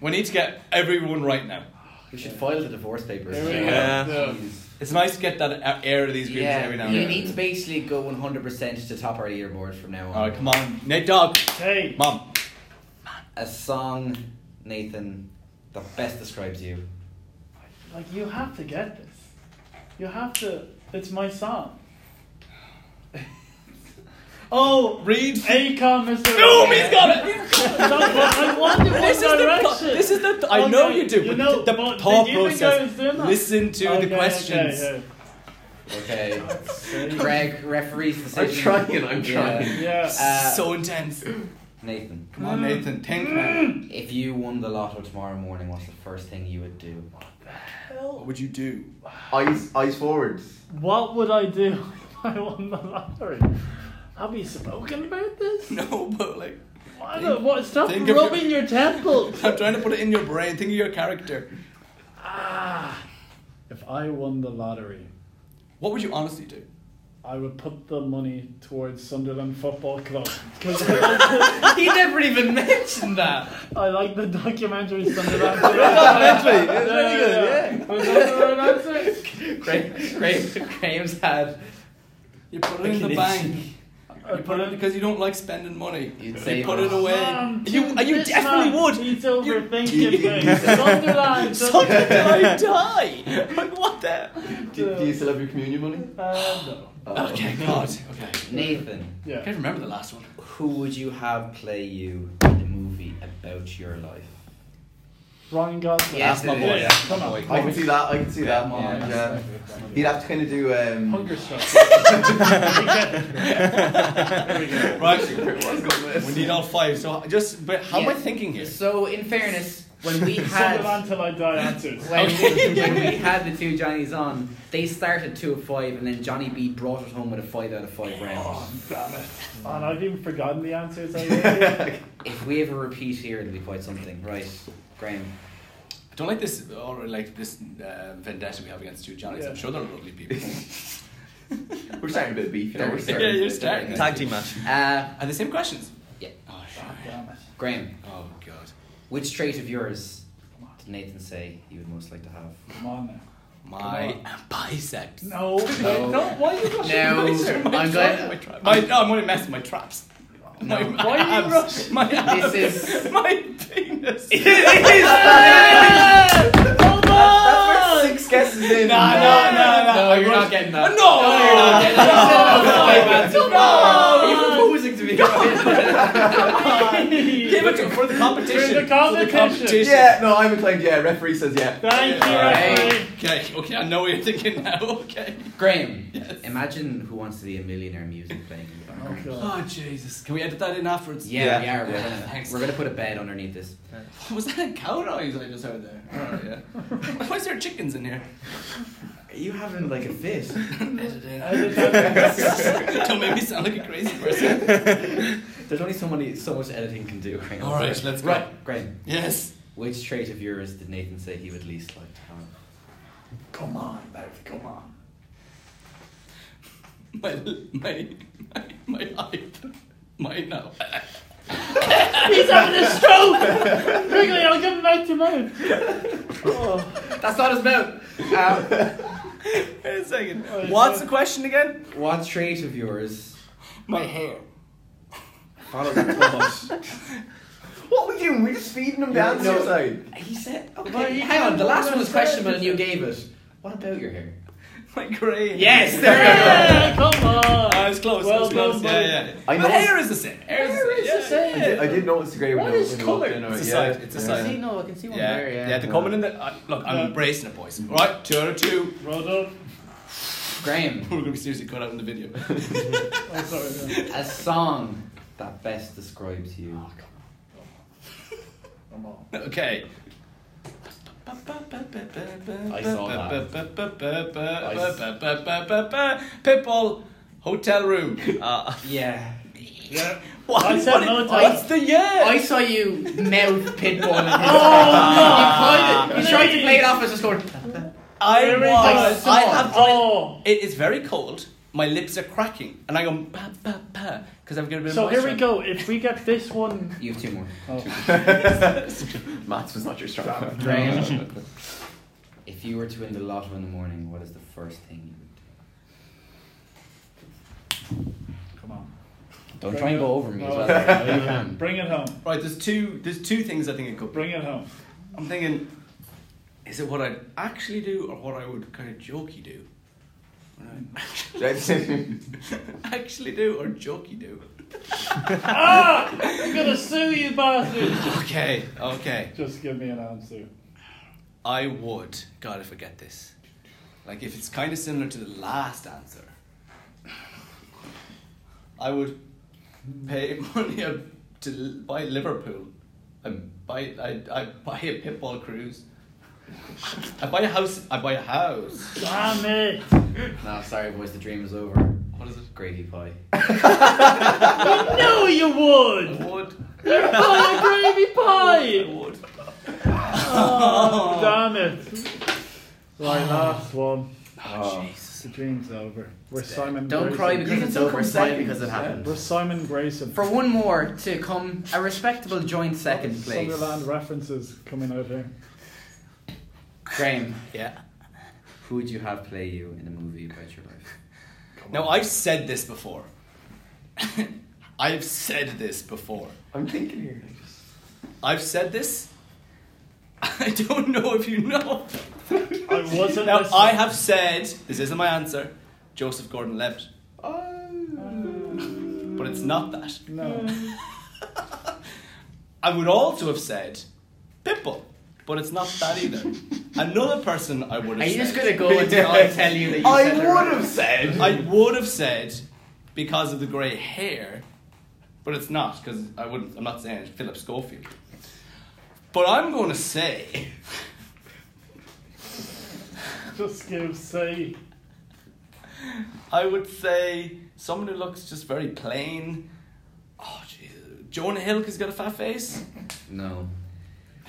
Speaker 1: we need to get everyone right now.
Speaker 4: We should file the divorce papers.
Speaker 2: There we go.
Speaker 5: Yeah.
Speaker 2: Yeah.
Speaker 1: It's nice to get that a- air of these groups
Speaker 4: Yeah,
Speaker 1: every now and
Speaker 4: you
Speaker 1: then.
Speaker 4: need to basically go 100% to top our leaderboard from now on.
Speaker 1: All right, come on, Nate Dog,
Speaker 2: Hey,
Speaker 1: Mom.
Speaker 4: A song, Nathan, that best describes you.
Speaker 2: like you have to get this. You have to. It's my song. oh,
Speaker 1: Read.
Speaker 2: Akon, Mr.
Speaker 1: Boom! He's got it.
Speaker 2: No, but I wanted One
Speaker 1: This is, the,
Speaker 2: Direction.
Speaker 1: po- this is the. oh, I
Speaker 2: Okay,
Speaker 1: know you do,
Speaker 2: you
Speaker 1: but
Speaker 2: know,
Speaker 1: the,
Speaker 2: but
Speaker 1: thought
Speaker 2: did you think I was
Speaker 1: process.
Speaker 2: doing that?
Speaker 1: Listen to
Speaker 2: Okay,
Speaker 1: the
Speaker 2: okay,
Speaker 1: questions.
Speaker 2: okay.
Speaker 4: Okay. Greg, referees
Speaker 3: I'm
Speaker 4: decision.
Speaker 3: trying, I'm
Speaker 4: Yeah.
Speaker 3: trying.
Speaker 2: Yeah.
Speaker 4: Uh,
Speaker 1: so intense.
Speaker 4: Nathan,
Speaker 1: Come on, Nathan. Think now.
Speaker 4: if you won the lotto tomorrow morning, what's the first thing you would do?
Speaker 1: What would you do?
Speaker 3: Eyes, eyes forward.
Speaker 2: What would I do if I won the lottery? I'll be spoken about this?
Speaker 1: No, but like.
Speaker 2: Why the, what, stop
Speaker 1: think of
Speaker 2: rubbing your temples!
Speaker 1: I'm trying to put it in your brain. Think of your character.
Speaker 2: ah, if I won the lottery,
Speaker 1: What would you honestly do?
Speaker 2: I would put the money towards Sunderland Football Club. Because
Speaker 1: he never even mentioned that.
Speaker 2: I like the documentary Sunderland Football Club.
Speaker 5: It's really good, yeah.
Speaker 2: Was that the right answer?
Speaker 4: Graham, Graham, Graham's had.
Speaker 1: You put it in the
Speaker 4: Okay.
Speaker 1: bank.
Speaker 2: I
Speaker 1: You put it because you don't like spending money.
Speaker 4: You'd
Speaker 1: you
Speaker 4: save
Speaker 1: put
Speaker 4: it.
Speaker 1: it away.
Speaker 2: Um,
Speaker 1: you you
Speaker 2: this
Speaker 1: definitely
Speaker 2: man,
Speaker 1: would.
Speaker 2: He's
Speaker 1: You-
Speaker 2: overthinking
Speaker 3: you-
Speaker 2: things. Sunderland.
Speaker 1: Something I die. Like what the?
Speaker 3: Do, do you still have your communion money?
Speaker 2: Uh, no.
Speaker 3: Oh.
Speaker 1: Okay, God. Okay.
Speaker 4: Nathan,
Speaker 1: I
Speaker 2: Yeah.
Speaker 1: can't remember the last one.
Speaker 4: who would you have play you in the movie about your life?
Speaker 2: Ryan Gosling.
Speaker 4: Yes,
Speaker 1: That's my
Speaker 4: it
Speaker 1: boy.
Speaker 4: is.
Speaker 1: that's my
Speaker 2: Come on.
Speaker 1: boy.
Speaker 3: I can see that, I can see that.
Speaker 4: Yeah.
Speaker 3: Yeah. He'd have to kind of do. Um,
Speaker 2: Hunger strike. We get it.
Speaker 1: Right. We need all five. So just, but how am I
Speaker 4: Yeah.
Speaker 1: thinking here?
Speaker 4: So, in fairness, when we
Speaker 2: Sunderland
Speaker 4: had.
Speaker 2: till I die answers.
Speaker 4: When,
Speaker 1: Okay.
Speaker 4: when we had the two Johnnies on, they started two of five, and then Johnny B brought it home with a five out of five round.
Speaker 2: Man, I've even forgotten the answers I gave.
Speaker 4: If we ever repeat here, it'll be quite something, right? Graham.
Speaker 1: I don't like this, or like this uh, vendetta we have against two Johnnies.
Speaker 2: Yeah.
Speaker 1: I'm sure they're lovely people.
Speaker 3: We're starting a bit of beef. You know,
Speaker 4: There
Speaker 3: we're
Speaker 4: we go.
Speaker 3: starting.
Speaker 1: Yeah, you're starting.
Speaker 5: Tag team match.
Speaker 4: Uh,
Speaker 1: Are the same questions?
Speaker 4: Yeah.
Speaker 1: Oh, shit.
Speaker 2: Damn it.
Speaker 4: Graham,
Speaker 1: oh God.
Speaker 4: which trait of yours did Nathan say you would most like to have?
Speaker 2: Come on now.
Speaker 1: My
Speaker 2: Come
Speaker 1: biceps.
Speaker 2: No, no, don't. Why are you rushing?
Speaker 4: No.
Speaker 1: My tra- my
Speaker 4: I'm
Speaker 1: tra-
Speaker 4: going-
Speaker 1: My, tra- my, no, I'm only messing my traps. My, my
Speaker 2: Why are you
Speaker 1: abs.
Speaker 2: rushing?
Speaker 1: My abs.
Speaker 4: This is-
Speaker 1: my penis.
Speaker 3: That's where six guesses in.
Speaker 1: No, no, no, no.
Speaker 4: No,
Speaker 1: I
Speaker 4: you're not
Speaker 1: rushed-
Speaker 4: getting
Speaker 1: No,
Speaker 4: that.
Speaker 1: you're not getting that.
Speaker 4: Come
Speaker 1: Come on.
Speaker 4: Are you proposing to me?
Speaker 1: Give it to him for the competition.
Speaker 2: For the competition.
Speaker 3: Yeah, no, I'm inclined. Yeah, referee says yeah.
Speaker 2: Thank you,
Speaker 4: Alright.
Speaker 2: referee.
Speaker 1: Okay, okay, I know what you're thinking now. Okay.
Speaker 4: Graham, imagine who wants to be a millionaire music playing in the
Speaker 2: Oh,
Speaker 4: background.
Speaker 2: God.
Speaker 1: Oh, Jesus. Can we edit that in afterwards?
Speaker 3: Yeah.
Speaker 4: yeah, we are. We're,
Speaker 1: Yeah,
Speaker 4: gonna,
Speaker 1: thanks.
Speaker 4: we're gonna put a bed underneath this.
Speaker 1: Was that a cow noise I just heard there? Alright, Oh, yeah. Why is there chickens in here?
Speaker 4: Are you having like a fit?
Speaker 1: Edit
Speaker 2: I
Speaker 1: it.
Speaker 2: did that.
Speaker 1: Don't make me sound like a crazy person.
Speaker 4: There's only so many, so much editing can do. Graham.
Speaker 1: Alright, let's go.
Speaker 4: Right, Graham.
Speaker 1: Yes.
Speaker 4: Which trait of yours did Nathan say he would least like to have?
Speaker 2: Come on, Bev, come on.
Speaker 1: My, my, my, my eye. My no.
Speaker 2: He's having a stroke! Wrigley, I'll give him back to mine. Oh,
Speaker 4: That's not his mouth. Um,
Speaker 1: Wait a second.
Speaker 5: Oh,
Speaker 2: it's
Speaker 1: What's
Speaker 2: not-
Speaker 1: the question again?
Speaker 4: what trait of yours?
Speaker 1: My hair.
Speaker 4: Follow the thought.
Speaker 3: What were we doing? We're just feeding him the
Speaker 4: Yeah,
Speaker 3: answer
Speaker 4: no.
Speaker 3: side.
Speaker 4: He said,
Speaker 2: Well,
Speaker 4: okay,
Speaker 2: you
Speaker 4: hang on, the
Speaker 2: can't
Speaker 4: last
Speaker 2: do
Speaker 4: one was
Speaker 2: that.
Speaker 4: questionable and you gave it. What about your hair?
Speaker 1: My grade.
Speaker 4: Yes, there
Speaker 2: Yeah, come on.
Speaker 1: I was close. I
Speaker 2: Well
Speaker 1: was close.
Speaker 2: done,
Speaker 1: Yeah,
Speaker 2: buddy.
Speaker 1: yeah.
Speaker 3: I
Speaker 1: But
Speaker 3: know-
Speaker 1: hair is the same. Hair is
Speaker 4: Hair
Speaker 1: the
Speaker 4: is the
Speaker 1: same.
Speaker 4: same.
Speaker 1: Yeah, yeah, yeah.
Speaker 3: I did notice the grey when
Speaker 1: What
Speaker 3: I
Speaker 1: is
Speaker 3: was when I walked
Speaker 1: colour?
Speaker 3: in,
Speaker 1: It's a
Speaker 3: yeah.
Speaker 1: side, it's a
Speaker 3: yeah.
Speaker 1: side.
Speaker 4: See, no, Oh, I can see one
Speaker 1: Yeah,
Speaker 4: there. Yeah.
Speaker 1: yeah. They're coming in the uh, look. I'm
Speaker 2: Yeah.
Speaker 1: embracing it, boys. All right, two out of two.
Speaker 2: Well done.
Speaker 1: We're
Speaker 4: Graham,
Speaker 1: gonna be seriously cut out in the video.
Speaker 2: Oh, sorry. yeah.
Speaker 4: a song that best describes you.
Speaker 2: Come on.
Speaker 1: okay.
Speaker 4: I saw
Speaker 1: that. Pitbull, hotel room.
Speaker 5: Uh,
Speaker 4: Yeah.
Speaker 2: Yeah.
Speaker 1: What?
Speaker 2: I said
Speaker 1: what-
Speaker 2: no time.
Speaker 1: What's the year?
Speaker 4: I saw you mouth pitbull in his
Speaker 2: Oh,
Speaker 4: you,
Speaker 2: no.
Speaker 4: tried it. you tried to play it off as a sort.
Speaker 1: I
Speaker 2: Very
Speaker 1: was.
Speaker 2: nice.
Speaker 1: I have.
Speaker 2: Oh.
Speaker 1: It is very cold. My lips are cracking, and I go ba ba ba because I've got a bit.
Speaker 2: So
Speaker 1: of
Speaker 2: here we
Speaker 1: moisture.
Speaker 2: go. If we get this one,
Speaker 4: You have two more.
Speaker 3: Maths was not your strong point.
Speaker 4: Graham, if you were to win the lotto in the morning, what is the first thing you would do?
Speaker 2: come on,
Speaker 4: Don't try and go over me as
Speaker 2: No.
Speaker 3: Oh,
Speaker 4: well. No, you can.
Speaker 2: bring it home.
Speaker 1: Right, there's two. There's two things I think it could. be.
Speaker 2: Bring it home.
Speaker 1: I'm thinking, is it what I'd actually do or what I would kind of jokey do? What I actually do or jokey do?
Speaker 2: ah! I'm gonna sue you, bastards.
Speaker 1: Okay, okay.
Speaker 2: Just give me an answer.
Speaker 1: I would. God, I forget this. Like, if it's kind of similar to the last answer, I would pay money up to l- buy Liverpool. I buy. I I buy a pitball cruise. I buy a house. I buy a house.
Speaker 2: Damn it!
Speaker 4: No, sorry, boys, the dream is over.
Speaker 1: What is it?
Speaker 4: Gravy pie.
Speaker 2: I knew you would.
Speaker 1: I would.
Speaker 2: You're calling gravy
Speaker 1: I
Speaker 2: pie.
Speaker 1: would.
Speaker 2: Oh, damn it! Right, last one.
Speaker 4: Oh.
Speaker 1: Jesus.
Speaker 2: The dream's over. We're Simon.
Speaker 4: Don't
Speaker 2: Grayson.
Speaker 4: cry because it's over. Cry because it
Speaker 2: We're
Speaker 4: happened.
Speaker 2: Simon Grayson.
Speaker 4: For one more to come, a respectable joint second place.
Speaker 2: Sunderland references coming out here.
Speaker 4: Graham,
Speaker 1: Yeah.
Speaker 4: who would you have play you in a movie about your life?
Speaker 1: Now I've said this before. I've said this before.
Speaker 3: I'm thinking here.
Speaker 1: I've said this. I don't know if you know.
Speaker 2: I wasn't.
Speaker 1: Now
Speaker 2: listening.
Speaker 1: I have said this isn't my answer. Joseph Gordon-Levitt,
Speaker 3: Oh.
Speaker 1: but it's not that.
Speaker 2: No.
Speaker 1: I would also have said Pitbull, but it's not that either. Another person I would have.
Speaker 4: Are you just
Speaker 1: said-
Speaker 4: gonna go until I tell you that you
Speaker 3: I
Speaker 4: said it
Speaker 3: would
Speaker 4: right?
Speaker 3: have said.
Speaker 1: I would have said because of the grey hair, but it's not because I wouldn't. I'm not saying it's Philip Schofield, but I'm going to say
Speaker 2: Just give say.
Speaker 1: I would say someone who looks just very plain. Oh, Jesus. Jonah Hill has got a fat face.
Speaker 4: No.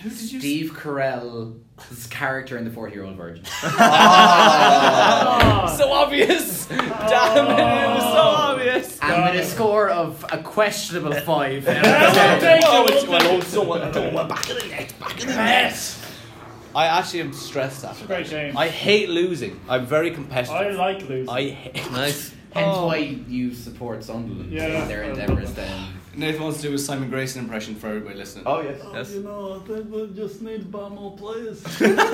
Speaker 1: Who did you?
Speaker 4: Steve Carell's character in The 40 Year Old Virgin.
Speaker 1: s- So obvious. Damn it! It was so obvious.
Speaker 4: And with a score of a questionable five. out of
Speaker 2: I'll
Speaker 4: ten.
Speaker 2: take
Speaker 1: Oh,
Speaker 2: it,
Speaker 1: it's-
Speaker 2: we'll
Speaker 1: well,
Speaker 2: take
Speaker 1: oh, someone- I don't want back of the net, back of the net. I actually am stressed after
Speaker 2: Great
Speaker 1: that.
Speaker 2: game.
Speaker 1: I hate losing. I'm very competitive.
Speaker 2: I like losing.
Speaker 1: I hate.
Speaker 5: nice.
Speaker 4: Hence
Speaker 1: Oh.
Speaker 4: why you support Sunderland
Speaker 2: Yeah.
Speaker 4: in their endeavours then.
Speaker 1: Nathan wants to do a Simon Grayson impression for everybody listening.
Speaker 3: Oh yes.
Speaker 5: Yes.
Speaker 2: You know, I think we just need to buy more players. Good, isn't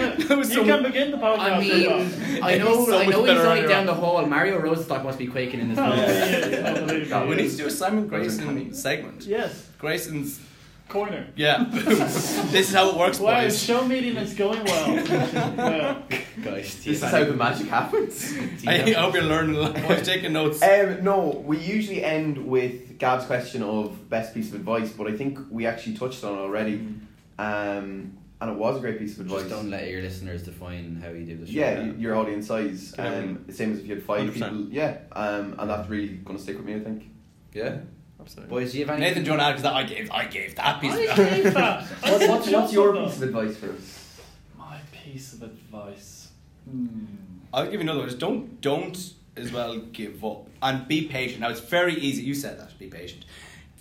Speaker 2: it?
Speaker 1: That was
Speaker 2: you
Speaker 1: so-
Speaker 2: can begin the podcast.
Speaker 4: I
Speaker 2: with
Speaker 4: mean, I know,
Speaker 1: It's so
Speaker 4: I
Speaker 1: much
Speaker 4: know he's
Speaker 1: better
Speaker 4: only
Speaker 1: earlier
Speaker 4: down
Speaker 1: on.
Speaker 4: the hall. Mario Rosenstock must be quaking in his
Speaker 2: that. Oh,
Speaker 4: boots.
Speaker 2: yeah, yeah, I believe
Speaker 3: No,
Speaker 2: you.
Speaker 1: we need to do a Simon Grayson
Speaker 3: Uncanny.
Speaker 1: segment.
Speaker 2: Yes,
Speaker 1: Grayson's.
Speaker 2: corner.
Speaker 1: Yeah. this is how it works,
Speaker 2: Wow,
Speaker 1: boys.
Speaker 2: show meeting is going well. yeah.
Speaker 4: Guys, do you
Speaker 3: This is
Speaker 4: have
Speaker 3: how
Speaker 4: any-
Speaker 3: the magic happens.
Speaker 4: do you
Speaker 1: I, I
Speaker 4: have-
Speaker 1: hope you're learning. I was taking notes.
Speaker 3: Um, no, we usually end with Gab's question of best piece of advice, but I think we actually touched on it already,
Speaker 1: Mm.
Speaker 3: um, and it was a great piece of advice.
Speaker 4: Just don't let your listeners define how you do the show.
Speaker 3: yeah, y- your audience size,
Speaker 1: Get
Speaker 3: um,
Speaker 1: everyone.
Speaker 3: the same as if you had five
Speaker 5: 100%.
Speaker 3: people. Yeah, um, and that's really gonna stick with me. I think.
Speaker 4: Yeah.
Speaker 5: Absolutely.
Speaker 4: Boys, do you have any?
Speaker 1: Nathan John Adams, that I gave, I gave that piece.
Speaker 2: I
Speaker 1: Of
Speaker 2: gave that. I
Speaker 3: What's,
Speaker 2: said
Speaker 3: what's, what's your
Speaker 2: Joseph.
Speaker 3: piece of advice for us?
Speaker 2: My piece of advice. Hmm.
Speaker 1: I'll give you another one. Just don't, don't as well give up and be patient. Now it's very easy. You said that be patient.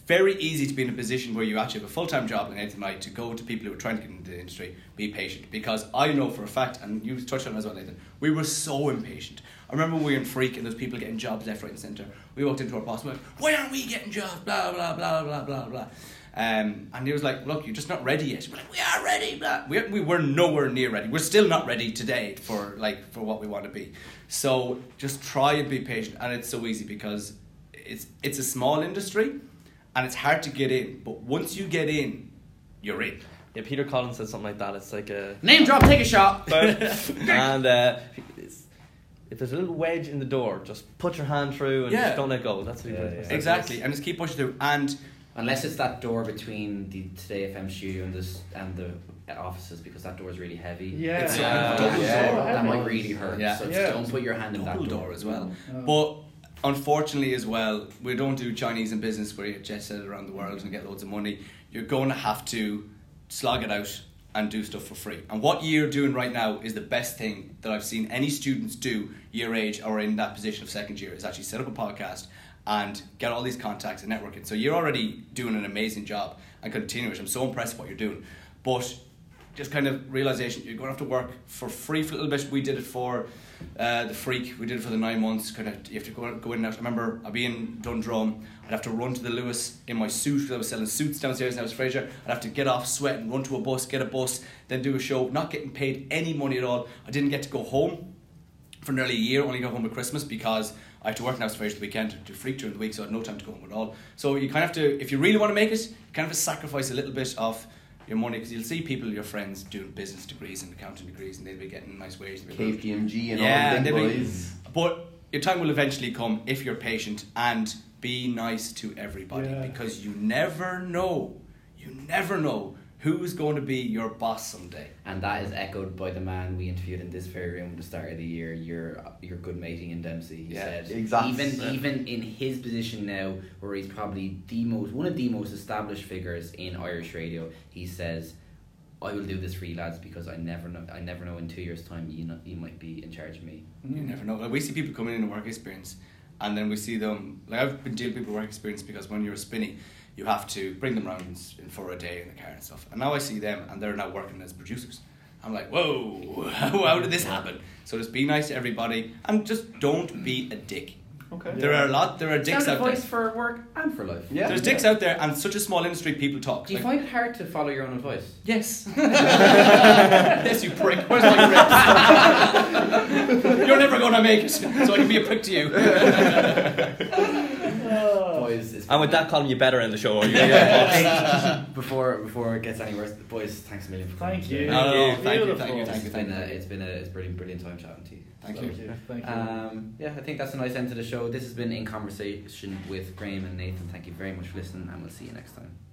Speaker 1: Very easy to be in a position where you actually have a full time job and anything like to go to people who are trying to get into the industry. Be patient because I know for a fact, and you touched on it as well, Nathan. We were so impatient. I remember when we were in Freak and those people getting jobs left, right, and centre. We walked into our boss and went, "Why aren't we getting jobs?" Blah blah blah blah blah blah blah. Um, and he was like, "Look, you're just not ready yet." We're like, "We are ready." Blah. We we were nowhere near ready. We're still not ready today for like for what we want to be. So just try and be patient, and it's so easy because it's it's a small industry, and it's hard to get in. But once you get in, you're in.
Speaker 5: Yeah, Peter Collins said something like that. It's like a
Speaker 4: Name drop, take a shot.
Speaker 5: and uh, it's- if there's a little wedge in the door, just put your hand through and
Speaker 1: Yeah.
Speaker 5: just don't let go. That's what he
Speaker 4: Yeah,
Speaker 5: pretty
Speaker 4: yeah.
Speaker 5: much said.
Speaker 1: Exactly, and just keep pushing through. And
Speaker 4: Unless it's that door between the Today FM studio and this and the offices because that door is really heavy.
Speaker 2: Yeah.
Speaker 1: It's
Speaker 5: Yeah.
Speaker 4: Double
Speaker 3: Yeah.
Speaker 4: door, That
Speaker 2: Heavy.
Speaker 4: might really hurt.
Speaker 1: Yeah.
Speaker 4: So
Speaker 2: Yeah.
Speaker 4: just don't put your hand in that
Speaker 1: double
Speaker 4: door.
Speaker 1: door as well.
Speaker 2: Oh.
Speaker 1: But unfortunately, as well, we don't do Chinese in business where you jet set around the world and get loads of money. You're going to have to slog it out and do stuff for free. And what you're doing right now is the best thing that I've seen any students do your age or in that position of second year is actually set up a podcast and get all these contacts and networking. So you're already doing an amazing job and continue it. I'm so impressed with what you're doing. But just kind of realization you're going to have to work for free for a little bit. We did it for uh, the freak. We did it for the nine months. Kind of you have to go go in and out. I remember I being Dundrum. I'd have to run to the Lewis in my suit because I was selling suits downstairs in House Fraser. I'd have to get off, sweat, and run to a bus, get a bus, then do a show. Not getting paid any money at all. I didn't get to go home for nearly a year, only got home at Christmas because I had to work in House Fraser the weekend, do freak during the week, so I had no time to go home at all. So you kind of have to, if you really want to make it, you kind of have to sacrifice a little bit of your money because you'll see people, your friends, doing business degrees and accounting degrees, and they'll be getting nice wages. They'll be-
Speaker 3: KPMG and
Speaker 1: yeah,
Speaker 3: all the big
Speaker 1: and they'll be-
Speaker 3: boys.
Speaker 1: But your time will eventually come if you're patient and be nice to everybody
Speaker 2: Yeah.
Speaker 1: because you never know, you never know who's going to be your boss someday.
Speaker 4: And that is echoed by the man we interviewed in this very room at the start of the year, your your good mating in Dempsey. He
Speaker 1: Yeah,
Speaker 4: said
Speaker 3: exact-
Speaker 4: even
Speaker 5: yeah.
Speaker 4: even in his position now, where he's probably the most one of the most established figures in Irish radio, he says, "I will do this for you lads because I never know I never know in two years' time you know, you might be in charge of me."
Speaker 1: You never know. Like we see people coming in and work experience, and then we see them. Like I've been dealing with people with work experience because when you're a spinny, you have to bring them round in for a day in the car and stuff. And now I see them, and they're now working as producers. I'm like, whoa, how did this happen? So just be nice to everybody, and just don't be a dick.
Speaker 3: Okay.
Speaker 1: There are a lot. There are dicks
Speaker 4: Sound
Speaker 1: out there.
Speaker 4: advice for work and for life.
Speaker 3: Yeah.
Speaker 1: There's dicks out there, and such a small industry. People talk.
Speaker 4: Do you
Speaker 1: Like,
Speaker 4: find it hard to follow your own advice?
Speaker 1: Yes. yes, you prick. Where's my grip? You're never gonna make it, so I can be a prick to you.
Speaker 2: Oh. Uh,
Speaker 4: Boys, it's
Speaker 5: And with that column, you better end the show. Or you
Speaker 4: before before it gets any worse, boys, thanks a million for coming.
Speaker 2: Thank you.
Speaker 1: No, no, no,
Speaker 2: Beautiful.
Speaker 1: Oh, thank you, thank you, thank you,
Speaker 4: It's been
Speaker 1: thank
Speaker 4: a,
Speaker 1: you.
Speaker 4: it's been a it's brilliant brilliant time chatting to you.
Speaker 1: Thank
Speaker 4: So,
Speaker 1: you.
Speaker 2: Thank you.
Speaker 4: Um, yeah, I think that's a nice end to the show. This has been in conversation with Graham and Nathan. Thank you very much for listening, and we'll see you next time.